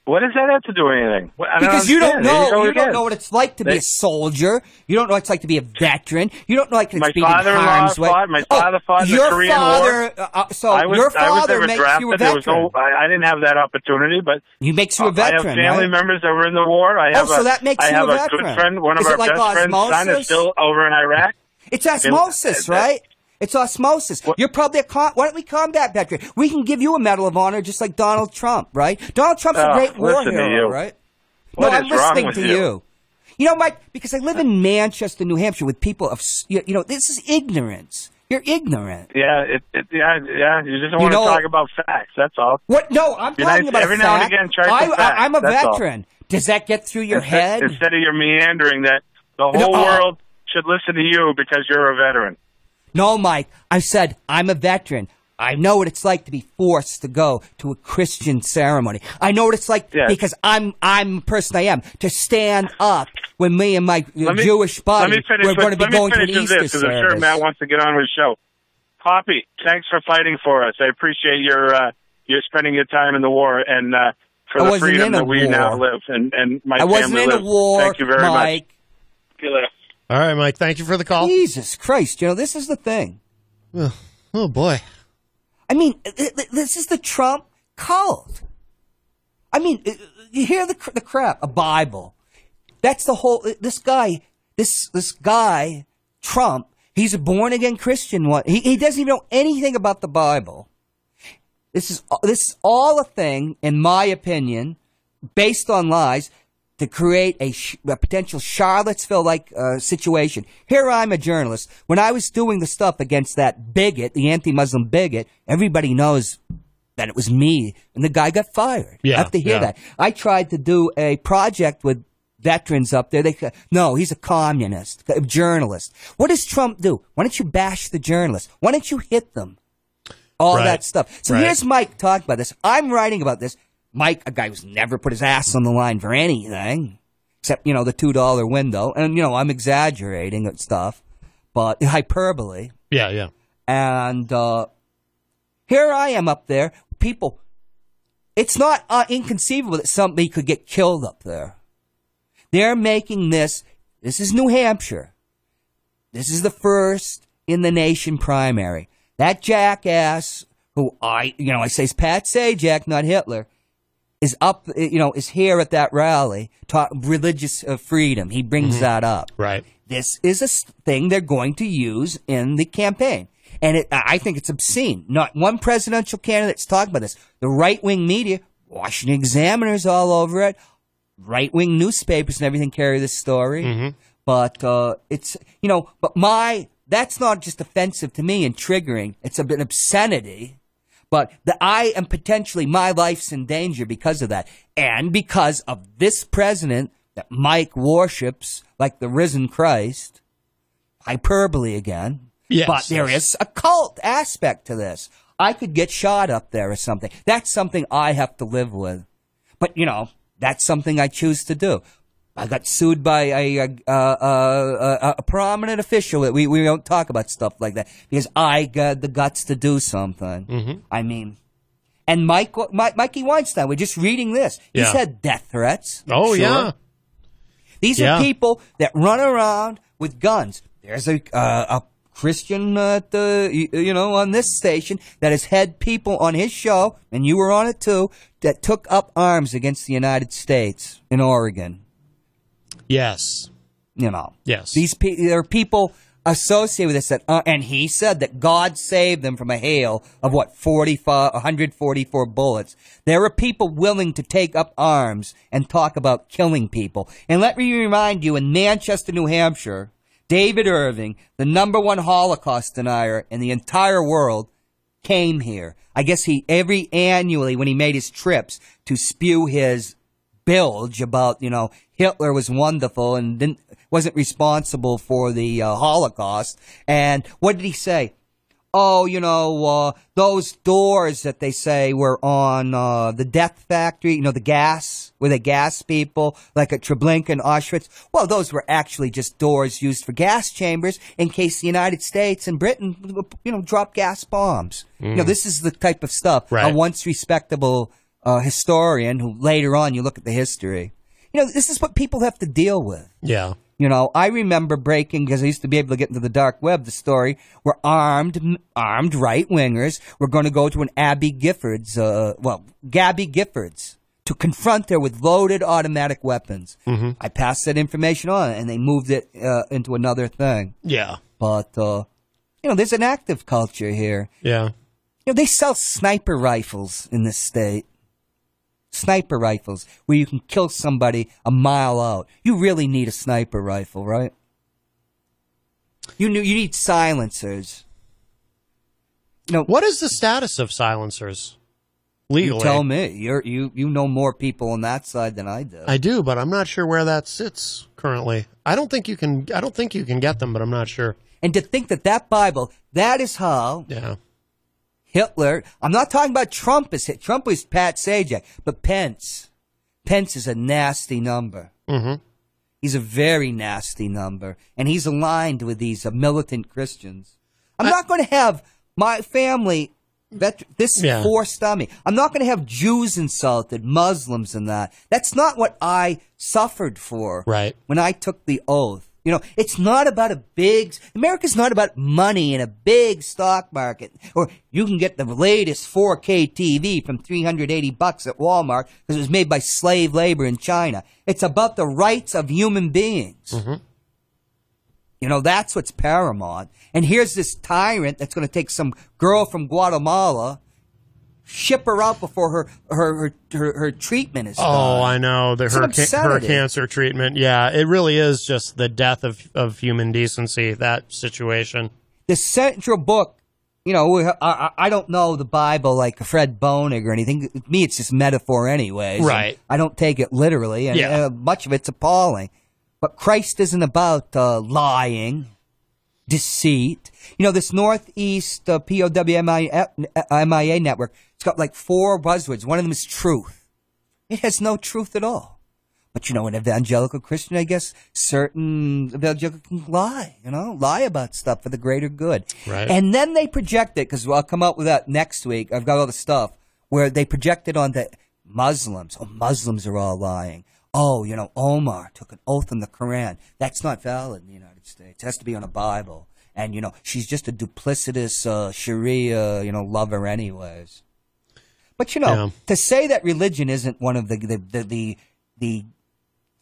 Speaker 16: what does that have to do with anything? Well, I
Speaker 10: Because you don't
Speaker 16: understand. There
Speaker 10: know,
Speaker 16: go
Speaker 10: you don't
Speaker 16: again.
Speaker 10: know what it's like to be
Speaker 16: They-
Speaker 10: a soldier. You don't know what it's like to be a veteran. You don't know what it's
Speaker 16: My
Speaker 10: like to be in
Speaker 16: father-in-law
Speaker 10: harm's way.
Speaker 16: fought- my
Speaker 10: Oh,
Speaker 16: father fought in the
Speaker 10: your
Speaker 16: Korean War.
Speaker 10: father, War. Uh, so
Speaker 16: I was, I
Speaker 10: your
Speaker 16: was
Speaker 10: father
Speaker 16: never
Speaker 10: makes
Speaker 16: drafted.
Speaker 10: you a
Speaker 16: There
Speaker 10: veteran.
Speaker 16: was no, I, I didn't have that opportunity, but
Speaker 10: he makes you a
Speaker 16: I
Speaker 10: veteran,
Speaker 16: have family
Speaker 10: right?
Speaker 16: members that were in the war. I
Speaker 10: Oh,
Speaker 16: have
Speaker 10: so
Speaker 16: a,
Speaker 10: that makes
Speaker 16: I
Speaker 10: you
Speaker 16: have
Speaker 10: a
Speaker 16: a,
Speaker 10: veteran.
Speaker 16: good friend. One of
Speaker 10: Is
Speaker 16: our
Speaker 10: it like
Speaker 16: best friends' son
Speaker 10: osmosis?
Speaker 16: is still over in Iraq.
Speaker 10: It's osmosis,
Speaker 16: It-
Speaker 10: right? It's osmosis. You're probably a con- why don't we combat veteran? We can give you a Medal of Honor just like Donald Trump, right? Donald Trump's a
Speaker 16: Oh,
Speaker 10: great war
Speaker 16: listen to
Speaker 10: hero,
Speaker 16: you.
Speaker 10: right?
Speaker 16: What
Speaker 10: no,
Speaker 16: is
Speaker 10: I'm
Speaker 16: wrong
Speaker 10: listening
Speaker 16: with
Speaker 10: to
Speaker 16: you?
Speaker 10: you. You know, Mike, because I live in Manchester, New Hampshire, with people of s- you you know, this is ignorance. You're ignorant.
Speaker 16: Yeah, it, it, yeah, yeah. You just don't
Speaker 10: You
Speaker 16: want
Speaker 10: know-
Speaker 16: to talk about facts. That's all.
Speaker 10: What? No, I'm
Speaker 16: Be
Speaker 10: talking
Speaker 16: nice
Speaker 10: about a
Speaker 16: every now and
Speaker 10: fact.
Speaker 16: again, try
Speaker 10: I,
Speaker 16: some facts,
Speaker 10: I, am a
Speaker 16: that's all.
Speaker 10: veteran. Does that get through your
Speaker 16: Instead-
Speaker 10: head?
Speaker 16: instead of your meandering that the whole
Speaker 10: uh,
Speaker 16: world should listen to you because you're a veteran.
Speaker 10: No, Mike. I said I'm a veteran. I know what it's like to be forced to go to a Christian ceremony. I know what it's like
Speaker 16: Yes.
Speaker 10: because I'm I'm the person I am to stand up when me and my uh,
Speaker 16: Let me-
Speaker 10: Jewish buddy
Speaker 16: Let me finish
Speaker 10: we're
Speaker 16: with,
Speaker 10: going to be
Speaker 16: let me
Speaker 10: going to an
Speaker 16: finish with
Speaker 10: Easter
Speaker 16: this because I'm sure
Speaker 10: service.
Speaker 16: Matt wants to get on with the show. Poppy, thanks for fighting for us. I appreciate your uh, your spending your time in the war and uh, for
Speaker 10: I
Speaker 16: the
Speaker 10: wasn't in
Speaker 16: freedom
Speaker 10: a
Speaker 16: that we now
Speaker 10: war.
Speaker 16: live and and my
Speaker 10: I wasn't
Speaker 16: family
Speaker 10: in a
Speaker 16: lives.
Speaker 10: war.
Speaker 16: Thank you very
Speaker 10: Mike.
Speaker 16: much. See you later.
Speaker 9: All right, Mike. Thank you for the call.
Speaker 10: Jesus Christ! You know this is the thing.
Speaker 9: Oh, oh, boy.
Speaker 10: I mean, th- th- this is the Trump cult. I mean, uh, you hear the cr- the crap. A Bible. That's the whole. uh, This guy, this this guy, Trump. He's a born again Christian. One. He he doesn't even know anything about the Bible. This is this is all a thing, in my opinion, based on lies to create a, sh- a potential Charlottesville like uh, situation. Here I'm a journalist. When I was doing the stuff against that bigot, the anti-Muslim bigot, everybody knows that it was me, and the guy got fired.
Speaker 9: Yeah,
Speaker 10: I have to hear
Speaker 9: yeah.
Speaker 10: that. I tried to do a project with veterans up there. They ca- no, he's a communist, a journalist. What does Trump do? Why don't you bash the journalists? Why don't you hit them? all
Speaker 17: Right.
Speaker 10: that stuff. So
Speaker 17: Right.
Speaker 10: here's Mike talking about this. I'm writing about this. Mike, a guy who's never put his ass on the line for anything, except, you know, the $2 window. And, you know, I'm exaggerating and stuff, but hyperbole.
Speaker 9: Yeah, yeah.
Speaker 10: And uh, here I am up there. People, it's not uh, inconceivable that somebody could get killed up there. They're making this, this is New Hampshire. This is the first in the nation primary. That jackass who I, you know, I say is Pat Sajak, not Hitler, is up, you know, is here at that rally, talk religious uh, freedom. He brings
Speaker 17: Mhm.
Speaker 10: that up.
Speaker 9: Right.
Speaker 10: This is a s- thing they're going to use in the campaign. And it, I I think it's obscene. Not one presidential candidate's talking about this. The right wing media, Washington Examiner's all over it right wing newspapers and everything carry this story. But uh, it's you know, but my that's not just offensive to me and triggering. It's an obscenity. But the, I am potentially my life's in danger because of that, and because of this president that Mike worships like the risen Christ. Hyperbole again.
Speaker 17: Yes,
Speaker 10: but there
Speaker 17: yes.
Speaker 10: is a cult aspect to this. I could get shot up there or something. That's something I have to live with. But you know, that's something I choose to do. I got sued by a a, a, a, a prominent official. that We we don't talk about stuff like that because I got the guts to do something.
Speaker 9: Mm-hmm.
Speaker 17: Mhm.
Speaker 10: I mean, and Mike, Mike Mikey Weinstein. We're just reading this. He
Speaker 9: Yeah.
Speaker 10: said death threats.
Speaker 9: Oh, yeah.
Speaker 10: These
Speaker 9: Yeah.
Speaker 10: are people that run around with guns. There's a uh, a Christian at the you- you know on this station that has had people on his show and you were on it too that took up arms against the United States in Oregon.
Speaker 9: Yes.
Speaker 10: You know.
Speaker 9: Yes.
Speaker 10: These pe- there are people associated with this that uh, and he said that God saved them from a hail of what 45 144 bullets. There are people willing to take up arms and talk about killing people. And let me remind you in Manchester, New Hampshire, David Irving, the number one Holocaust denier in the entire world, came here. I guess he every annually when he made his trips to spew his bilge about you know Hitler was wonderful and didn't wasn't responsible for the uh, Holocaust. And what did he say? Oh, you know uh, those doors that they say were on uh, the death factory. You know the gas where they gas people, like at Treblinka and Auschwitz. Well, those were actually just doors used for gas chambers in case the United States and Britain, you know, dropped gas bombs. You know
Speaker 9: Mm.
Speaker 10: this is the type of stuff
Speaker 9: Right.
Speaker 10: a once respectable uh, historian who later on you look at the history. You know, this is what people have to deal with.
Speaker 9: Yeah.
Speaker 10: You know, I remember breaking because I used to be able to get into the dark web. The story where armed, armed right wingers were going to go to an Abby Giffords, uh, well, Gabby Giffords, to confront her with loaded automatic weapons.
Speaker 2: Mm-hmm.
Speaker 9: Mhm.
Speaker 10: I passed that information on, and they moved it uh, into another thing.
Speaker 9: Yeah.
Speaker 10: But uh, you know, there's an active culture here.
Speaker 9: Yeah.
Speaker 10: You know, they sell sniper rifles in this state. Sniper rifles, where you can kill somebody a mile out. You really need a sniper rifle, right? You knew you need silencers. No.
Speaker 9: What is the status of silencers? Legally.
Speaker 10: You tell me. You're, you you know more people on that side than I do.
Speaker 9: I do, but I'm not sure where that sits currently. I don't think you can. I don't think you can get them, but I'm not sure.
Speaker 10: And to think that that Bible, that is how
Speaker 9: yeah.
Speaker 10: Hitler. I'm not talking about Trump is hit. Trump was Pat Sajak, but Pence. Pence is a nasty number.
Speaker 9: Mm-hmm.
Speaker 10: He's a very nasty number, and he's aligned with these uh, militant Christians. I'm not going to have my family vet- this
Speaker 9: Yeah.
Speaker 10: forced on me. I'm not going to have Jews insulted, Muslims, and that. That's not what I suffered for.
Speaker 9: Right.
Speaker 10: When I took the oath, you know, it's not about a big. America's not about money and a big stock market, or you can get the latest 4K TV from 380 bucks at Walmart because it was made by slave labor in China. It's about the rights of human beings.
Speaker 9: Mm-hmm.
Speaker 10: You know, that's what's paramount. And here's this tyrant that's going to take some girl from Guatemala, ship her out before her her her, her, her treatment is
Speaker 9: Oh,
Speaker 10: done.
Speaker 9: I know the
Speaker 10: It's
Speaker 9: her,
Speaker 10: an
Speaker 9: ca- her
Speaker 10: obscenity.
Speaker 9: cancer treatment. Yeah, it really is just the death of of human decency. That situation.
Speaker 10: the central book, you know, we- I, I- I don't know the Bible like Fred Bonig or anything. With Me, it's just metaphor, anyways.
Speaker 9: Right.
Speaker 10: I don't take it literally, and
Speaker 9: Yeah.
Speaker 10: uh, much of it's appalling. But Christ isn't about uh, lying, deceit. You know, this Northeast uh, POWMIA network, it's got like four buzzwords. One of them is truth. It has no truth at all. But you know, an evangelical Christian, I guess, certain evangelical can lie, you know, lie about stuff for the greater good.
Speaker 9: Right.
Speaker 10: And then they project it, because I'll come up with that next week. I've got all the stuff where they project it on the Muslims. Oh, Muslims are all lying. Oh, you know, Omar took an oath in the Quran. That's not valid in the United States. It has to be on a Bible. And, you know, she's just a duplicitous uh, Sharia, you know, lover anyways. But you know,
Speaker 9: Yeah.
Speaker 10: to say that religion isn't one of the the the the, the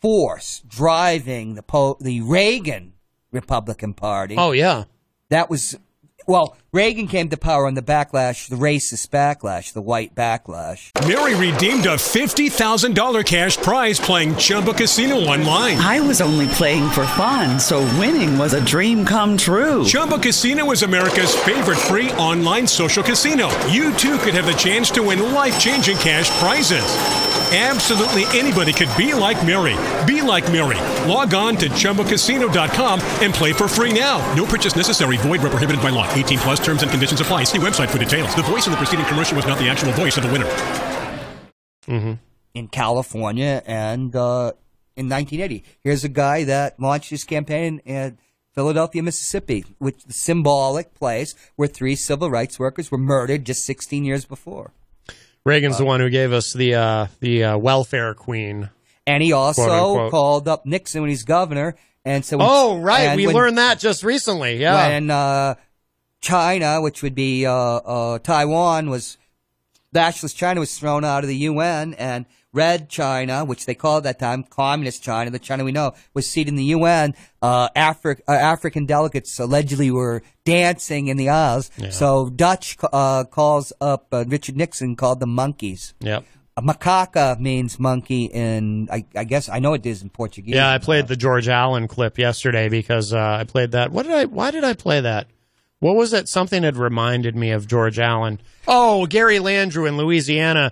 Speaker 10: force driving the po- the Reagan Republican Party.
Speaker 9: Oh yeah.
Speaker 10: that was well. Reagan came to power on the backlash, the racist backlash, the white backlash.
Speaker 17: Mary redeemed a $50,000 cash prize playing Chumba Casino online.
Speaker 18: I was only playing for fun, so winning was a dream come true.
Speaker 17: Chumba Casino is America's favorite free online social casino. You too could have the chance to win life changing cash prizes. Absolutely anybody could be like Mary. Be like Mary. Log on to chumbacasino.com and play for free now. No purchase necessary. Void where prohibited by law. 18 plus terms and conditions apply. See website for details. The voice in the preceding commercial was not the actual voice of the winner.
Speaker 10: in California and uh, in 1980. Here's a guy that launched his campaign in Philadelphia, Mississippi, which the symbolic place where three civil rights workers were murdered just 16 years before.
Speaker 9: Reagan's the one who gave us the uh, the uh, welfare queen.
Speaker 10: And he
Speaker 9: Quote,
Speaker 10: also
Speaker 9: unquote.
Speaker 10: called up Nixon when he's governor And so,
Speaker 2: Oh, right.
Speaker 10: and
Speaker 2: We
Speaker 10: when-
Speaker 2: learned that just recently. Yeah.
Speaker 10: when uh, China, which would be uh, uh, Taiwan, was Nationalist China was thrown out of the UN, and Red China, which they called that time Communist China, the China we know, was seated in the UN. Uh, Afri- uh, African delegates allegedly were dancing in the aisles. So Dutch uh, calls up uh, Richard Nixon, called them monkeys.
Speaker 2: Yep.
Speaker 10: A macaca means monkey in, I, I guess, I know it is in Portuguese.
Speaker 2: Yeah, I played the George Allen clip yesterday because uh, I played that. What did I? Why did I play that? What was it? Something had reminded me of George Allen. Oh, Gary Landrew in Louisiana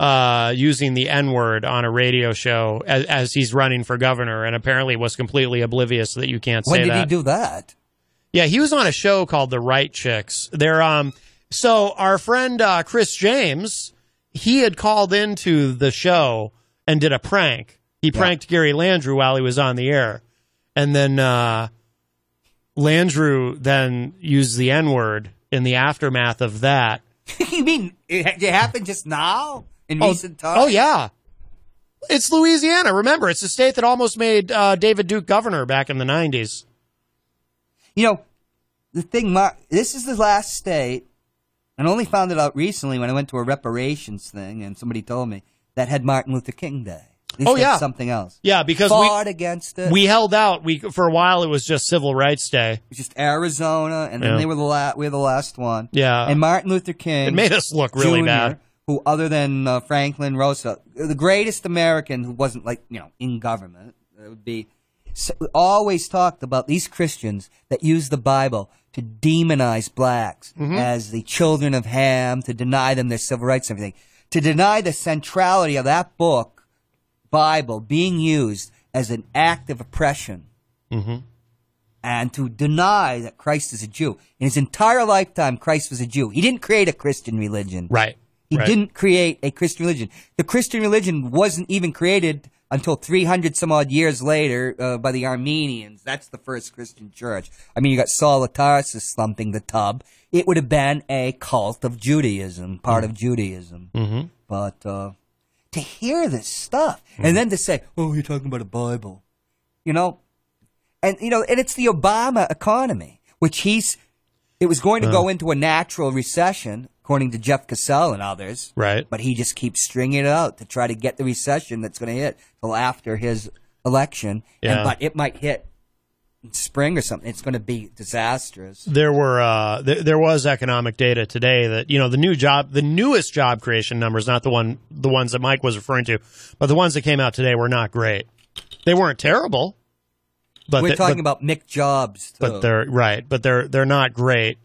Speaker 2: uh, using the N word on a radio show as, as he's running for governor, and apparently was completely oblivious that you can't say
Speaker 10: When did
Speaker 2: that.
Speaker 10: he do that?
Speaker 2: Yeah, he was on a show called The Right Chicks. They're um so our friend uh, Chris James, he had called into the show and did a prank. He pranked Gary Landrew while he was on the air. And then uh Landrew then used the N-word in the aftermath of that.
Speaker 10: you mean it, it happened just now? In
Speaker 2: Oh,
Speaker 10: recent times?
Speaker 2: Oh yeah. It's Louisiana. Remember, it's the state that almost made uh, David Duke governor back in the 90s.
Speaker 10: You know, the thing, Mark, this is the last state, and I only found it out recently when I went to a reparations thing and somebody told me that had Martin Luther King Day. They
Speaker 2: Oh,
Speaker 10: said
Speaker 2: yeah.
Speaker 10: Something else.
Speaker 2: Yeah, because we-
Speaker 10: Fought against it.
Speaker 2: We held out. We for a while it was just civil rights day.
Speaker 10: just Arizona, and then
Speaker 2: Yeah.
Speaker 10: they were the la- we were the last one.
Speaker 2: Yeah.
Speaker 10: and Martin Luther King.
Speaker 2: It made us look really
Speaker 10: Jr.,
Speaker 2: bad.
Speaker 10: Who other than uh, Franklin Roosevelt, the greatest American who wasn't like you know in government, it would be so, always talked about these Christians that use the Bible to demonize blacks
Speaker 2: Mm-hmm.
Speaker 10: as the children of Ham, to deny them their civil rights and everything, to deny the centrality of that book, Bible, being used as an act of oppression
Speaker 2: Mm-hmm.
Speaker 10: and to deny that Christ is a Jew. In his entire lifetime, Christ was a Jew. He didn't create a Christian religion.
Speaker 2: Right.
Speaker 10: He
Speaker 2: right.
Speaker 10: didn't create a Christian religion. The Christian religion wasn't even created until 300 some odd years later uh, by the Armenians. That's the first Christian church. I mean, you got Saul of Tarsus slumping the tub. It would have been a cult of Judaism,
Speaker 2: Mm.
Speaker 10: part of Judaism.
Speaker 2: Mm-hmm.
Speaker 10: But uh, to hear this stuff
Speaker 2: Hmm.
Speaker 10: and then to say, oh, you're talking about a Bible, you know, and you know, and it's the Obama economy, which he's it was going to
Speaker 2: Uh-huh.
Speaker 10: go into a natural recession, according to Jeff Cassell and others.
Speaker 2: Right.
Speaker 10: But he just keeps stringing it out to try to get the recession that's going to hit till after his election.
Speaker 2: Yeah.
Speaker 10: And, but it might hit in spring or something. It's going to be disastrous.
Speaker 2: There were uh, th- there was economic data today that you know the new job the newest job creation numbers not the one the ones that Mike was referring to but the ones that came out today were not great. They weren't terrible. But
Speaker 10: We're
Speaker 2: they-
Speaker 10: talking
Speaker 2: but-
Speaker 10: about Mick Jobs. Too.
Speaker 2: but they're right, but they're they're not great.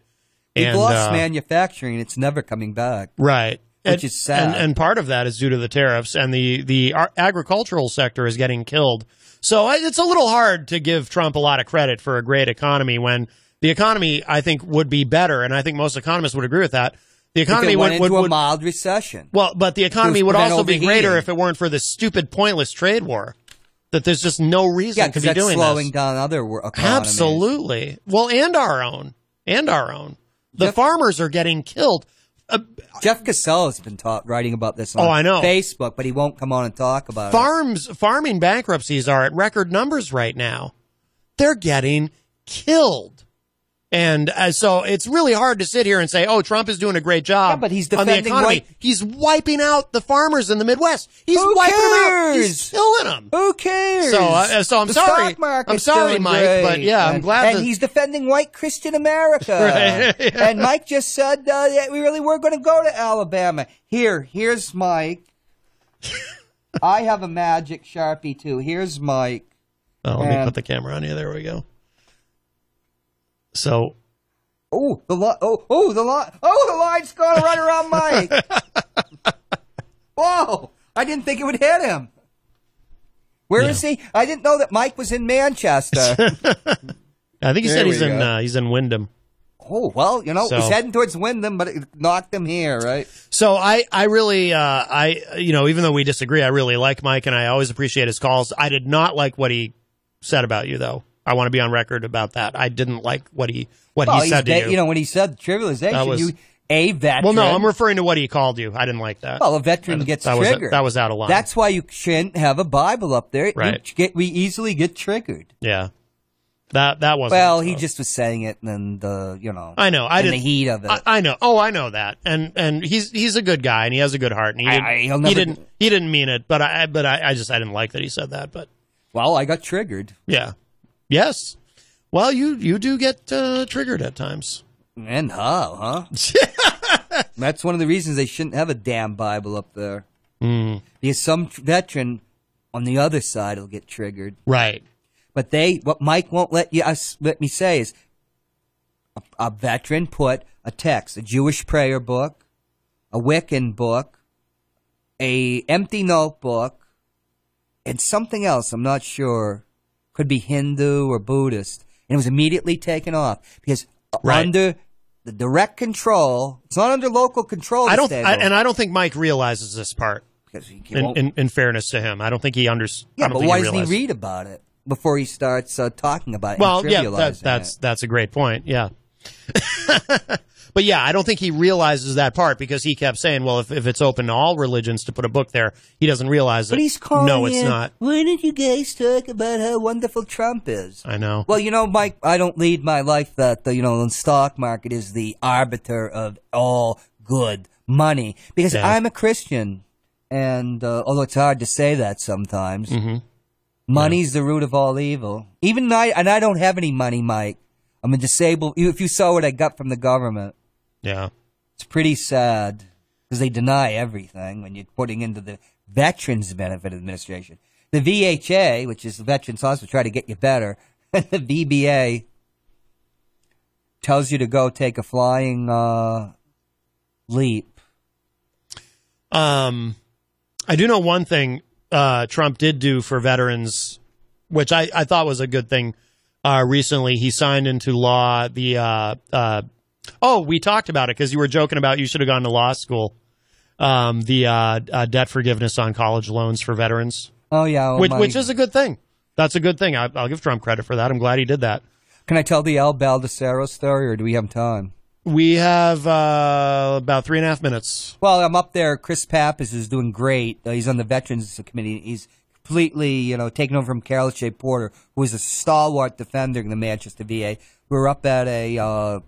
Speaker 10: We've
Speaker 2: and,
Speaker 10: lost
Speaker 2: uh,
Speaker 10: manufacturing. It's never coming back.
Speaker 2: Right.
Speaker 10: Which is sad.
Speaker 2: And, and part of that is due to the tariffs, and the, the ar- agricultural sector is getting killed. So I- it's a little hard to give Trump a lot of credit for a great economy when the economy, I think, would be better, and I think most economists would agree with that. The
Speaker 10: If it
Speaker 2: economy would,
Speaker 10: went
Speaker 2: would,
Speaker 10: into a
Speaker 2: would
Speaker 10: mild recession.
Speaker 2: well, but the economy
Speaker 10: It was
Speaker 2: would
Speaker 10: prevent
Speaker 2: also be greater
Speaker 10: overheating.
Speaker 2: if it weren't for this stupid, pointless trade war. That there's just no reason
Speaker 10: Yeah,
Speaker 2: to
Speaker 10: because
Speaker 2: be
Speaker 10: that's
Speaker 2: doing
Speaker 10: slowing
Speaker 2: this.
Speaker 10: down other wor- economies.
Speaker 2: Absolutely. Well, and our own, and our own. The farmers are getting killed.
Speaker 10: Jeff Cassell has been taught writing about this on
Speaker 2: Oh, I know.
Speaker 10: Facebook, but he won't come on and talk about it.
Speaker 2: farms farming bankruptcies are at record numbers right now. They're getting killed. And uh, so it's really hard to sit here and say, "Oh, Trump is doing a great job." but he's on the
Speaker 10: defending
Speaker 2: economy.
Speaker 10: white-
Speaker 2: He's wiping out the farmers in the Midwest. He's
Speaker 10: Who
Speaker 2: wiping them out.
Speaker 10: cares?
Speaker 2: He's killing them.
Speaker 10: Who cares?
Speaker 2: So, uh, so I'm
Speaker 10: The
Speaker 2: sorry.
Speaker 10: stock market's
Speaker 2: I'm sorry,
Speaker 10: doing
Speaker 2: Mike,
Speaker 10: great.
Speaker 2: but yeah, I'm
Speaker 10: And-
Speaker 2: glad
Speaker 10: And
Speaker 2: that-
Speaker 10: he's defending white Christian America.
Speaker 2: Right.
Speaker 10: And Mike just said uh, that we really were going to go to Alabama. Here, here's Mike. I have a magic sharpie too. Here's Mike.
Speaker 2: Oh, let me
Speaker 10: And-
Speaker 2: put the camera on you. There we go. So
Speaker 10: Oh, the line. Oh, oh, the line. Oh, the line's going right around Mike. Whoa! I didn't think it would hit him. Where is he? I didn't know that Mike was in Manchester.
Speaker 2: I think he
Speaker 10: There
Speaker 2: said
Speaker 10: we
Speaker 2: he's in
Speaker 10: go.
Speaker 2: uh, he's in Wyndham.
Speaker 10: oh well, you know, he's
Speaker 2: So-
Speaker 10: heading towards Wyndham, but it knocked him here, right?
Speaker 2: So I, I really, uh, I, you know, even though we disagree, I really like Mike and I always appreciate his calls. I did not like what he said about you, though. I want to be on record about that. I didn't like what he, what
Speaker 10: well,
Speaker 2: he said
Speaker 10: he's
Speaker 2: to
Speaker 10: ba-
Speaker 2: you.
Speaker 10: know, when he said trivialization,
Speaker 2: That was-
Speaker 10: you a veteran.
Speaker 2: well, no, I'm referring to what he called you. I didn't like that.
Speaker 10: Well, a
Speaker 2: uh,
Speaker 10: veteran
Speaker 2: That-
Speaker 10: gets
Speaker 2: that was-
Speaker 10: triggered.
Speaker 2: that was out of line.
Speaker 10: That's why you shouldn't have a Bible up there. You
Speaker 2: Right.
Speaker 10: get- we easily get triggered.
Speaker 2: yeah. That that wasn't.
Speaker 10: Well,
Speaker 2: a
Speaker 10: he
Speaker 2: joke.
Speaker 10: just was saying it, and then the you know.
Speaker 2: I know. I
Speaker 10: in
Speaker 2: didn't
Speaker 10: the heat of it.
Speaker 2: I, I know. Oh, I know that. And and he's he's a good guy, and he has a good heart, and he,
Speaker 10: I-
Speaker 2: didn't-
Speaker 10: I- he'll
Speaker 2: he
Speaker 10: never-
Speaker 2: didn't he didn't mean it. But I but I, I just I didn't like that he said that. But
Speaker 10: well, I got triggered.
Speaker 2: Yeah. Yes. Well, you you do get uh, triggered at times.
Speaker 10: And how, huh? That's one of the reasons they shouldn't have a damn Bible up there.
Speaker 2: Mm.
Speaker 10: Because some tr- veteran on the other side will get triggered.
Speaker 2: Right.
Speaker 10: But they, what Mike won't let you us, let me say is, a, a veteran put a text, a Jewish prayer book, a Wiccan book, a empty notebook, and something else. I'm not sure. Could be Hindu or Buddhist, and it was immediately taken off because
Speaker 2: Right.
Speaker 10: under the direct control, it's not under local control.
Speaker 2: I don't,
Speaker 10: Stable.
Speaker 2: I, and I don't think Mike realizes this part. In,
Speaker 10: won't-
Speaker 2: in, in fairness to him, I don't think he understands.
Speaker 10: yeah,
Speaker 2: I don't
Speaker 10: but
Speaker 2: think
Speaker 10: why
Speaker 2: he
Speaker 10: doesn't he
Speaker 2: realizes.
Speaker 10: read about it before he starts uh, talking about it?
Speaker 2: Well,
Speaker 10: and
Speaker 2: yeah,
Speaker 10: trivializing
Speaker 2: that,
Speaker 10: it?
Speaker 2: that's that's a great point. Yeah. but yeah, I don't think he realizes that part because he kept saying, "Well, if, if it's open to all religions to put a book there, he doesn't realize that."
Speaker 10: But he's calling
Speaker 2: No, it's
Speaker 10: in,
Speaker 2: not.
Speaker 10: Why don't you guys talk about how wonderful Trump is?
Speaker 2: I know.
Speaker 10: Well, you know, Mike, I don't lead my life that the you know the stock market is the arbiter of all good money because
Speaker 2: Yeah.
Speaker 10: I'm a Christian, and uh, although it's hard to say that sometimes,
Speaker 2: Mhm.
Speaker 10: money's the root of all evil. Even I and I don't have any money, Mike. I'm a disabled. you- If you saw what I got from the government,
Speaker 2: Yeah.
Speaker 10: it's pretty sad because they deny everything when you're putting into the Veterans Benefit Administration. The VHA, which is the Veterans Hospital, try to get you better. And the VBA tells you to go take a flying uh, leap.
Speaker 2: Um, I do know one thing uh, Trump did do for veterans, which I, I thought was a good thing. Uh, recently, he signed into law the. Uh, uh, oh, we talked about it because you were joking about you should have gone to law school. Um, the uh, uh, debt forgiveness on college loans for veterans,
Speaker 10: Oh yeah, oh,
Speaker 2: which
Speaker 10: my-
Speaker 2: which is a good thing. That's a good thing. I, I'll give Trump credit for that. I'm glad he did that.
Speaker 10: Can I tell the El Baldacero story, or do we have time?
Speaker 2: We have uh, about three and a half minutes.
Speaker 10: Well, I'm up there. Chris Pappas is doing great. Uh, he's on the Veterans Committee. He's completely, you know, taken over from Carol J. Porter, who is a stalwart defender in the Manchester VA. We were up at a, uh,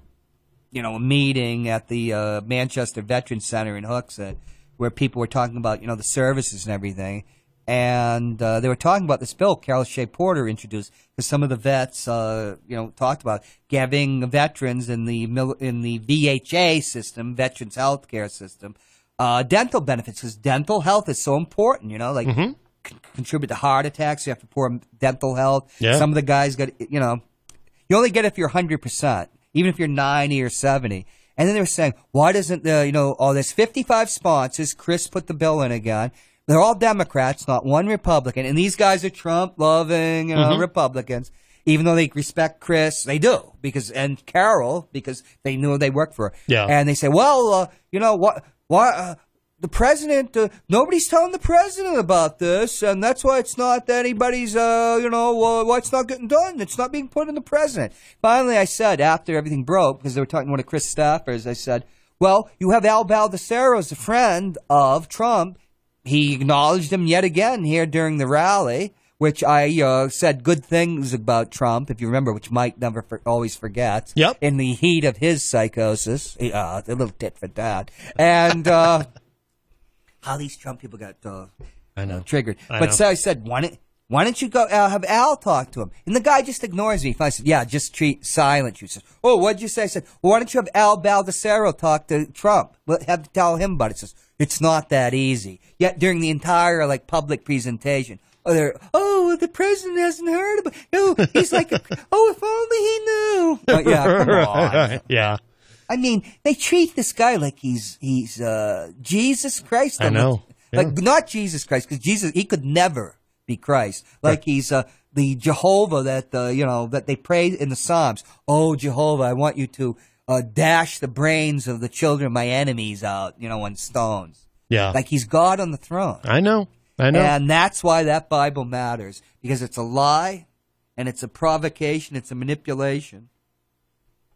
Speaker 10: you know, a meeting at the uh, Manchester Veterans Center in Hooksett, where people were talking about, you know, the services and everything. And uh, they were talking about this bill Carol Shea Porter introduced, because some of the vets, uh, you know, talked about giving veterans in the mil- in the VHA system, Veterans Health Care System, uh, dental benefits, because dental health is so important. You know, like con- contribute to heart attacks. You have to poor dental health.
Speaker 2: Yeah.
Speaker 10: Some of the guys got, you know, you only get it if you're 100%, even if you're 90 or 70. And then they were saying, why doesn't the, you know, all this 55 sponsors, Chris put the bill in again. They're all Democrats, not one Republican. And these guys are Trump loving, you know,
Speaker 2: Mhm.
Speaker 10: Republicans. Even though they respect Chris, they do because, and Carol, because they knew they worked for her.
Speaker 2: Yeah.
Speaker 10: And they say, well, uh, you know, what, why, uh, the president, uh, nobody's telling the president about this, and that's why it's not anybody's, uh, you know, uh, why it's not getting done. It's not being put in the president. Finally, I said, after everything broke, because they were talking to one of Chris staffers, I said, well, you have Al Baldacero as a friend of Trump. He acknowledged him yet again here during the rally, which I uh, said good things about Trump, if you remember, which Mike never for- always forgets. Yep. In the heat of his psychosis, uh, a little tit for tat, and uh, how these Trump people got uh,
Speaker 2: I know.
Speaker 10: triggered.
Speaker 2: I
Speaker 10: but
Speaker 2: know.
Speaker 10: so I said, why don't why don't you go uh, have Al talk to him? And the guy just ignores me. I said, yeah, just treat silent. You said, oh, what'd you say? I said, well, why don't you have Al Baldacero talk to Trump? Well, have to tell him about it. He says, it's not that easy. Yet during the entire like public presentation. Oh, they're, oh, the president hasn't heard about. No, he's like, oh, if only he knew. But yeah, come on.
Speaker 2: yeah.
Speaker 10: I mean, they treat this guy like he's he's uh, Jesus Christ.
Speaker 2: I
Speaker 10: I'm
Speaker 2: know.
Speaker 10: like
Speaker 2: Yeah.
Speaker 10: like, not Jesus Christ because Jesus he could never be Christ. Like he's uh, the Jehovah that uh, you know that they pray in the Psalms. Oh Jehovah, I want you to uh, dash the brains of the children of my enemies out, you know, on stones.
Speaker 2: Yeah.
Speaker 10: Like he's God on the throne.
Speaker 2: I know. I know.
Speaker 10: And that's why that Bible matters because it's a lie, and it's a provocation, it's a manipulation.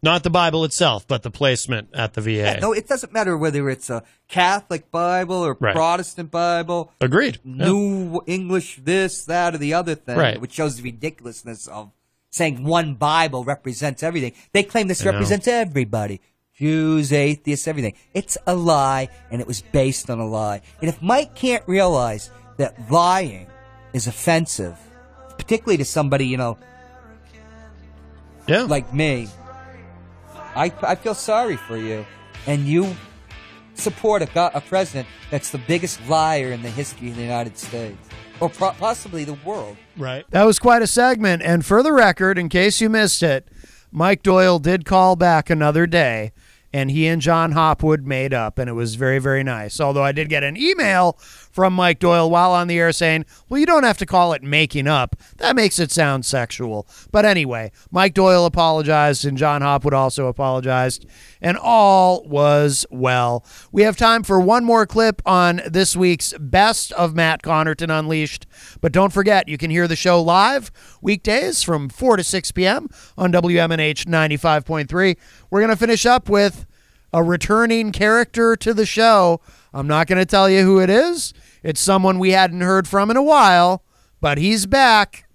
Speaker 2: Not the Bible itself, but the placement at the VA.
Speaker 10: Yeah, no, it doesn't matter whether it's a Catholic Bible or
Speaker 2: Right.
Speaker 10: Protestant Bible.
Speaker 2: Agreed.
Speaker 10: New English, this, that, or the other thing,
Speaker 2: Right.
Speaker 10: which shows the ridiculousness of saying one Bible represents everything. They claim this
Speaker 9: I know.
Speaker 10: represents everybody. Jews, atheists, everything. It's a lie, and it was based on a lie. And if Mike can't realize that lying is offensive, particularly to somebody, you know,
Speaker 9: yeah.
Speaker 10: like me, I, I feel sorry for you. And you support a, go- a president that's the biggest liar in the history of the United States, or pro- possibly the world.
Speaker 9: Right.
Speaker 2: That was quite a segment. And for the record, in case you missed it, Mike Doyle did call back another day, and he and John Hopwood made up, and it was very, very nice. Although I did get an email from Mike Doyle while on the air saying, well, you don't have to call it making up. That makes it sound sexual. But anyway, Mike Doyle apologized, and John Hopwood also apologized, and all was well. We have time for one more clip on this week's Best of Matt Connerton Unleashed. But don't forget, you can hear the show live weekdays from 4 to 6 p.m. on WMNH 95.3. We're going to finish up with a returning character to the show. I'm not going to tell you who it is. It's someone we hadn't heard from in a while, but he's back.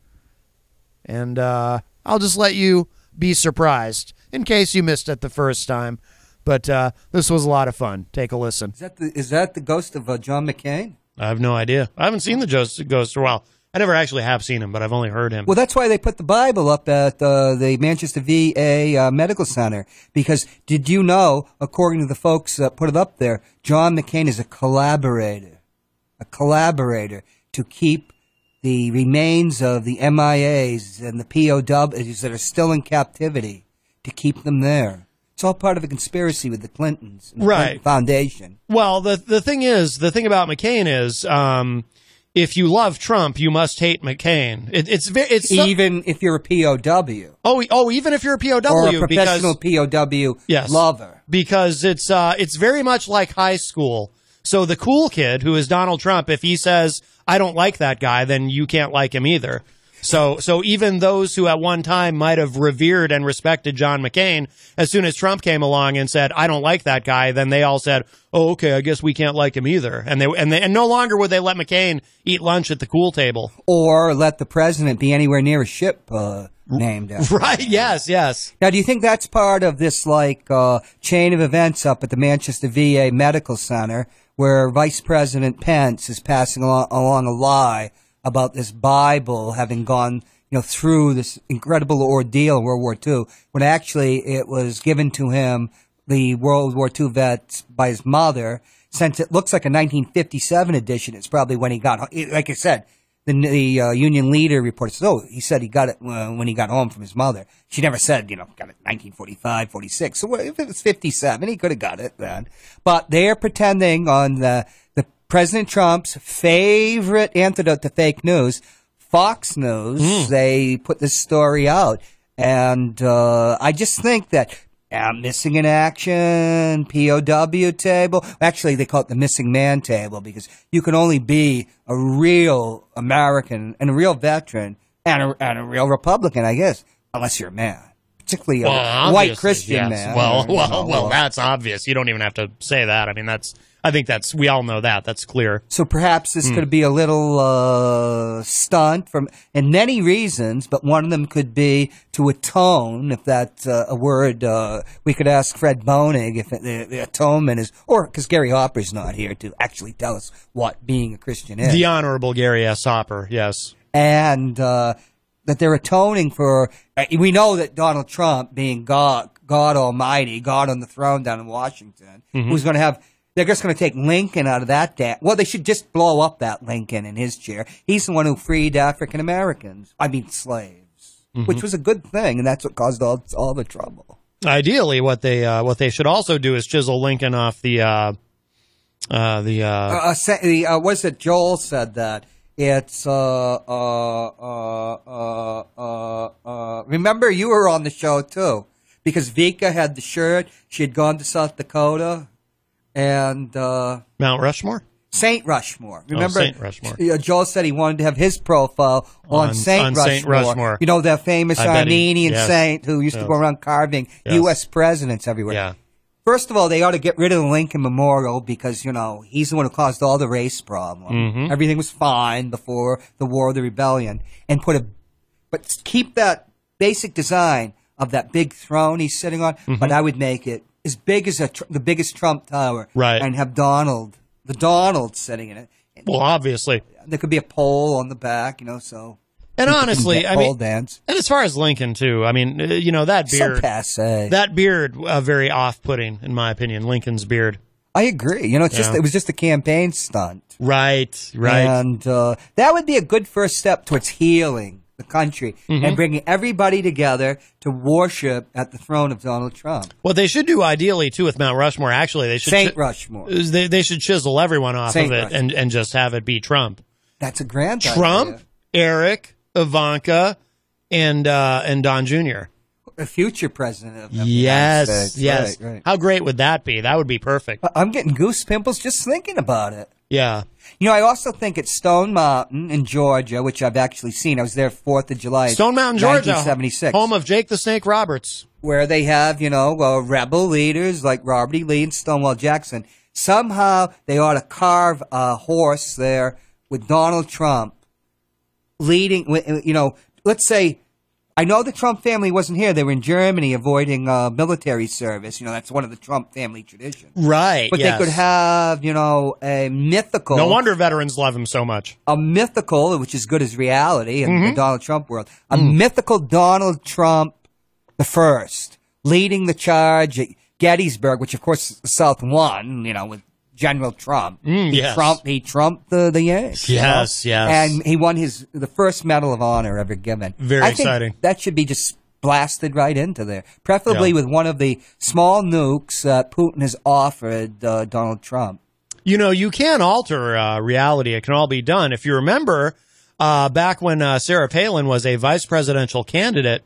Speaker 2: And uh, I'll just let you be surprised in case you missed it the first time. But uh, this was a lot of fun. Take a listen.
Speaker 10: Is that the, is that the ghost of uh, John McCain?
Speaker 9: I have no idea. I haven't seen the ghost, ghost for a while. I never actually have seen him, but I've only heard him.
Speaker 10: Well, that's why they put the Bible up at uh, the Manchester VA uh, Medical Center because did you know, according to the folks that put it up there, John McCain is a collaborator, a collaborator to keep the remains of the MIAs and the POWs that are still in captivity to keep them there. It's all part of a conspiracy with the Clintons, and the
Speaker 9: Right.
Speaker 10: Clinton Foundation.
Speaker 9: Well, the the thing is, the thing about McCain is, um, if you love Trump, you must hate McCain. It, it's very, it's so-
Speaker 10: Even if you're a POW
Speaker 9: oh, e- oh, even if you're a POW,
Speaker 10: or a
Speaker 9: because
Speaker 10: professional POW
Speaker 9: yes,
Speaker 10: lover.
Speaker 9: because it's uh, it's very much like high school. So the cool kid who is Donald Trump, if he says I don't like that guy, then you can't like him either. So so even those who at one time might have revered and respected John McCain, as soon as Trump came along and said I don't like that guy, then they all said, "Oh, okay, I guess we can't like him either." And they and they, and no longer would they let McCain eat lunch at the cool table.
Speaker 10: or let the president be anywhere near a ship uh, named after.
Speaker 9: Right? Yes. Yes.
Speaker 10: Now, do you think that's part of this like uh, chain of events up at the Manchester VA Medical Center, where Vice President Pence is passing along, along a lie about this Bible having gone, you know, through this incredible ordeal in World War II, when actually it was given to him the World War II vets by his mother. Since it looks like a 1957 edition, it's probably when he got, like I said, the, the uh, union leader reports, oh, he said he got it uh, when he got home from his mother. She never said, you know, got it 1945, 46. So what, if it was 57, he could have got it then. But they're pretending on the, the President Trump's favorite antidote to fake news, Fox News. They put this story out. And uh, I just think that uh, missing in action, POW table. Actually, they call it the missing man table because you can only be a real American and a real veteran and a, and a real Republican, I guess, unless you're a man, particularly a
Speaker 9: Well,
Speaker 10: white
Speaker 9: obviously, yes.
Speaker 10: Christian man. uh,
Speaker 9: Well,
Speaker 10: or, you
Speaker 9: well,
Speaker 10: know,
Speaker 9: well,
Speaker 10: or-
Speaker 9: that's obvious. You don't even have to say that. I mean, that's. I think that's. We all know that. That's clear.
Speaker 10: So perhaps this
Speaker 9: Hmm.
Speaker 10: could be a little uh, stunt from, and many reasons, but one of them could be to atone, if that's uh, a word. Uh, we could ask Fred Bonig if the, the atonement is, or because Gary Hopper's not here to actually tell us what being a Christian is
Speaker 9: The Honorable Gary S. Hopper. Yes.
Speaker 10: and uh, that they're atoning for. uh, We know that Donald Trump, being God, God Almighty, God on the throne down in Washington,
Speaker 9: Mhm.
Speaker 10: who's going to have. They're just going to take Lincoln out of that. Da- well, they should just blow up that Lincoln in his chair. He's the one who freed African Americans. I mean, slaves, which
Speaker 9: Mhm.
Speaker 10: was a good thing, and that's what caused all all the trouble.
Speaker 9: Ideally, what they uh, what they should also do is chisel Lincoln off the uh, uh, the uh,
Speaker 10: Uh, uh, sa- the, uh, was it Joel said that? It's uh, uh, uh, uh, uh, uh, remember you were on the show too because Vika had the shirt. She had gone to South Dakota and uh,
Speaker 9: Mount Rushmore.
Speaker 10: Saint Rushmore.
Speaker 9: Oh,
Speaker 10: Remember
Speaker 9: Saint Rushmore.
Speaker 10: Yeah, Joel said he wanted to have his profile on,
Speaker 9: On-
Speaker 10: Saint,
Speaker 9: on
Speaker 10: Rushmore.
Speaker 9: Saint Rushmore.
Speaker 10: You know that famous
Speaker 9: I bet he-
Speaker 10: Armenian
Speaker 9: yes.
Speaker 10: saint who used to
Speaker 9: Yes.
Speaker 10: go around carving
Speaker 9: Yes.
Speaker 10: U.S. presidents everywhere.
Speaker 9: Yeah.
Speaker 10: First of all, they ought to get rid of the Lincoln Memorial because, you know, he's the one who caused all the race problem.
Speaker 2: Mm-hmm.
Speaker 9: Mhm.
Speaker 10: Everything was fine before the War of the Rebellion and put a, but keep that basic design of that big throne he's sitting on,
Speaker 2: Mm-hmm.
Speaker 10: but I would make it as big as a tr- the biggest Trump Tower,
Speaker 2: Right.
Speaker 10: And have Donald, the Donald, sitting in it.
Speaker 2: Well, obviously,
Speaker 10: there could be a pole on the back, you know. So
Speaker 2: And honestly, I
Speaker 10: pole
Speaker 2: mean,
Speaker 10: dance.
Speaker 2: and as far as Lincoln too, I mean, uh, you know that
Speaker 10: So
Speaker 2: beard,
Speaker 10: passe.
Speaker 2: that beard, uh, very off-putting in my opinion. Lincoln's beard.
Speaker 10: I agree. You know, it's just
Speaker 2: Yeah.
Speaker 10: it was just a campaign stunt.
Speaker 2: Right, right.
Speaker 10: And uh, that would be a good first step towards healing the country
Speaker 2: Mhm.
Speaker 10: and bringing everybody together to worship at the throne of Donald Trump.
Speaker 2: What they should do ideally too with Mount Rushmore, actually, they should
Speaker 10: Saint Rushmore.
Speaker 2: is They, they should chisel everyone off of
Speaker 10: Saint
Speaker 2: it
Speaker 10: Rushmore.
Speaker 2: and and just have it be Trump,
Speaker 10: That's a grand
Speaker 2: Trump,
Speaker 10: idea.
Speaker 2: Eric, Ivanka, and uh, and Don Jr.
Speaker 10: a future president of the United
Speaker 2: Yes,
Speaker 10: States.
Speaker 2: yes.
Speaker 10: Right, right.
Speaker 2: How great would that be? That would be perfect.
Speaker 10: I- I'm getting goose pimples just thinking about it.
Speaker 2: Yeah.
Speaker 10: You know, I also think at Stone Mountain in Georgia, which I've actually seen. I was there Fourth of July,
Speaker 2: Stone Mountain, Georgia,
Speaker 10: 1976.
Speaker 2: home of Jake the Snake Roberts.
Speaker 10: where they have, you know, uh, rebel leaders like Robert E. Lee and Stonewall Jackson. Somehow they ought to carve a horse there with Donald Trump leading, wi- uh, you know, let's say, I know the Trump family wasn't here. They were in Germany avoiding uh, military service. You know, that's one of the Trump family traditions.
Speaker 2: Right.
Speaker 10: But
Speaker 2: yes.
Speaker 10: they could have, you know, a mythical.
Speaker 2: No wonder veterans love him so much.
Speaker 10: A mythical, which is good as reality in the
Speaker 2: Mhm.
Speaker 10: Donald Trump world, a
Speaker 2: Hmm.
Speaker 10: mythical Donald Trump the first leading the charge at Gettysburg, which of course the South won, you know, with General Trump.
Speaker 2: Mm,
Speaker 10: He
Speaker 2: yes.
Speaker 10: Trump, he trumped the, the Yanks. you know?
Speaker 2: Yes, yes.
Speaker 10: And he won his, the first Medal of Honor ever given.
Speaker 2: Very
Speaker 10: I think
Speaker 2: exciting.
Speaker 10: That should be just blasted right into there, preferably
Speaker 2: Yeah.
Speaker 10: with one of the small nukes that Putin has offered uh, Donald Trump.
Speaker 2: You know, you can alter uh, reality. It can all be done. If you remember, uh, back when uh, Sarah Palin was a vice presidential candidate.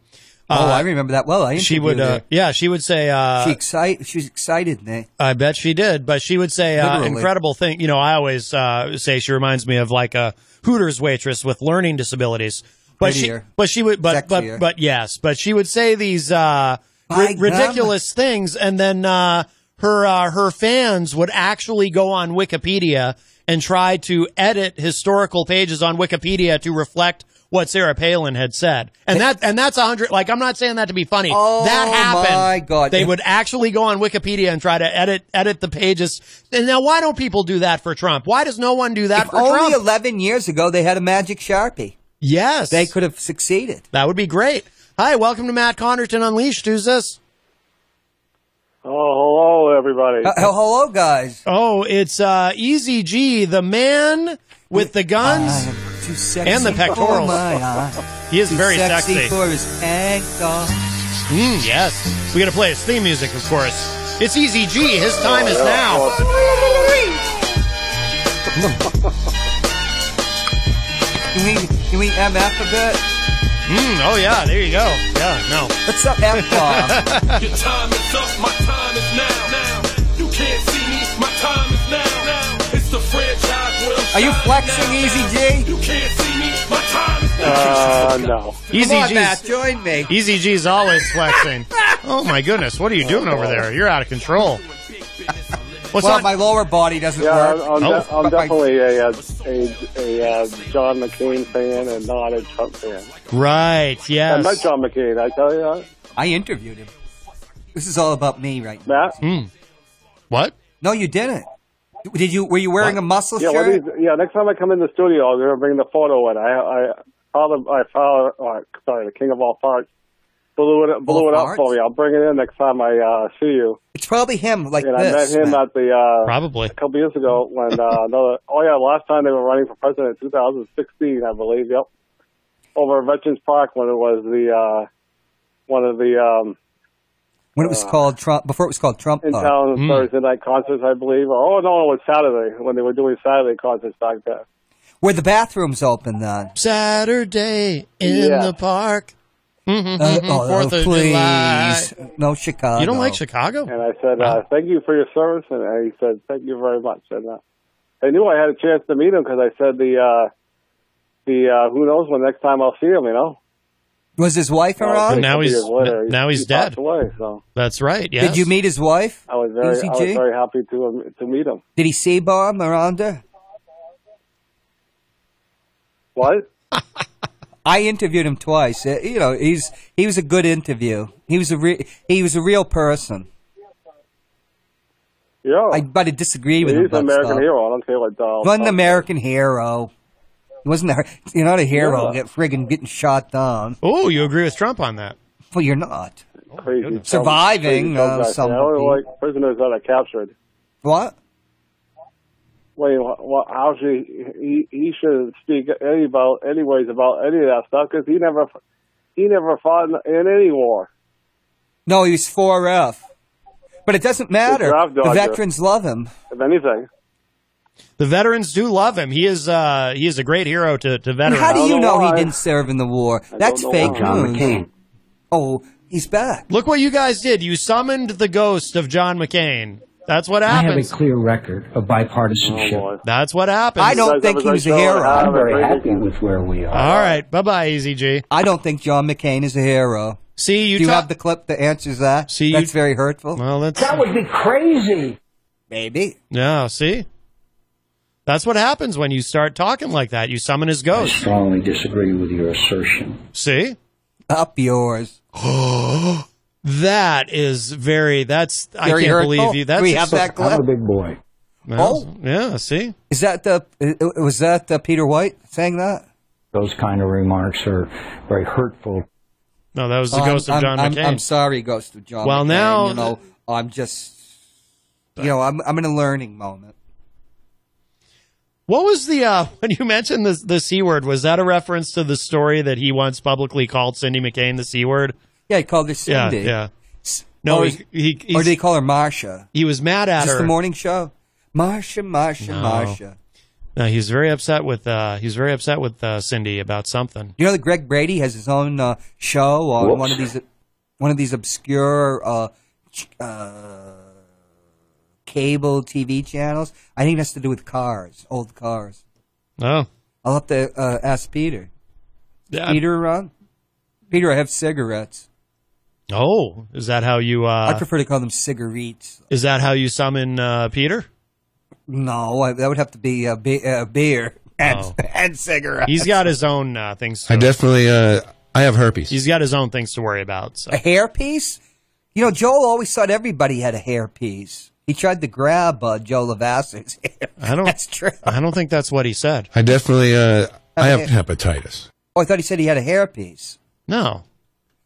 Speaker 10: oh,
Speaker 2: uh,
Speaker 10: I remember that well. I
Speaker 2: she
Speaker 10: interviewed
Speaker 2: would, uh,
Speaker 10: her.
Speaker 2: yeah, she would say, uh,
Speaker 10: she excited. She was excited, Nick.
Speaker 2: I bet she did, but she would say uh,
Speaker 10: Literally.
Speaker 2: incredible thing. You know, I always uh, say she reminds me of like a Hooters waitress with learning disabilities. But
Speaker 10: Prettier.
Speaker 2: she, but she would, but but
Speaker 10: Sexier.
Speaker 2: but yes, but she would say these uh,
Speaker 10: By
Speaker 2: ri-
Speaker 10: gum.
Speaker 2: ridiculous things, and then uh, her uh, her fans would actually go on Wikipedia and try to edit historical pages on Wikipedia to reflect what Sarah Palin had said, and that and that's a hundred. Like I'm not saying that to be funny.
Speaker 10: Oh,
Speaker 2: that happened.
Speaker 10: my God.
Speaker 2: They would actually go on Wikipedia and try to edit edit the pages. And now, why don't people do that for Trump? Why does no one do that
Speaker 10: If
Speaker 2: for
Speaker 10: only
Speaker 2: Trump?
Speaker 10: 11 years ago they had a magic sharpie.
Speaker 2: yes,
Speaker 10: They could have succeeded.
Speaker 2: that would be great. Hi, welcome to Matt Connerton Unleashed. Who's this?
Speaker 19: Oh, hello, everybody.
Speaker 10: Uh, hello, guys.
Speaker 2: Oh, it's uh, Easy G, the man with the guns
Speaker 10: Too sexy
Speaker 2: and the
Speaker 10: for
Speaker 2: pectorals.
Speaker 10: my eye.
Speaker 2: He is
Speaker 10: Too
Speaker 2: very
Speaker 10: sexy,
Speaker 2: sexy.
Speaker 10: for his pants off.
Speaker 2: Mm, yes, we got to play his theme music, of course. It's Easy G. His time is
Speaker 19: Yeah,
Speaker 2: now.
Speaker 10: Can we, can we MF a bit?
Speaker 2: Mm, oh yeah, there you go. Yeah, no.
Speaker 10: What's up, F-bomb?
Speaker 17: Your time is up, my time is now. now. You can't see me, my time is now. now. It's the franchise where I'm
Speaker 10: Are you
Speaker 17: shining
Speaker 10: flexing, Easy G?
Speaker 17: You can't see me, my time is
Speaker 19: Uh, no.
Speaker 2: Easy
Speaker 10: Come on,
Speaker 2: G's-
Speaker 10: Matt, join me.
Speaker 2: Easy G's always flexing. Oh my goodness, what are you doing over there? You're out of control. What's
Speaker 10: well,
Speaker 2: on-
Speaker 10: my lower body doesn't
Speaker 19: Yeah,
Speaker 10: work.
Speaker 19: I'm, I'm, de-
Speaker 2: Oh.
Speaker 19: I'm
Speaker 10: But my-
Speaker 19: definitely a, uh, a, a, uh John McCain fan and not a Trump fan.
Speaker 2: Right,
Speaker 19: I met
Speaker 2: yes.
Speaker 19: John McCain, I tell you that.
Speaker 10: I interviewed him. This is all about me right now.
Speaker 19: Matt?
Speaker 2: Hmm. What?
Speaker 10: No, you didn't. Did you? Were you wearing a muscle
Speaker 19: Yeah,
Speaker 10: shirt?
Speaker 19: what is, yeah, next time I come in the studio, I'm going to bring the photo in. I, I, follow, I follow, uh, sorry, the king of all farts blew it, blew
Speaker 10: All
Speaker 19: it
Speaker 10: farts?
Speaker 19: up for me. I'll bring it in next time I uh, see you.
Speaker 10: It's probably him, like
Speaker 19: and I met
Speaker 10: this.
Speaker 19: him
Speaker 10: Matt.
Speaker 19: at the uh,
Speaker 2: Probably.
Speaker 19: a couple years ago when uh, another. Oh yeah, last time they were running for president, in 2016, I believe. Yep, over at Veterans Park when it was the uh, one of the um,
Speaker 10: when it was called Trump. Before it was called Trump.
Speaker 19: Uh,
Speaker 10: uh,
Speaker 19: in
Speaker 10: Park.
Speaker 19: town Thursday night concerts, I believe. Or, oh no, it was Saturday when they were doing Saturday concerts back there.
Speaker 10: Where the bathrooms open then?
Speaker 2: Saturday in
Speaker 19: Yeah.
Speaker 2: the park. Mm-hmm,
Speaker 10: Uh, oh,
Speaker 2: Fourth
Speaker 10: oh,
Speaker 2: of July.
Speaker 10: please. No Chicago.
Speaker 2: You don't like Chicago?
Speaker 19: And I said, uh, "Thank you for your service," and uh, he said, "Thank you very much." And uh, I knew I had a chance to meet him because I said the uh, the uh, who knows when next time I'll see him. You know.
Speaker 10: Was his
Speaker 19: Oh,
Speaker 10: wife around?
Speaker 2: now
Speaker 19: Couple
Speaker 2: he's-
Speaker 19: years later,
Speaker 2: now
Speaker 19: he-
Speaker 2: he's
Speaker 19: he passed
Speaker 2: dead.
Speaker 19: Away, so.
Speaker 2: That's right, yes.
Speaker 10: Did you meet his wife?
Speaker 19: I was very, I
Speaker 10: ECG?
Speaker 19: was very happy to um, to meet him.
Speaker 10: Did he say bomb around her?
Speaker 19: What?
Speaker 10: I interviewed him twice. Uh, You know, he's he was a good interview. He was a re- he was a real person.
Speaker 19: Yeah,
Speaker 10: I but I disagree
Speaker 19: he's
Speaker 10: with
Speaker 19: an
Speaker 10: him. about
Speaker 19: American
Speaker 10: stuff.
Speaker 19: hero. I don't care what uh, Donald.
Speaker 10: He wasn't an
Speaker 19: Trump-
Speaker 10: American hero. He wasn't a, you're not a hero.
Speaker 2: Yeah.
Speaker 10: Get friggin' getting shot down.
Speaker 2: Oh, you agree with Trump on that?
Speaker 10: Well, you're not.
Speaker 2: Oh,
Speaker 19: Crazy. Trump-
Speaker 10: Surviving,
Speaker 19: crazy
Speaker 10: uh,
Speaker 19: Trump guy.
Speaker 10: some
Speaker 19: I only
Speaker 10: people.
Speaker 19: like prisoners that are captured.
Speaker 10: What?
Speaker 19: Wait, well, how should he, he? He should speak any about anyways about any of that stuff because he never, he never fought in, in any war.
Speaker 10: No, he was 4F. But it doesn't matter.
Speaker 19: draft
Speaker 10: The
Speaker 19: dodger.
Speaker 10: veterans love him.
Speaker 19: If anything,
Speaker 2: The veterans do love him. He is uh, he is a great hero to, to
Speaker 10: And
Speaker 2: veterans.
Speaker 10: how do you know, he didn't serve in the war? That's
Speaker 2: know
Speaker 10: fake
Speaker 2: why. John
Speaker 10: news. Oh, he's back.
Speaker 2: Look what you guys did. You summoned the ghost of John McCain. That's what
Speaker 14: I have a
Speaker 2: happens.
Speaker 14: clear record of bipartisanship.
Speaker 2: That's what happens.
Speaker 10: I'm
Speaker 14: I'm very happy with where we are.
Speaker 2: All right. Bye bye, Easy G.
Speaker 10: I don't think John McCain is a hero.
Speaker 2: See, you
Speaker 10: Do you
Speaker 2: ta-
Speaker 10: have the clip that answers that? See, that's very hurtful.
Speaker 2: Well, that's
Speaker 14: That would be crazy.
Speaker 10: maybe.
Speaker 2: No, see? That's what happens when you start talking like that. You summon his
Speaker 14: I
Speaker 2: ghost.
Speaker 14: strongly disagree with your assertion.
Speaker 2: See?
Speaker 10: Up yours.
Speaker 2: that is very that's I
Speaker 10: Very
Speaker 2: can't
Speaker 10: hurtful.
Speaker 2: believe you. That's
Speaker 10: We have that clip. I'm a
Speaker 14: big boy.
Speaker 2: Well, yeah, see?
Speaker 10: Oh. Is that the? uh, Was that uh, Peter White saying that?
Speaker 14: Those kind of remarks are very hurtful.
Speaker 2: No, that was the
Speaker 10: Oh,
Speaker 2: ghost
Speaker 10: I'm,
Speaker 2: of John
Speaker 10: I'm,
Speaker 2: McCain.
Speaker 10: I'm sorry, ghost of John.
Speaker 2: Well,
Speaker 10: McCain.
Speaker 2: now
Speaker 10: you know Uh, I'm just. You know, I'm I'm in a learning moment.
Speaker 2: What was the uh when you mentioned the the C word, was that a reference to the story that he once publicly called Cindy McCain the C word?
Speaker 10: Yeah, he called her
Speaker 2: Yeah,
Speaker 10: Cindy.
Speaker 2: yeah. No,
Speaker 10: or,
Speaker 2: he, he,
Speaker 10: or
Speaker 2: he's-
Speaker 10: they call her Marsha.
Speaker 2: he was mad at
Speaker 10: Just
Speaker 2: her.
Speaker 10: the morning show. Marsha, Marsha,
Speaker 2: No.
Speaker 10: Marsha.
Speaker 2: Oh. No, he's very upset with uh he's very upset with uh, Cindy about something.
Speaker 10: You know that Greg Brady has his own uh, show on
Speaker 2: Whoops.
Speaker 10: one of these one of these obscure uh, ch- uh, cable TV channels. I think it has to do with cars, old cars.
Speaker 2: Oh.
Speaker 10: I'll have to uh, ask Peter.
Speaker 2: Yeah.
Speaker 10: Peter, Ron? Peter, I have cigarettes.
Speaker 2: Oh, is that how you uh
Speaker 10: I prefer to call them cigarettes.
Speaker 2: Is that how you summon uh, Peter?
Speaker 10: No, I, that would have to be uh, be- uh, beer and,
Speaker 2: Oh.
Speaker 10: and cigarettes.
Speaker 2: He's got his own uh, things. To,
Speaker 11: I definitely, uh, I have herpes.
Speaker 2: he's got his own things to worry about. So
Speaker 10: a hair piece. You know, Joel always thought everybody had a hair piece. He tried to grab uh, Joe Lavasser's hair.
Speaker 2: I don't. That's
Speaker 10: true.
Speaker 2: I don't think that's what he said.
Speaker 11: I definitely, uh, I have
Speaker 10: Okay.
Speaker 11: hepatitis.
Speaker 10: Oh, I thought he said he had a hairpiece.
Speaker 2: No.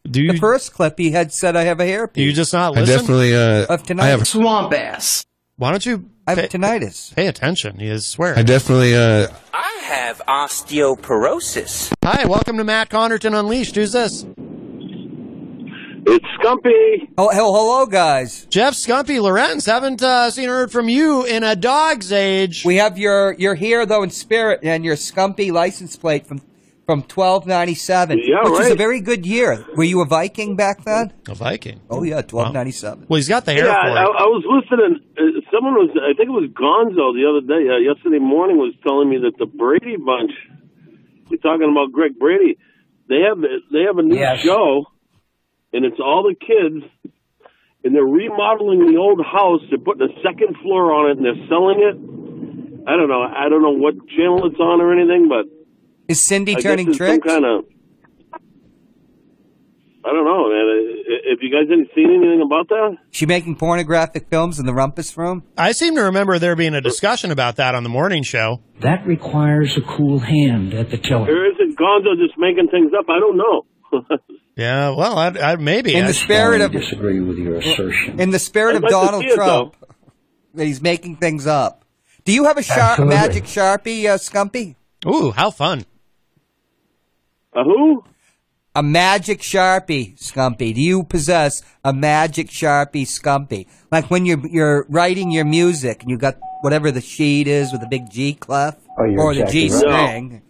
Speaker 2: Do you,
Speaker 10: the first clip he had said I have a hairpiece.
Speaker 2: you just not
Speaker 11: I
Speaker 2: listen?
Speaker 11: definitely, uh,
Speaker 10: of tinnitus.
Speaker 11: I have,
Speaker 10: swamp ass.
Speaker 2: Why don't you?
Speaker 10: I have tinnitus.
Speaker 2: Pay attention. He is
Speaker 11: I
Speaker 2: swearing.
Speaker 11: definitely, uh,
Speaker 20: I have osteoporosis.
Speaker 2: Hi, welcome to Matt Connerton Unleashed. Who's this?
Speaker 21: It's Scumpy.
Speaker 10: Oh, hell, hello, guys.
Speaker 2: Jeff Scumpy Lorenz. Haven't uh, seen or heard from you in a dog's age.
Speaker 10: We have your you're here though in spirit and your scumpy license plate from from twelve ninety seven,
Speaker 21: Yeah,
Speaker 10: which is a
Speaker 21: right.
Speaker 10: very good year. Were you a Viking back then?
Speaker 2: A Viking.
Speaker 10: Oh yeah, twelve ninety seven.
Speaker 2: Well, he's got the hair
Speaker 21: yeah,
Speaker 2: for it.
Speaker 21: I, I was listening. Uh, someone was, I think it was Gonzo the other day, uh, yesterday morning, was telling me that the Brady Bunch, you're talking about Greg Brady, they have they have a new
Speaker 14: Yes.
Speaker 21: show, and it's all the kids, and they're remodeling the old house. They're putting a second floor on it, and they're selling it. I don't know. I don't know what channel it's on or anything, but
Speaker 10: Is Cindy
Speaker 21: I
Speaker 10: turning
Speaker 21: guess it's
Speaker 10: tricks?
Speaker 21: Some kind of. I don't know, man. Uh, Have you guys any seen anything about that?
Speaker 10: She making pornographic films in the rumpus room?
Speaker 2: I seem to remember there being a discussion about that on the morning show.
Speaker 14: That requires a cool hand at the tiller.
Speaker 21: Or is it Gonzo just making things up? I don't know.
Speaker 2: Yeah, well, I, I maybe
Speaker 10: In
Speaker 2: I-
Speaker 10: the spirit of
Speaker 14: disagree with your assertion.
Speaker 10: in the spirit
Speaker 21: I'd
Speaker 10: of
Speaker 21: like to
Speaker 10: Donald
Speaker 21: see it,
Speaker 10: Trump. that he's making things up. Do you have a sharp
Speaker 14: Absolutely.
Speaker 10: magic sharpie, uh, Scumpy?
Speaker 2: Ooh, how fun!
Speaker 21: A who?
Speaker 10: A magic sharpie, Scumpy. Do you possess a magic sharpie, Scumpy? Like when you're you're writing your music and you got whatever the sheet is with the big G clef
Speaker 14: Oh, you're
Speaker 10: or
Speaker 14: exactly
Speaker 10: the G
Speaker 14: right.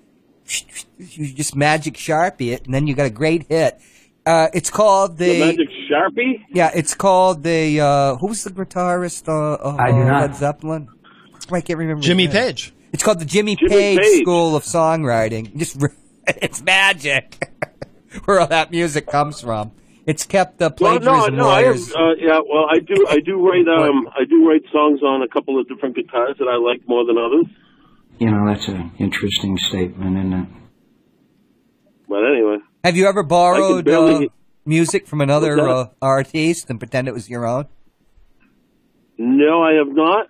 Speaker 10: string. You just magic sharpie it, and then you got a great hit. Uh, it's called the,
Speaker 21: The Magic Sharpie?
Speaker 10: yeah. It's called the uh, who's the guitarist? Uh, uh,
Speaker 14: I do not.
Speaker 10: Led Zeppelin. I can't remember. his
Speaker 2: Jimmy
Speaker 10: name.
Speaker 2: Page.
Speaker 10: It's called the Jimmy,
Speaker 21: Jimmy
Speaker 10: Page,
Speaker 21: Page.
Speaker 10: School of Songwriting. Just re- it's magic where all that music comes from. It's kept uh, the
Speaker 21: Well,
Speaker 10: plagiarism
Speaker 21: no, no, I am.
Speaker 10: lawyers.
Speaker 21: Uh, yeah, well, I do. I do write. Um, I do write songs on a couple of different guitars that I like more than others.
Speaker 14: You know, that's an interesting statement, isn't it?
Speaker 21: But anyway,
Speaker 10: Have you ever borrowed
Speaker 21: barely-
Speaker 10: uh, music from another
Speaker 21: What's that?
Speaker 10: uh, artist and pretend it was your own?
Speaker 21: no, I have not.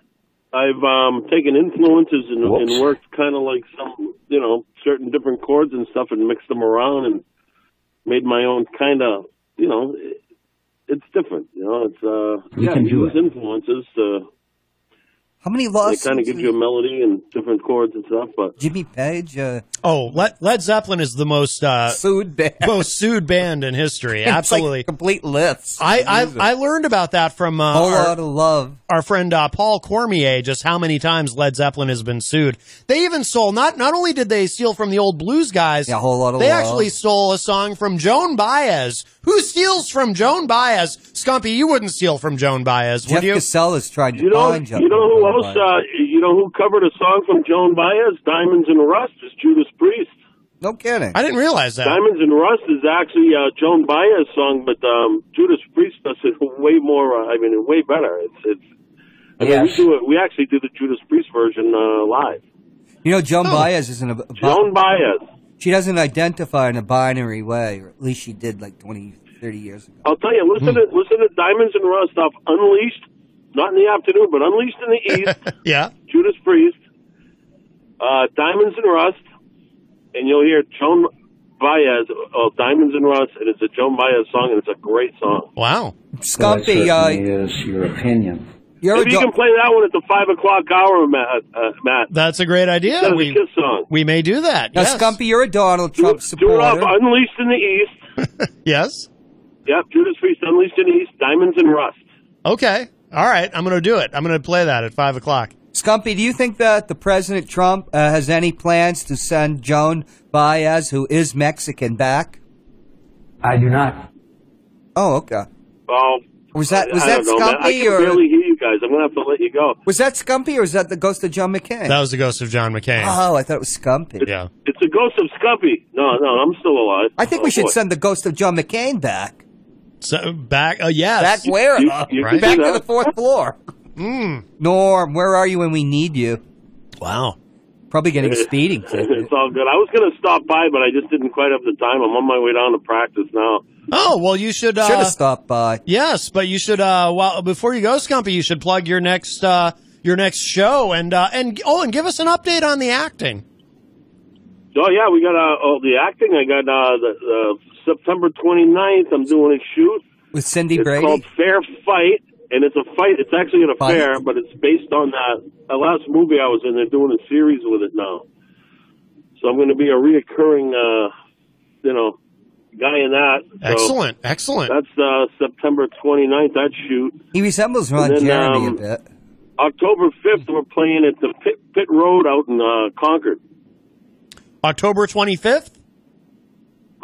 Speaker 21: I've um, taken influences and,
Speaker 10: Whoops.
Speaker 21: and worked kind of like some, you know, certain different chords and stuff and mixed them around and made my own kind of, you know, it, it's different. You know, it's uh,
Speaker 10: You
Speaker 21: yeah,
Speaker 10: can
Speaker 21: you
Speaker 10: do
Speaker 21: use influences to.
Speaker 10: How many
Speaker 21: They
Speaker 10: lawsuits?
Speaker 21: kind of give you a melody and different chords and stuff, but
Speaker 10: Jimmy Page. Uh,
Speaker 2: Oh, Led, Led Zeppelin is the most uh,
Speaker 10: sued band.
Speaker 2: most sued band in history.
Speaker 10: It's like
Speaker 2: Absolutely,
Speaker 10: complete list.
Speaker 2: I I, I learned about that from uh,
Speaker 10: Whole
Speaker 2: our,
Speaker 10: Lotta love.
Speaker 2: Our friend uh, Paul Cormier. Just how many times Led Zeppelin has been sued? They even stole not not only did they steal from the old blues guys,
Speaker 10: Yeah, Whole Lotta
Speaker 2: they
Speaker 10: Love.
Speaker 2: actually stole a song from Joan Baez. Who steals from Joan Baez? Scumpy, you wouldn't steal from Joan Baez,
Speaker 10: Jeff
Speaker 2: would you?
Speaker 10: Cassell is trying to
Speaker 21: You know,
Speaker 10: find
Speaker 21: you know who else? Uh, you know who covered a song from Joan Baez, "Diamonds and Rust"? Is Judas Priest.
Speaker 10: No kidding.
Speaker 2: I didn't realize that.
Speaker 21: "Diamonds and Rust" is actually uh, Joan Baez song, but um, Judas Priest does it way more. Uh, I mean, way better. It's it's. I mean, we do it. We actually do the Judas Priest version uh, live.
Speaker 10: You know, Joan Baez isn't a
Speaker 21: Joan Baez.
Speaker 10: She doesn't identify in a binary way, or at least she did like 20, 30 years ago.
Speaker 21: I'll tell you.
Speaker 2: Hmm.
Speaker 21: Listen to listen to "Diamonds and Rust" off Unleashed. Not in the afternoon, but Unleashed in the east.
Speaker 2: Uh, yeah.
Speaker 21: Judas Priest, uh, Diamonds and Rust, and you'll hear Joan Baez, oh, Diamonds and Rust, and it's a Joan Baez song, and it's a great song.
Speaker 2: Wow.
Speaker 10: Scumpy,
Speaker 21: uh,
Speaker 14: is your opinion.
Speaker 21: Maybe you can play that one at the five o'clock hour, Matt. Uh, Matt.
Speaker 2: That's a great idea.
Speaker 21: Instead of
Speaker 2: We-
Speaker 21: the Kiss song.
Speaker 2: We may do that.
Speaker 10: Now,
Speaker 2: yes.
Speaker 10: Scumpy, you're a Donald Trump
Speaker 21: Do it off
Speaker 10: supporter.
Speaker 21: Unleashed in the East.
Speaker 2: Yes.
Speaker 21: Yep, Judas Priest, Unleashed in the East, Diamonds and Rust.
Speaker 2: Okay. All right. I'm going to do it. I'm going to play that at five o'clock.
Speaker 10: Scumpy, do you think that the President Trump uh, has any plans to send Joan Baez, who is Mexican, back?
Speaker 14: I do not.
Speaker 10: Oh, okay.
Speaker 21: Oh,
Speaker 10: Was that
Speaker 21: I-
Speaker 10: was
Speaker 21: I
Speaker 10: that
Speaker 21: don't know, Matt. I
Speaker 10: Scumpy
Speaker 21: can
Speaker 10: or
Speaker 21: barely hear you guys. I'm gonna have to let you go.
Speaker 10: was that Scumpy or was that the ghost of John McCain?
Speaker 2: That was the ghost of John McCain.
Speaker 10: Oh, I thought it was Scumpy.
Speaker 2: Yeah.
Speaker 21: It's a ghost of Scumpy. No, no, I'm still alive.
Speaker 10: I think
Speaker 21: Oh,
Speaker 10: we should
Speaker 21: boy.
Speaker 10: send the ghost of John McCain back.
Speaker 2: So back. Oh yes.
Speaker 10: Back where?
Speaker 21: uh, You-
Speaker 10: though?
Speaker 21: you can
Speaker 10: back
Speaker 21: do
Speaker 10: to
Speaker 21: that. Hmm.
Speaker 10: the fourth floor. Norm, where are you when we need you?
Speaker 2: Wow.
Speaker 10: Probably getting a speeding ticket.
Speaker 21: it's all good. I was gonna stop by, but I just didn't quite have the time. I'm on my way down to practice now.
Speaker 2: Oh well, you should. Uh,
Speaker 10: Should have stopped by.
Speaker 2: Yes, but you should. Uh, well, before you go, Scumpy, you should plug your next uh, your next show and uh, and oh, and give us an update on the acting.
Speaker 21: Oh yeah, we got uh, oh, the acting. I got uh, the, uh, September 29th. I'm doing a shoot.
Speaker 10: With Cindy
Speaker 21: it's
Speaker 10: Brady?
Speaker 21: called Fair Fight, and it's a fight. It's actually at a
Speaker 10: Fight.
Speaker 21: fair, but it's based on uh, the last movie I was in. They're doing a series with it now, so I'm going to be a reoccurring, uh, you know, guy in that. So
Speaker 2: Excellent. Excellent.
Speaker 21: That's uh, September 29th. That shoot.
Speaker 10: He resembles Ron
Speaker 21: And then,
Speaker 10: Jeremy
Speaker 21: um,
Speaker 10: a bit.
Speaker 21: October 5th, we're playing at the Pit, Pit Road out in uh, Concord.
Speaker 2: October twenty fifth.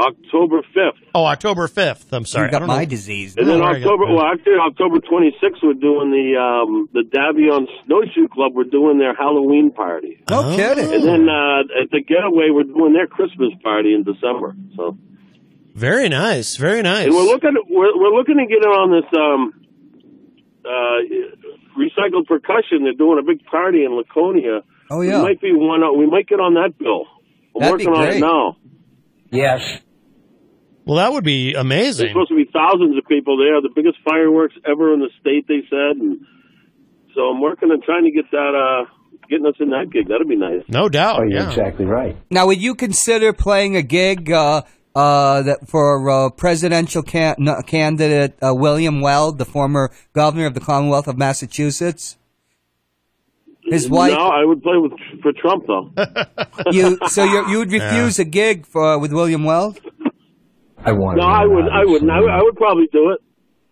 Speaker 21: October 5th.
Speaker 2: Oh, October fifth. I'm sorry.
Speaker 10: You got
Speaker 2: I don't
Speaker 10: my
Speaker 2: know.
Speaker 10: disease.
Speaker 21: And then
Speaker 2: Oh, I got
Speaker 21: October,
Speaker 2: that.
Speaker 21: well, actually October 26th, we're doing the um, the Davion Snowshoe Club. We're doing their Halloween party,
Speaker 10: No kidding.
Speaker 21: and then uh, at the Getaway, we're doing their Christmas party in December. So,
Speaker 2: Very nice. Very nice.
Speaker 21: and we're looking we're, we're looking to get in on this um, uh, recycled percussion. They're doing a big party in Laconia.
Speaker 10: Oh, yeah.
Speaker 21: we might be one. We might get on that bill. I'm
Speaker 10: That'd be
Speaker 21: working on
Speaker 10: great.
Speaker 21: it now.
Speaker 10: Yes.
Speaker 2: well, that would be
Speaker 21: There's
Speaker 2: amazing.
Speaker 21: supposed to be thousands of people there. The biggest fireworks ever in the state, they said. And so I'm working on trying to get that, uh, getting us in that gig. That'd be nice.
Speaker 2: No doubt.
Speaker 14: Oh, you're
Speaker 2: yeah.
Speaker 14: exactly right.
Speaker 10: Now, would you consider playing a gig uh, uh, that for uh, presidential can- no, candidate uh, William Weld, the former governor of the Commonwealth of Massachusetts? His wife.
Speaker 21: No, I would play with for Trump though.
Speaker 10: You so you you would refuse a gig for with William Weld?
Speaker 14: I want.
Speaker 21: no, I would. I would. I would, I would probably do it.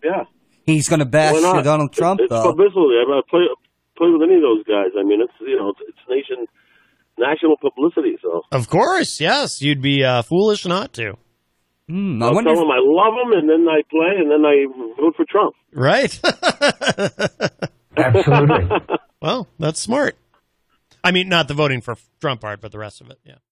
Speaker 21: Yeah.
Speaker 10: He's going to
Speaker 21: Why
Speaker 10: bash
Speaker 21: not?
Speaker 10: Donald Trump
Speaker 21: It's
Speaker 10: though.
Speaker 21: publicity. I mean, I play play with any of those guys. I mean, it's you know, it's, it's nation national publicity. So
Speaker 2: Of course. Yes. You'd be uh, foolish not to.
Speaker 10: Hmm, I
Speaker 21: I'll
Speaker 10: wonder.
Speaker 21: tell them I love them, and then I play, and then I vote for Trump.
Speaker 2: Right.
Speaker 14: Absolutely.
Speaker 2: well, that's smart. I mean, not the voting for Trump part, but the rest of it. Yeah.